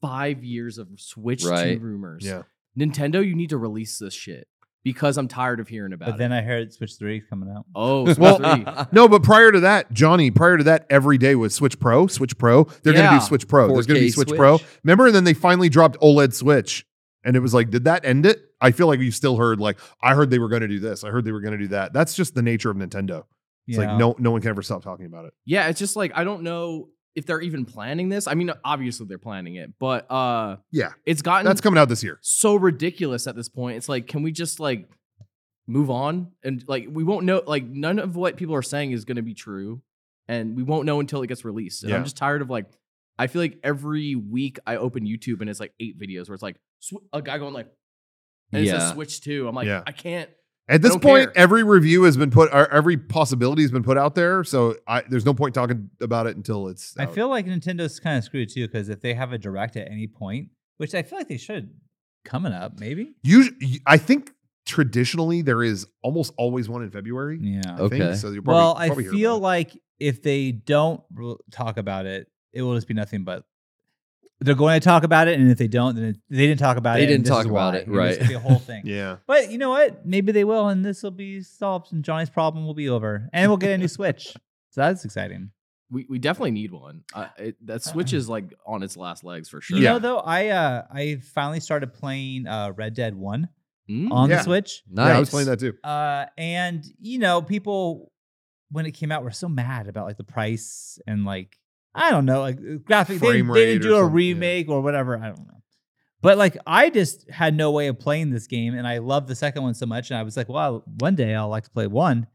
D: five years of Switch
C: Right.
D: 2 rumors.
B: Yeah.
D: Nintendo, you need to release this shit because I'm tired of hearing about
A: but then
D: it.
A: I heard Switch 3 is coming out.
D: oh, Switch
B: Well-
D: 3.
B: No, but prior to that, Johnny, prior to that, every day was Switch Pro, Switch Pro. They're going
D: Yeah.
B: to do Switch Pro. There's going to be
C: 4K
B: Switch Pro.
C: Switch.
B: Remember? And then they finally dropped OLED Switch. And it was like, did that end it? I feel like you still heard, like, I heard they were going to do this. I heard they were going to do that. That's just the nature of Nintendo. It's
A: Yeah.
B: like, no, no one can ever stop talking about it.
D: Yeah, it's just like I don't know if they're even planning this. I mean, obviously they're planning it, but uh
B: Yeah.
D: it's gotten
B: That's coming out this year.
D: so ridiculous at this point. It's like, can we just like move on? And like we won't know like none of what people are saying is gonna be true. And we won't know until it gets released. And
B: Yeah.
D: I'm just tired of like I feel like every week I open YouTube and it's like eight videos where it's like sw- a guy going like and it says
C: yeah.
D: switch two. I'm like,
B: Yeah.
D: I can't
B: At this
D: don't
B: point,
D: care.
B: every review has been put, or every possibility has been put out there. So I, there's no point talking about it until it's.
A: I
B: out.
A: feel like Nintendo's kind of screwed too because if they have a direct at any point, which I feel like they should coming up, maybe.
B: Usu- I think traditionally there is almost always one in February.
A: Yeah.
B: I think.
C: Okay.
B: So you'll probably,
A: well, I
B: probably hear
A: feel
B: about it.
A: like if they don't re- talk about it, it will just be nothing but they're going to talk about it, and if they don't, then it, they didn't talk about it.
C: They
A: and
C: didn't
A: this
C: talk
A: is
C: about
A: why.
C: it,
A: And this
C: right.
A: is The whole thing.
B: Yeah.
A: But you know what? Maybe they will, and this will be solved, and Johnny's problem will be over, and we'll get a new Switch. So that's exciting.
D: We, we definitely need one. Uh, it, that Switch is like on its last legs for sure.
A: Uh-huh. You
B: Yeah.
A: know, though, I uh, I finally started playing uh, Red Dead One
D: Mm?
A: on
B: Yeah.
A: the Switch,
C: Nice.
B: Yeah, I was playing that too.
A: uh, and you know, people when it came out were so mad about like the price and like I don't know, like uh, graphic. They,
B: Frame
A: didn't- they didn't
B: rate or
A: do a
B: something, yeah.
A: remake or whatever. I don't know. But like, I just had no way of playing this game, and I loved the second one so much, and I was like, well, one day I'll like to play one,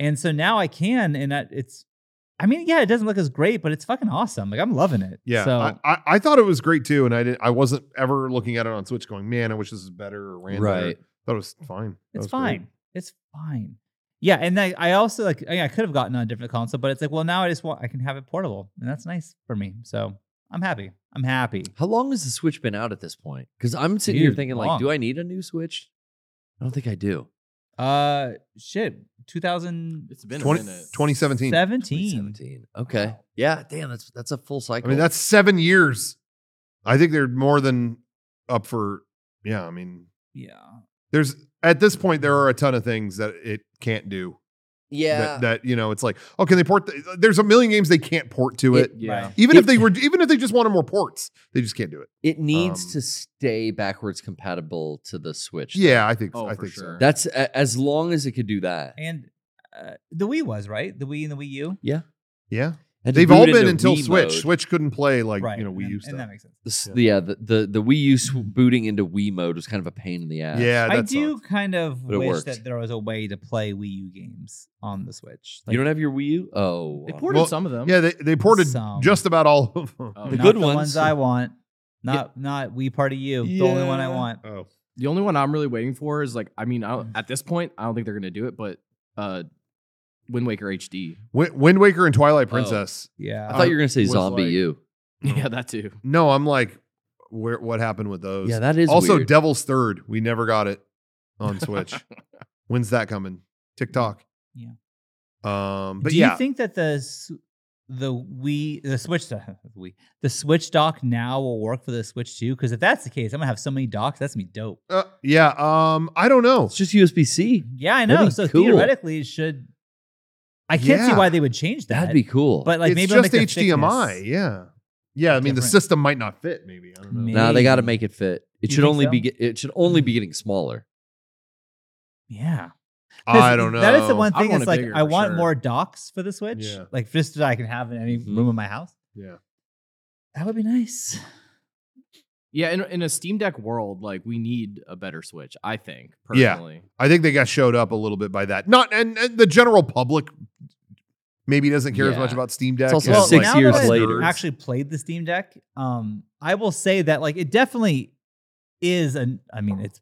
A: and so now I can, and I, it's. I mean, yeah, it doesn't look as great, but it's fucking awesome. Like I'm loving it.
B: Yeah,
A: So
B: I, I, I thought it was great too, and I didn't. I wasn't ever looking at it on Switch, going, "Man, I wish this was better or ran better."
C: Right.
B: Thought it was fine. That
A: It's
B: was great.
A: fine. It's fine. Yeah, and I, I also like I, I could have gotten on a different console, but it's like, well, now I just want I can have it portable, and that's nice for me. So I'm happy. I'm happy.
C: How long has the Switch been out at this point? Because I'm sitting here
A: Dude,
C: thinking,
A: long.
C: like, do I need a new Switch? I don't think I do.
A: Uh, shit, 2017.
D: It's been a
B: 20,
D: minute.
B: 2017.
C: Seventeen. Okay. Yeah. Damn. That's that's a full
B: I
C: cycle.
B: mean, that's seven years. I think they're more than up for. Yeah, I mean,
A: Yeah.
B: there's at this point there are a ton of things that it can't do.
C: yeah.
B: That, that you know, it's like, oh, can they port? The, there's a million games they can't port to it.
D: yeah.
A: Right.
B: even
C: It-
B: if they were, even if they just wanted more ports, they just can't do it.
C: it needs
B: um,
C: to stay backwards compatible to the Switch.
B: Yeah, I think.
D: Oh,
B: I
D: for
B: think
D: sure.
B: so.
C: That's a, as long as it could do that.
A: And uh, the Wii was right. The Wii and the Wii U.
B: Yeah,
C: Had to
B: they've
C: boot
B: all been
C: into
B: until
C: Wii
B: Switch.
C: mode.
B: Switch couldn't play like
A: right.
B: you know we
A: and,
B: used
A: and
B: to.
A: that makes sense.
C: The s- yeah. The, the the Wii U sw- booting into Wii mode was kind of a pain in the ass.
B: Yeah,
A: I
B: that
A: do
B: sucks.
A: kind of
C: But it
A: wish
C: worked.
A: that there was a way to play Wii U games on the Switch.
C: you don't have your Wii U? Oh.
D: They
C: uh,
D: ported
B: Well,
D: some of them.
B: Yeah, they, they ported
A: Some.
B: just about all of them.
D: Oh,
C: The
D: no.
A: Not
C: good
A: the
C: ones.
A: I want. Not not Wii Party U. The only one I
C: Yeah.
A: want.
B: Oh,
D: The only one I'm really waiting for is like, I mean, I
A: Mm.
D: don't, at this point, I don't think they're gonna do it, but uh, Wind Waker HD.
B: Wind, Wind Waker and Twilight
A: Oh.
B: Princess.
A: Yeah.
C: I thought you were gonna say
D: was
C: Zombie
D: like-
C: U.
B: Mm-hmm.
D: Yeah, that too.
B: No, I'm like, where? What happened with those?
C: Yeah, that is
B: also,
C: weird.
B: Devil's Third. We never got it on Switch. When's that coming? TikTok.
A: Yeah.
B: Um. But
A: Do
B: yeah,
A: you think that the s- the Wii the Switch the Wii the Switch dock now will work for the Switch too? Because if that's the case, I'm gonna have so many docks. That's gonna be dope.
B: uh, yeah. Um. I don't know.
C: It's just USB C.
A: Yeah, I
C: That'd
A: know.
C: be
A: So
C: cool.
A: theoretically, it should. I can't see
B: Yeah.
A: why they would change that.
C: That'd be cool.
A: But like
B: it's
A: maybe they'll
B: just
A: make the
B: HDMI.
A: thickness-
B: Yeah. Yeah. I mean, the
A: different.
B: system might not fit. Maybe I don't know.
A: Maybe.
C: no, they got to
A: Hey.
C: make it fit. It
A: You
C: should
A: think
C: only be
A: so?
C: get, it should only
D: Mm-hmm.
C: be getting smaller.
A: Yeah, 'Cause
B: I don't know.
A: That is the one
D: I
A: thing.
D: want
A: It's
D: it
A: like
D: bigger
A: I
D: for
A: want
D: sure.
A: more docks for the Switch.
B: Yeah.
A: Like just that I can have in any
C: Mm-hmm.
A: room in my house.
B: Yeah.
A: That would be nice.
D: Yeah, in, in a Steam Deck world, like we need a better Switch. I think
B: Yeah.
D: personally.
B: I think they got showed up a little bit by that. Not and, and the general public maybe doesn't care as
C: Yeah.
B: much about Steam Deck.
C: also
B: as,
C: Well, six
A: now
C: years
A: that I've
C: later.
A: Actually, played the Steam Deck. Um, I will say that like it definitely is an. I mean, it's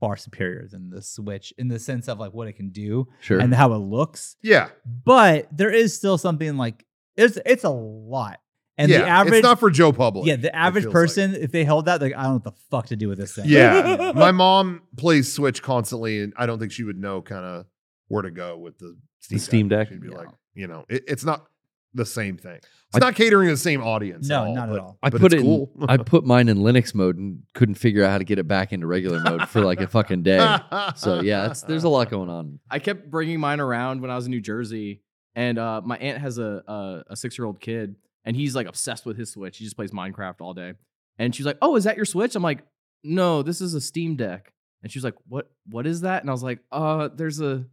A: far superior than the Switch in the sense of like what it can do
C: Sure.
A: and how it looks.
B: yeah,
A: But there is still something like it's it's a lot, and
B: yeah.
A: the average.
B: it's not for Joe Public.
A: yeah, the average
B: feels
A: person, if they held that, like I don't know what the fuck to do with this thing.
B: Yeah. My mom plays Switch constantly, and I don't think she would know kind of where to go with the Steam,
C: Steam Deck?
B: She'd be
D: Yeah.
B: like, you know, it, it's not the same thing. It's
C: I-
B: not catering to the same audience.
A: No,
B: at all,
A: not at
B: but-
A: all.
C: I
B: but
C: put
B: it's
C: it.
B: cool.
C: In, I put mine in Linux mode and couldn't figure out how to get it back into regular mode for like a fucking day. So yeah, it's, there's a lot going on.
D: I kept bringing mine around when I was in New Jersey, and uh, my aunt has a a, a six year old kid, and he's like obsessed with his Switch. He just plays Minecraft all day, and she's like, "Oh, is that your Switch?" I'm like, "No, this is a Steam Deck." And she's like, "What? What is that?" And I was like, "Uh, there's a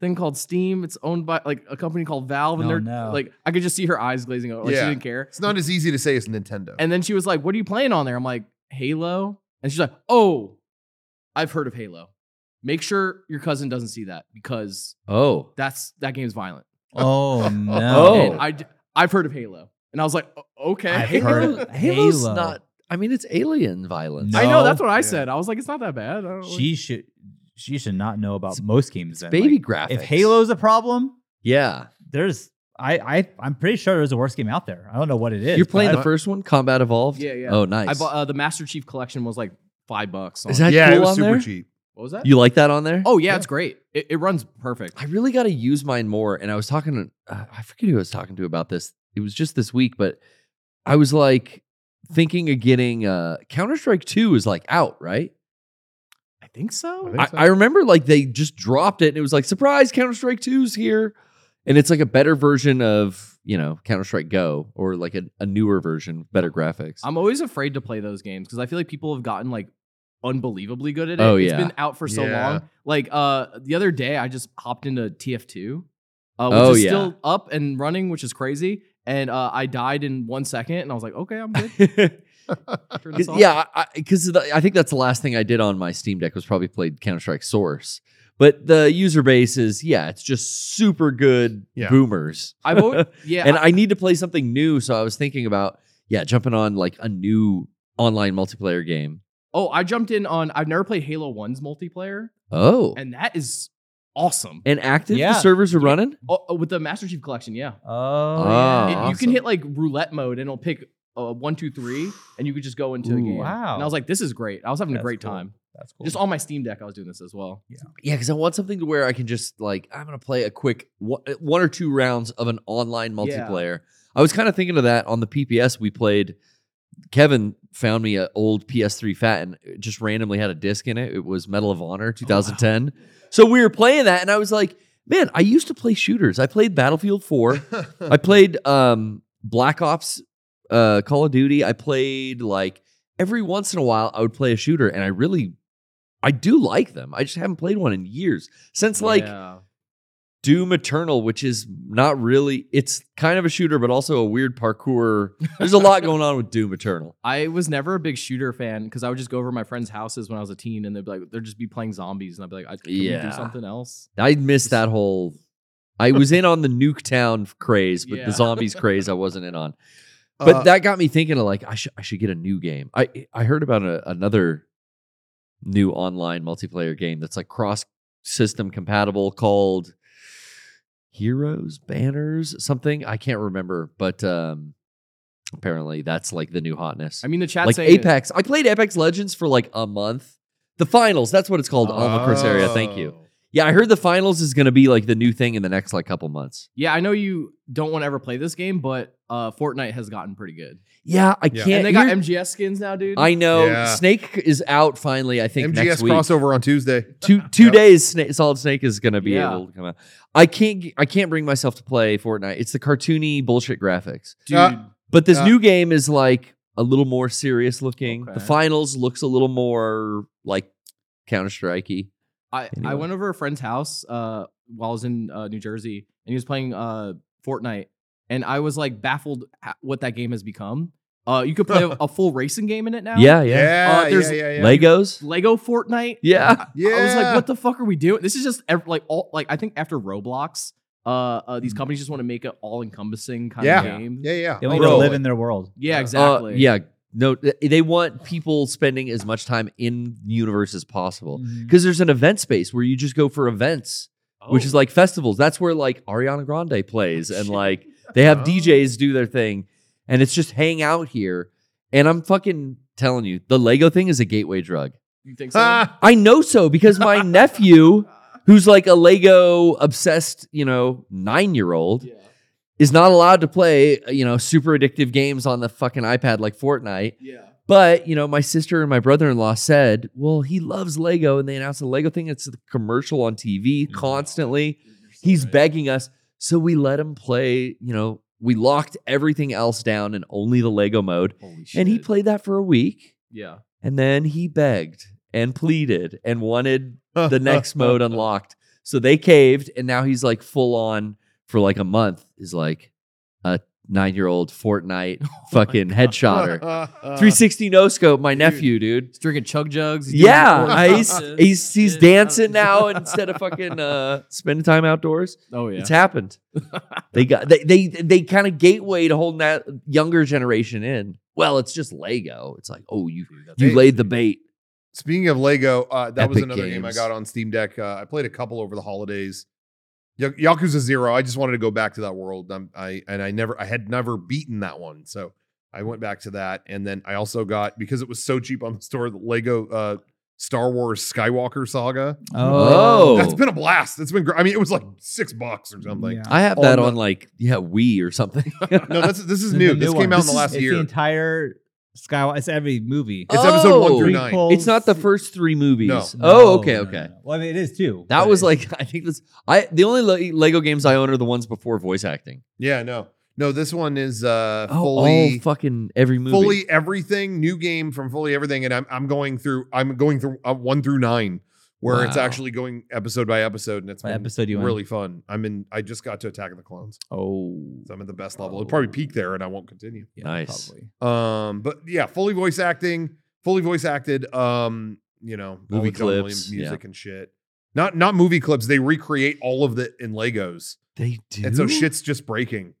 D: thing called Steam. It's owned by like a company called Valve, and
A: Oh,
D: they're
A: no.
D: like, I could just see her eyes glazing over. Like
B: Yeah.
D: she didn't care.
B: It's not as easy to say as Nintendo.
D: And then she was like, "What are you playing on there?" I'm like, "Halo." And she's like, "Oh, I've heard of Halo. Make sure your cousin doesn't see that because
C: Oh,
D: that's that game's violent."
A: Oh
C: Oh.
A: no.
D: And I d- I've heard of Halo. And I was like, "O- "Okay."
A: I've heard of-
C: Halo's
A: Halo.
C: not. I mean, it's alien violence.
A: No.
D: I know that's what I
B: Yeah.
D: said. I was like, "It's not that bad." I don't
A: she should she should not know about
C: It's-
A: most games. then.
C: Baby
A: Like,
C: graphics.
A: if Halo's a problem,
C: Yeah,
A: there's I I I'm pretty sure there's a worse game out there. I don't know what it is.
C: you're playing
A: but
C: the first one, Combat Evolved.
D: Yeah, yeah.
C: Oh, nice.
D: I bought uh, the Master Chief collection was like 5 bucks. on-
C: Is that
B: yeah,
C: cool
B: it was
C: on
B: super
C: there?
B: cheap.
D: What was that?
C: You like that on there?
D: oh yeah, it's great. It, it runs perfect.
C: I really got to use mine more. And I was talking to, uh, I forget who I was talking to about this. It was just this week, but I was like, thinking of getting uh, Counter Strike Two is like out, right?
D: I think so.
B: I
C: I,
B: think so.
C: I remember like they just dropped it and it was like surprise Counter Strike 2's here. And it's like a better version of, you know, Counter Strike Go or like a, a newer version, better graphics.
D: I'm always afraid to play those games because I feel like people have gotten like unbelievably good at it.
C: Oh,
D: It's
C: yeah.
D: been out for so
B: Yeah.
D: long. Like uh the other day I just hopped into TF2, uh, which
C: Oh,
D: is
C: yeah.
D: still up and running, which is crazy. And uh, I died in one second and I was like, okay, I'm good. Turn this off.
C: yeah, because I, think that's the last thing I did on my Steam Deck was probably played Counter Strike Source. But the user base is, yeah, it's just super good
B: Yeah.
C: boomers.
D: I've always, yeah.
C: and I, need to play something new. So I was thinking about, yeah, jumping on like a new online multiplayer game.
D: oh, I jumped in on I've never played Halo 1's multiplayer,
C: Oh. And,
D: and that is awesome.
C: active?
A: Yeah.
C: The servers are running?
D: Oh, oh, with the Master Chief Collection, yeah.
A: Oh,
C: Oh,
D: It-
A: yeah.
D: You can hit like roulette mode and it'll pick uh, one, two, three, and you could just go into the
C: Ooh,
D: game.
A: wow.
D: And I was like, this is great. I was having
A: That's
D: a great
A: cool.
D: time.
A: that's cool.
D: Just on my Steam Deck, I was doing this as well.
C: Yeah, because I want something to where I can just like I'm gonna play a quick one one or two rounds of an online multiplayer. I was kind of thinking of that on the PPS we played. Kevin found me an old PS3 Fat and it uh, just randomly had a disc in it. It was Medal of Honor 2010. So we were playing that, and I was like, "Man, I used to play shooters. I played Battlefield 4. I played um, Black Ops, uh, Call of Duty. I played like every once in a while I would play a shooter, and I really, I do like them. I just haven't played one in years since like
D: Yeah.
C: Doom Eternal, which is not really. It's kind of a shooter, but also a weird parkour. There's a lot going on with Doom Eternal.
D: I was never a big shooter fan because I would just go over to my friends' houses when I was a teen and they'd be like, they'd just be playing zombies. And I'd be like, I, can we
C: Yeah.
D: do something else?
C: I missed that whole. I was in on the Nuketown craze, but
D: Yeah.
C: the zombies craze I wasn't in on. But
B: Uh,
C: that got me thinking of like I should I should get a new game. I I heard about a, another new online multiplayer game that's like cross system compatible called Heroes Banners something I can't remember, but um apparently that's like the new hotness.
D: I mean, the chat
C: like
D: saying it-
C: Apex, I played Apex Legends for like a month. The finals, that's what it's called. Alma Corsaria, thank you.
B: Oh.
C: Yeah, I heard the finals is going to be like the new thing in the next like couple months.
D: yeah, I know you don't want to ever play this game, but uh, Fortnite has gotten pretty good.
C: Yeah, I
B: Yeah.
C: can't.
D: and they got
C: hear-
D: MGS skins now, dude.
C: I know
B: Yeah.
C: Snake is out finally. I think
B: MGS
C: next week. Uh,
B: crossover on Tuesday.
C: Two two
B: Yep.
C: days. Snake, Solid Snake is going to be
D: Yeah.
C: able to come out. I can't. g- I can't bring myself to play Fortnite. It's the cartoony bullshit graphics.
D: dude.
B: Uh,
C: But this
B: Yeah.
C: new game is like a little more serious looking. The
D: Okay.
C: finals looks a little more like Counter Strikey.
D: I, I
C: Anyway.
D: went over to a friend's house uh, while I was in uh, New Jersey, and he was playing uh, Fortnite, and I was like baffled at what that game has become. Uh, you could play a, a full racing game in it now.
C: Yeah, yeah.
B: Yeah,
D: Uh, there's
B: yeah, yeah, yeah.
C: Legos. Uh,
D: Lego Fortnite.
C: Yeah.
B: yeah.
D: I was like, what the fuck are we doing? This is just ev- like all like I think after Roblox, uh, uh
C: Mm.
D: these companies just want to make it all encompassing kind
B: Yeah.
D: of game.
B: Yeah, yeah.
A: they want you
C: Bro.
A: to live in their world.
D: Yeah,
C: Uh,
D: exactly.
C: yeah. No, th- they want people spending as much time in universe as possible
A: Mhm.
C: because there's an event space where you just go for events, which is like festivals. That's where like Ariana Grande plays and like they have
B: Oh.
C: DJs do their thing, and it's just hang out here. And I'm fucking telling you, the Lego thing is a gateway drug.
D: you think so?
B: Ah,
C: I know so because my nephew, who's like a Lego obsessed, you know, nine year old,
D: yeah.
C: is not allowed to play, you know, super addictive games on the fucking iPad like Fortnite.
D: Yeah.
C: But, you know, my sister and my brother in law said, well, he loves Lego. And they announced the Lego thing. It's the commercial on TV constantly. He's begging us. So we let him play, you know, we locked everything else down and only the Lego mode.
D: Holy shit.
C: And he played that for a week.
D: Yeah.
C: And then he begged and pleaded and wanted the next mode unlocked. So they caved, and now he's like full on for like a month is like a nine year old Fortnite fucking headshotter. 360 no scope, my nephew, dude.
D: He's drinking chug jugs. he's doing
C: Yeah,
D: sports.
C: I- he's
D: Yeah.
C: he's he's
D: Yeah.
C: dancing now instead of fucking uh, spending time outdoors.
D: Oh yeah.
C: It's happened. They got they they they kind of gatewayed a whole na- younger generation in. Well, it's just Lego. It's like, oh, you you
B: They-
C: laid the bait.
B: Speaking of Lego, uh, that was
C: Epic
B: another game I
C: games.
B: got on Steam Deck. Uh, I played a couple over the holidays. Y- Yakuza Zero. I just wanted to go back to that world. Um, I and I never, I had never beaten that one, so I went back to that. And then I also got because it was so cheap on the store, the Lego uh, Star Wars Skywalker Saga.
A: Mm-hmm.
C: Oh.
B: That's been a blast. It's been great. I mean, it was like six bucks or something.
A: Yeah.
C: I have
B: On
C: that
B: the-
C: on like yeah, Wii or something.
B: No, this, this is
A: The
B: new.
A: new
B: This
A: one.
B: came out in
A: This
B: the
A: is-
B: last
A: it's
B: year.
A: The entire Skywalker. It's every movie.
B: It's episode one
C: Oh.
B: through nine.
A: Prequels-
C: It's not the first three movies.
B: No.
C: Oh,
A: No,
C: okay,
A: no, no,
C: okay.
A: no. Well, I mean, it is too.
C: That
A: but
C: was
A: it-
C: like I think this. I the only Le- Lego games I own are the ones before voice acting.
B: Yeah, no, no. This one is uh,
C: Oh,
B: fully,
C: all fucking every movie.
B: fully everything. New game from fully everything, and I'm I'm going through. I'm going through uh, one through nine, where it's
C: Wow.
B: actually going episode by episode, and it's
A: What
B: been
A: episode you in?
B: really fun. I'm in. I just got to Attack of the Clones,
C: Oh,
B: so I'm at the best level. It'll probably peak there, and I won't continue.
A: Yeah,
C: Nice.
A: probably.
B: Um, but yeah, fully voice acting, fully voice acted. Um, you know, all
C: Movie
B: the John Williams
C: clips,
B: music, and shit. Not not movie clips. They recreate all of it in Legos.
C: they do.
B: and so shit's just breaking.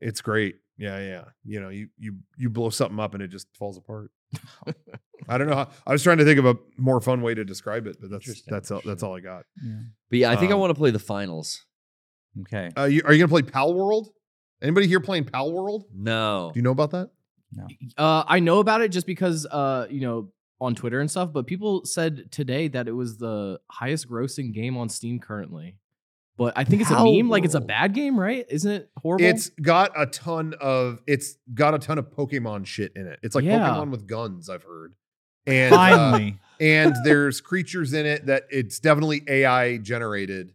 B: It's great. Yeah, yeah. You know, you you you blow something up and it just falls apart. I don't know. How, I was trying to think of a more fun way to describe it, but that's
C: Interesting.
B: that's all, that's all I got.
C: But yeah, I think I
B: Um,
C: want to play the finals.
A: Okay.
B: Uh, you, are you gonna play Pal World? Anybody here playing Pal World?
C: No.
B: Do you know about that?
D: Uh, I know about it just because, uh, you know, on Twitter and stuff. But people said today that it was the highest grossing game on Steam currently. But I think it's a
C: How-
D: meme. Like it's a bad game, right? Isn't it horrible?
B: It's got a ton of it's got a ton of Pokemon shit in it. It's like
D: Yeah.
B: Pokemon with guns. I've heard. And uh,
A: Finally.
B: and there's creatures in it that it's definitely AI generated.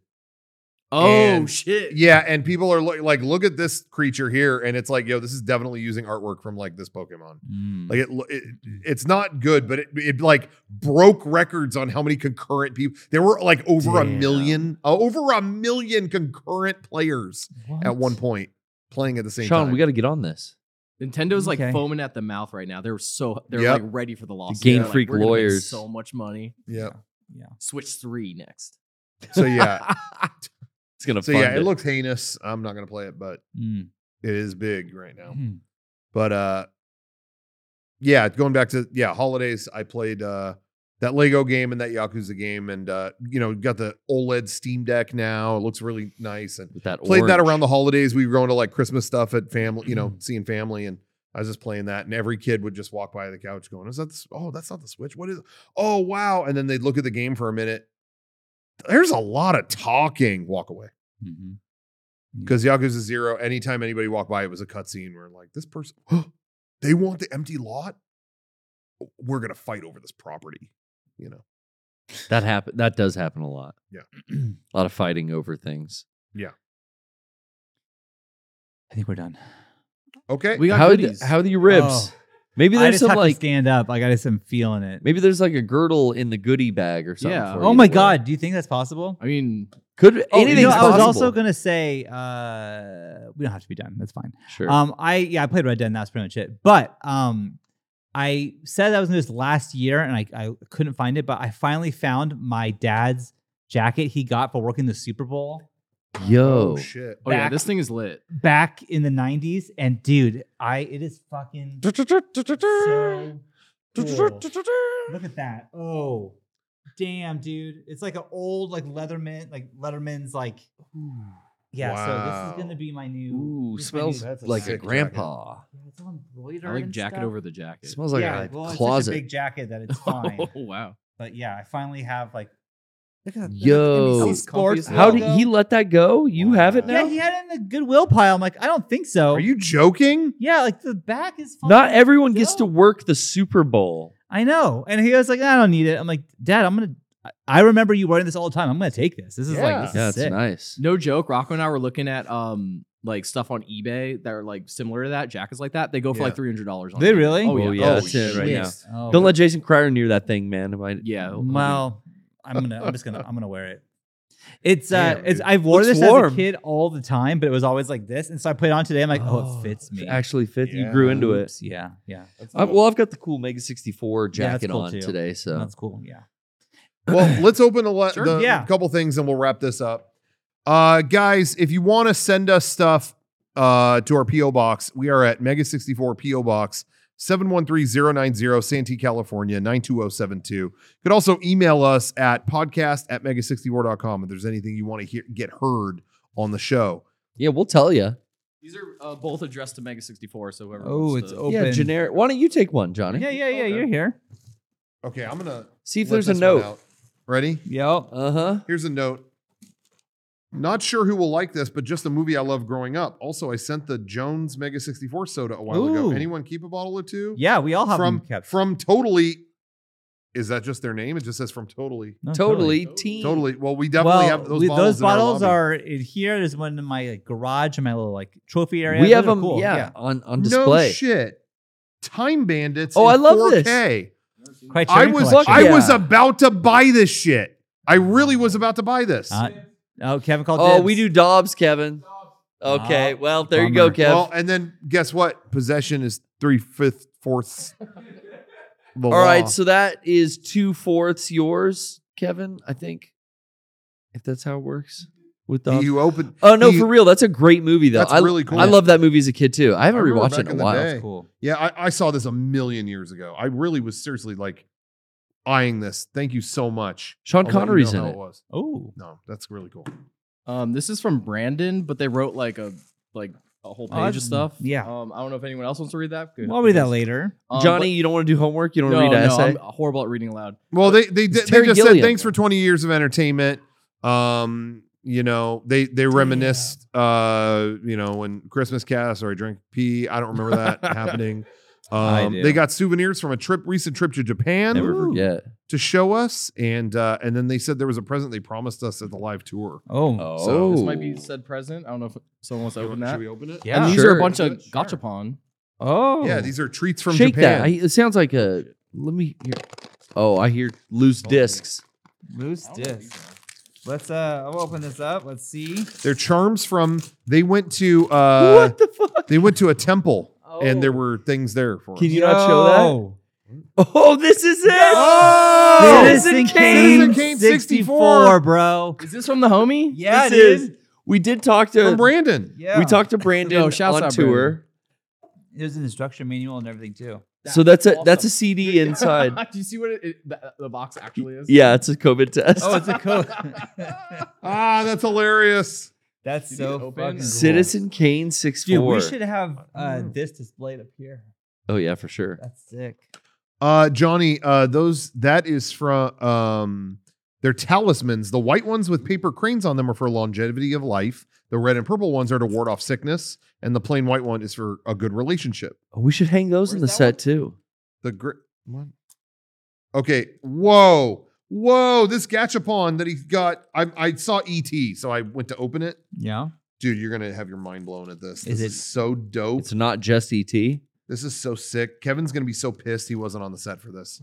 D: oh
B: and-
D: shit!
B: Yeah, and people are look, like, look at this creature here, and it's like, yo, this is definitely using artwork from like this Pokemon.
A: Mm.
B: Like it, lo- it it's not good, but it, it like broke records on how many concurrent people. There were like over a
C: Damn.
B: million, uh, over a million concurrent players at one point playing at the same
C: Sean,
B: time.
C: we got to get on this.
D: Nintendo's like
A: Okay.
D: foaming at the mouth right now. They're so they're
B: Yep.
D: like ready for the loss.
C: Game
D: like,
C: Freak
D: we're gonna make
C: lawyers.
D: so much money.
B: yeah.
D: Switch three next.
B: So yeah,
C: It's gonna.
B: so
C: fund
B: yeah, it
C: it.
B: looks heinous. I'm not gonna play it, but
A: Mm.
B: it is big right now.
A: Mm.
B: But uh yeah, going back to yeah, holidays, I played uh that Lego game and that Yakuza game and uh you know, got the OLED Steam Deck now. It looks really nice and
C: With that
B: played that
C: orange.
B: around the holidays. We were going to like Christmas stuff at family, you know, seeing family and I was just playing that and every kid would just walk by the couch going, "Is that the, s- oh, that's not the Switch. What is it? Oh, wow." And then they'd look at the game for a minute. There's a lot of talking. Walk away.
A: Mhm.
B: Because Yakuza Zero, anytime anybody walked by, it was a cutscene where like this person, they want the empty lot. We're gonna fight over this property, you know.
C: That happen. That does happen a lot.
B: Yeah.
C: a lot of fighting over things.
A: I think we're done.
B: Okay,
D: We got
C: How
D: goodies.
C: how do you ribs?
A: Oh.
C: Maybe
A: I
C: there's
A: just
C: some
A: have
C: like
A: to stand up. Like I just am feeling it.
C: maybe there's like a girdle in the goodie bag or something.
D: Yeah.
C: for
A: Oh
C: you
A: my
C: to wear.
A: god, do you think that's possible?
D: I mean,
C: Could
A: Oh, you know,
C: anything's
A: I was
C: possible.
A: also gonna say uh, we don't have to be done. That's fine.
C: sure.
A: Um, I yeah, I played Red Dead. and That's pretty much it. But um, I said I was gonna do this last year, and I I couldn't find it, but I finally found my dad's jacket he got for working the Super Bowl
C: Yo,
B: oh shit,
D: oh yeah,
A: Back-
D: this thing is lit.
A: back in the '90s. And dude, I it is fucking so cool. Look at that. Oh, damn, dude. It's like an old like Leatherman, like Letterman's like. Yeah, so this
B: Wow.
A: is gonna be my new.
C: ooh,
A: this is my new-
C: smells
B: That's a
C: like a
B: sick
C: grandpa.
A: Yeah, it's all embroidered.
D: I like
A: and
D: jacket
A: stuff.
D: over the jacket.
C: Smells like
A: yeah,
C: a
A: well, It's
C: closet.
A: such a big jacket that it's fine.
D: oh wow.
A: but yeah, I finally have like. Look at
C: Yo.
A: NBC
C: That was
D: comfy
A: Sports.
D: as
C: How
D: hell.
C: did
A: logo.
C: he let that go? You have it
B: Wow.
A: Yeah,
C: now.
A: he had it in the Goodwill pile. I'm like, I don't think so.
B: are you joking?
A: Yeah, like the back is. Fine.
C: Not everyone gets to
A: Dope.
C: work the Super Bowl.
A: I know. And he was like, I don't need it. I'm like, Dad, I'm gonna. I- I remember you wearing this all the time. I'm gonna take this. This is
B: Yeah.
A: like this is
C: Yeah, it's
A: sick.
C: nice.
D: No joke. Rocco and I were looking at um like stuff on eBay that are like similar to that jackets like that. They go for
B: Yeah.
D: like three hundred dollars.
A: They really?
D: Oh yeah.
C: Oh, yeah,
B: Oh,
C: that's it right
B: shit.
C: now.
A: Oh,
C: Don't let Jason Cryer near that thing, man. Am I-
D: Yeah.
A: Well, I'm gonna. I'm just gonna. I'm gonna wear it. It's uh,
B: Damn,
A: it's.
B: dude.
A: I wore
C: Looks
A: this as
C: warm.
A: a kid all the time, but it was always like this, and so I put it on today. I'm like, oh, it fits me.
C: It actually fits. You
B: Yeah.
C: grew into it.
A: Oops, Yeah, yeah.
C: I, well, I've got the cool Mega
A: Yeah,
C: 64
A: that's
C: jacket
A: cool
C: on
A: too.
C: today, so
A: That's cool. Yeah.
B: Well, let's open a le-
A: Sure.
B: the,
A: Yeah.
B: couple things and we'll wrap this up. Uh, guys, if you want to send us stuff uh, to our P.O. Box, we are at Mega64 P.O. Box 713090 Santee, California 92072. You could also email us at podcast at mega64.com if there's anything you want to hear get heard on the show.
C: yeah, we'll tell you.
D: These are uh, both addressed to Mega sixty four. So whoever.
A: Oh,
D: wants
A: it's
D: to-
A: open.
C: Yeah, generic. Why don't you take one, Johnny?
A: Yeah, yeah, yeah.
B: Okay.
A: You're here.
B: Okay, I'm going to
C: See if there's a note.
B: Ready?
A: Yep.
C: Uh huh.
B: Here's a note. Not sure who will like this, but just a movie I loved growing up. Also, I sent the Jones Mega 64 soda a while ago.
A: Ooh.
B: Anyone keep a bottle or two?
A: Yeah, we all have
B: from
A: them kept.
B: from Totally. Is that just their name? It just says from Totally.
A: No,
C: Totally, teen.
B: Totally. Well, we definitely
A: well,
B: have those
A: we-
B: bottles. in our lobby.
A: are in here. There's one in my like, garage in my little like trophy area.
C: we
A: Those
C: have
A: are
C: them,
A: cool.
C: yeah, on on
B: No
C: display.
B: shit. Time Bandits.
C: Oh,
B: in
C: I love this.
B: 4K. I
A: Criterion
B: was
A: Collection.
B: I
C: Yeah.
B: was about to buy this shit. I really was about to buy this.
A: Uh, oh, Kevin called.
C: oh,
A: dibs.
C: we do Dobbs, Kevin. Okay,
A: Ah,
C: well there you go,
A: bummer.
C: Kev.
B: Well, and then guess what? Possession is three fifth fourths. The
A: oh,
C: All right,
B: law.
C: so that is two fourths yours, Kevin. I think if that's how it works with Dobbs.
B: you open.
C: oh no,
B: he-
C: for real, that's a great movie though.
B: That's
C: I,
B: really cool.
C: I love that movie as a kid too. I haven't
B: I remember
C: rewatched
B: back
C: it in
B: in
C: a
B: the
C: while.
B: day.
A: Cool.
B: Yeah, I, I saw this a million years ago. I really was seriously like eyeing this. Thank you so much.
C: Sean
B: I'll let you
C: Connery's
B: know
C: in
B: how
C: it.
B: was.
A: Oh,
B: No, that's really cool.
D: Um, this is from Brandon, but they wrote like a like a whole page
A: Oh,
D: of stuff.
A: yeah.
D: Um, I don't know if anyone else wants to read that. Good.
A: I'll read that later.
D: Um,
C: Johnny, you don't want to do homework. You
D: but-
C: don't
D: no,
C: want to read an
D: no,
C: essay.
D: I'm horrible at reading aloud.
B: Well, they they,
C: It's
B: they,
C: Terry
B: just said
C: Gilliam.
B: thanks for 20 years of entertainment. Um, you know, they they reminisced uh, you know, when Christmas cast or I drink pee. I don't remember that happening.
F: I
B: Um,
F: do.
B: they got souvenirs from a trip, recent trip to Japan
C: Never
A: Ooh.
C: forget.
B: to show us, and uh, and then they said there was a present they promised us at the live tour.
A: Oh,
C: Oh,
B: So
D: This might be said present. I don't know if someone wants to open that.
B: Should we open it?
A: Yeah.
D: and these
C: Sure.
D: are a bunch of
B: Sure.
D: gachapon.
A: oh,
B: Yeah, these are treats from
C: Shake
B: Japan.
C: that. I, it sounds like a. Let me hear. Oh, I hear loose discs.
A: loose
F: Oh,
A: disc. Let's uh, I'll open this up. Let's see.
B: They're charms from they went to uh
C: what the fuck?
B: they went to a temple
C: Oh.
B: and there were things there for
C: Can
B: us.
C: you not show that?
A: Yo.
C: Oh, this is it.
B: Oh!
C: This is
A: Citizen
C: Citizen Kane
A: Kane
B: 64.
A: 64, bro.
D: Is this from the homie?
A: Yeah,
C: This
A: dude.
C: is- We did talk
B: from
C: to.
B: Brandon.
A: Yeah,
C: We talked to Brandon
D: No, shouts
C: on
D: out,
C: tour.
D: Brandon.
A: There's an instruction manual and everything too.
C: So that's a that's a
D: awesome.
C: CD inside.
D: Do you see what it, it, the, the box actually is?
C: yeah, it's a COVID test.
A: Oh, it's a code.
B: Ah, that's hilarious.
A: That's
D: Did
A: so
D: you open?
A: fucking cool.
C: Citizen Kane six
A: Dude,
C: four.
A: we should have uh,
B: Mm.
A: this displayed up here.
C: oh yeah, for sure.
A: That's sick.
B: Uh Johnny, uh those that is from um they're talismans. The white ones with paper cranes on them are for longevity of life. The red and purple ones are to ward off sickness, and the plain white one is for a good relationship.
C: Oh, we should hang those in the
D: Where's
C: set too.
B: The gri- what? Okay. Whoa. Whoa. This gachapon that he got. I I saw ET, so I went to open it.
A: Yeah.
B: Dude, you're gonna have your mind blown at this. This
A: Is
B: is,
A: it-
B: so dope.
C: It's not just E ET.
B: This is so sick. Kevin's gonna be so pissed he wasn't on the set for this.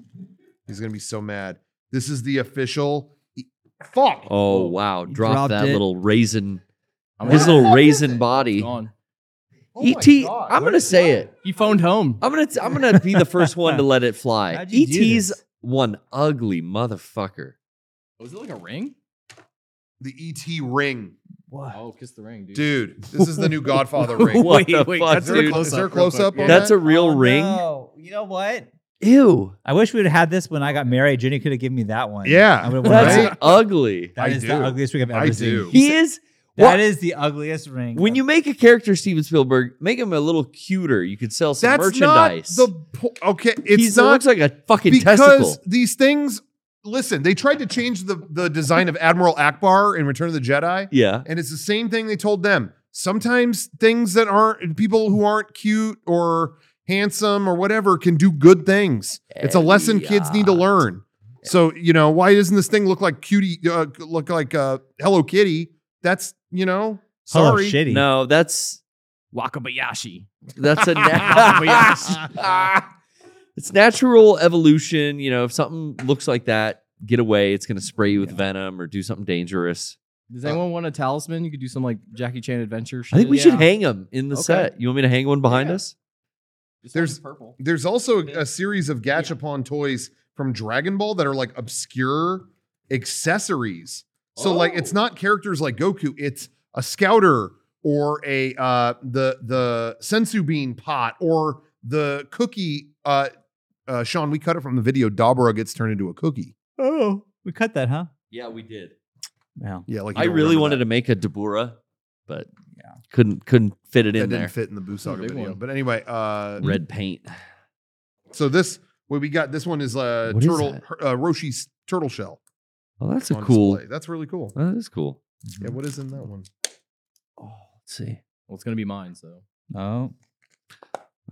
B: He's gonna be so mad. This is the official. E- Fuck.
C: Oh wow,
A: He
C: drop
A: dropped
C: that
A: it.
C: little raisin.
D: I'm
C: His
D: gonna-
C: little raisin
D: It's
C: body.
D: gone.
B: Oh my
C: ET.
B: God.
C: E I'm gonna say it.
D: He phoned home.
C: I'm gonna t- I'm gonna be the first one to let it fly.
A: How'd you do
C: ET's
A: this?
C: one ugly motherfucker.
D: Was Oh, it like a ring?
B: The ET ring,
A: What?
D: Oh, kiss the ring, dude.
B: dude. This is the new Godfather ring.
C: What the fuck,
B: Is there, a
C: dude?
B: close, is there a
D: Close-up real
B: close-up
D: quick.
B: on
C: That's
B: that?
C: a real
A: Oh,
C: ring.
A: no. You know what?
C: Ew.
A: I wish we would have had this when I got married. Jenny could have given me that one.
B: Yeah.
A: I would've wanted
C: That's
A: that.
C: ugly.
B: I
A: That is
B: do.
A: the ugliest ring I've ever
B: I
A: seen.
B: do.
C: He is
A: That
C: What?
A: is the ugliest ring. Oh,
C: when you make a character Steven Spielberg, make him a little cuter. You could sell some
B: That's
C: merchandise.
B: not the po- okay. It's
C: He's- it
B: not
C: looks like a fucking
B: because
C: testicle.
B: these things. Listen, they tried to change the the design of Admiral Akbar in Return of the Jedi.
C: Yeah.
B: And it's the same thing they told them. Sometimes things that aren't people who aren't cute or handsome or whatever can do good things. It's a
C: Eh,
B: lesson kids need to
C: Yeah.
B: learn. So you know why doesn't this thing look like cutie? Uh, look like uh, Hello Kitty? That's you know.
A: Hello,
B: Sorry.
A: shitty.
C: No, that's
D: Wakabayashi.
C: that's a na- it's natural evolution. You know, if something looks like that, get away. It's gonna spray you with venom or do something dangerous.
D: Does anyone want a talisman? You could do some like Jackie Chan adventure shit.
C: I think we should
D: Yeah.
C: hang him in the
D: Okay.
C: set. You want me to hang one behind
D: Yeah.
C: us?
D: This
B: There's-
D: one's purple.
B: There's also a, a series of Gachapon toys from Dragon Ball that are like obscure accessories. So like
C: Oh.
B: it's not characters like Goku, it's a scouter or a uh the the sensu bean pot or the cookie uh uh Sean, we cut it from the video Dabra gets turned into a cookie.
A: Oh, we cut that, huh?
C: Yeah, we did.
A: Wow.
B: Yeah, like you
C: I
B: don't
C: really
B: remember
C: wanted
B: that.
C: to make a Deborah, but
A: Yeah.
C: couldn't couldn't fit it
B: that
C: in
B: didn't
C: there.
B: fit in the Boosaga
D: big
B: video.
D: one.
B: But anyway, uh
C: Red paint.
B: so this what we got this one is uh
C: What is
B: turtle
C: that?
B: uh, Roshi's turtle shell.
C: Oh, that's a
B: on
C: cool.
B: display. That's really cool.
C: Oh, that is cool.
B: Yeah, what is in that one?
C: Oh, let's see.
D: Well, it's gonna be mine. So
A: Oh,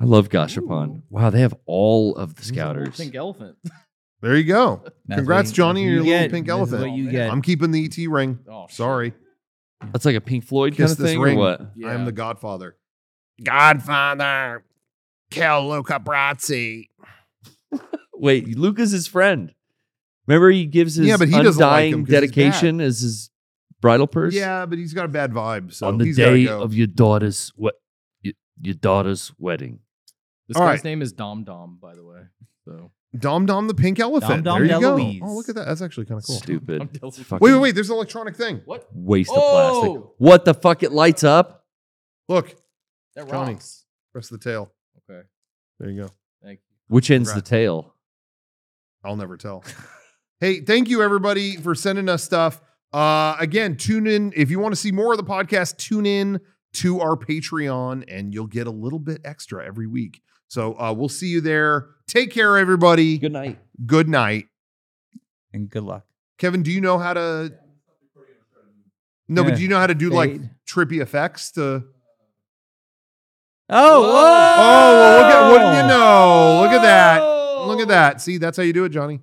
C: I love Gashapon. Wow, they have all of the
B: These are
D: Little
C: scouters.
D: pink elephant.
B: There you go.
A: that's what
B: Congrats,
A: you-
B: Johnny,
A: you
B: your little
A: get-
B: pink
A: this is
B: elephant.
A: what you get.
B: I'm keeping the ET ring.
D: Oh, shit.
B: Sorry.
C: That's like a Pink Floyd kind
B: Kiss
C: of
B: this
C: thing,
B: ring.
C: or what?
B: I am
D: Yeah.
B: the godfather. Godfather. Kill Luca Brazzi.
C: Wait, Luca's his friend. Remember, he gives his
B: Yeah, but he doesn't like
C: undying
B: him 'cause he's
C: dedication as his bridal purse.
B: Yeah, but he's got a bad vibe. So
C: on the
B: he's gotta
C: day
B: go.
C: of your daughter's we- your, your daughter's wedding.
D: This
B: All
D: guy's
B: right.
D: name is Dom Dom, by the way. So
B: Dom Dom the pink elephant.
A: Dom
B: there you
A: DeLuise.
B: go. Oh, look at that. That's actually kind of cool.
C: Stupid.
D: I'm
C: It's
D: Dylan.
C: fucking
B: Wait, wait, wait. There's an electronic thing.
D: what?
C: Waste of plastic.
D: Oh,
C: What the fuck? It lights up.
B: Look,
D: that
B: Johnny.
D: rocks.
B: press the tail.
D: Okay,
B: There you go.
D: thank you.
C: Which ends the
B: Congrats.
C: tail?
B: I'll never tell. hey, thank you everybody for sending us stuff. Uh, again, tune in if you want to see more of the podcast. Tune in to our Patreon, and you'll get a little bit extra every week. So uh, we'll see you there. Take care, everybody. Good,
C: Good night.
B: night,
A: and good luck.
B: Kevin. Do you know how to? No,
A: Yeah.
B: but do you know how to do like
A: Fade.
B: trippy effects to?
A: Oh,
C: Whoa.
A: whoa!
B: Oh, well, look at what do you know? Look at that! Look at that! See, that's how you do it, Johnny.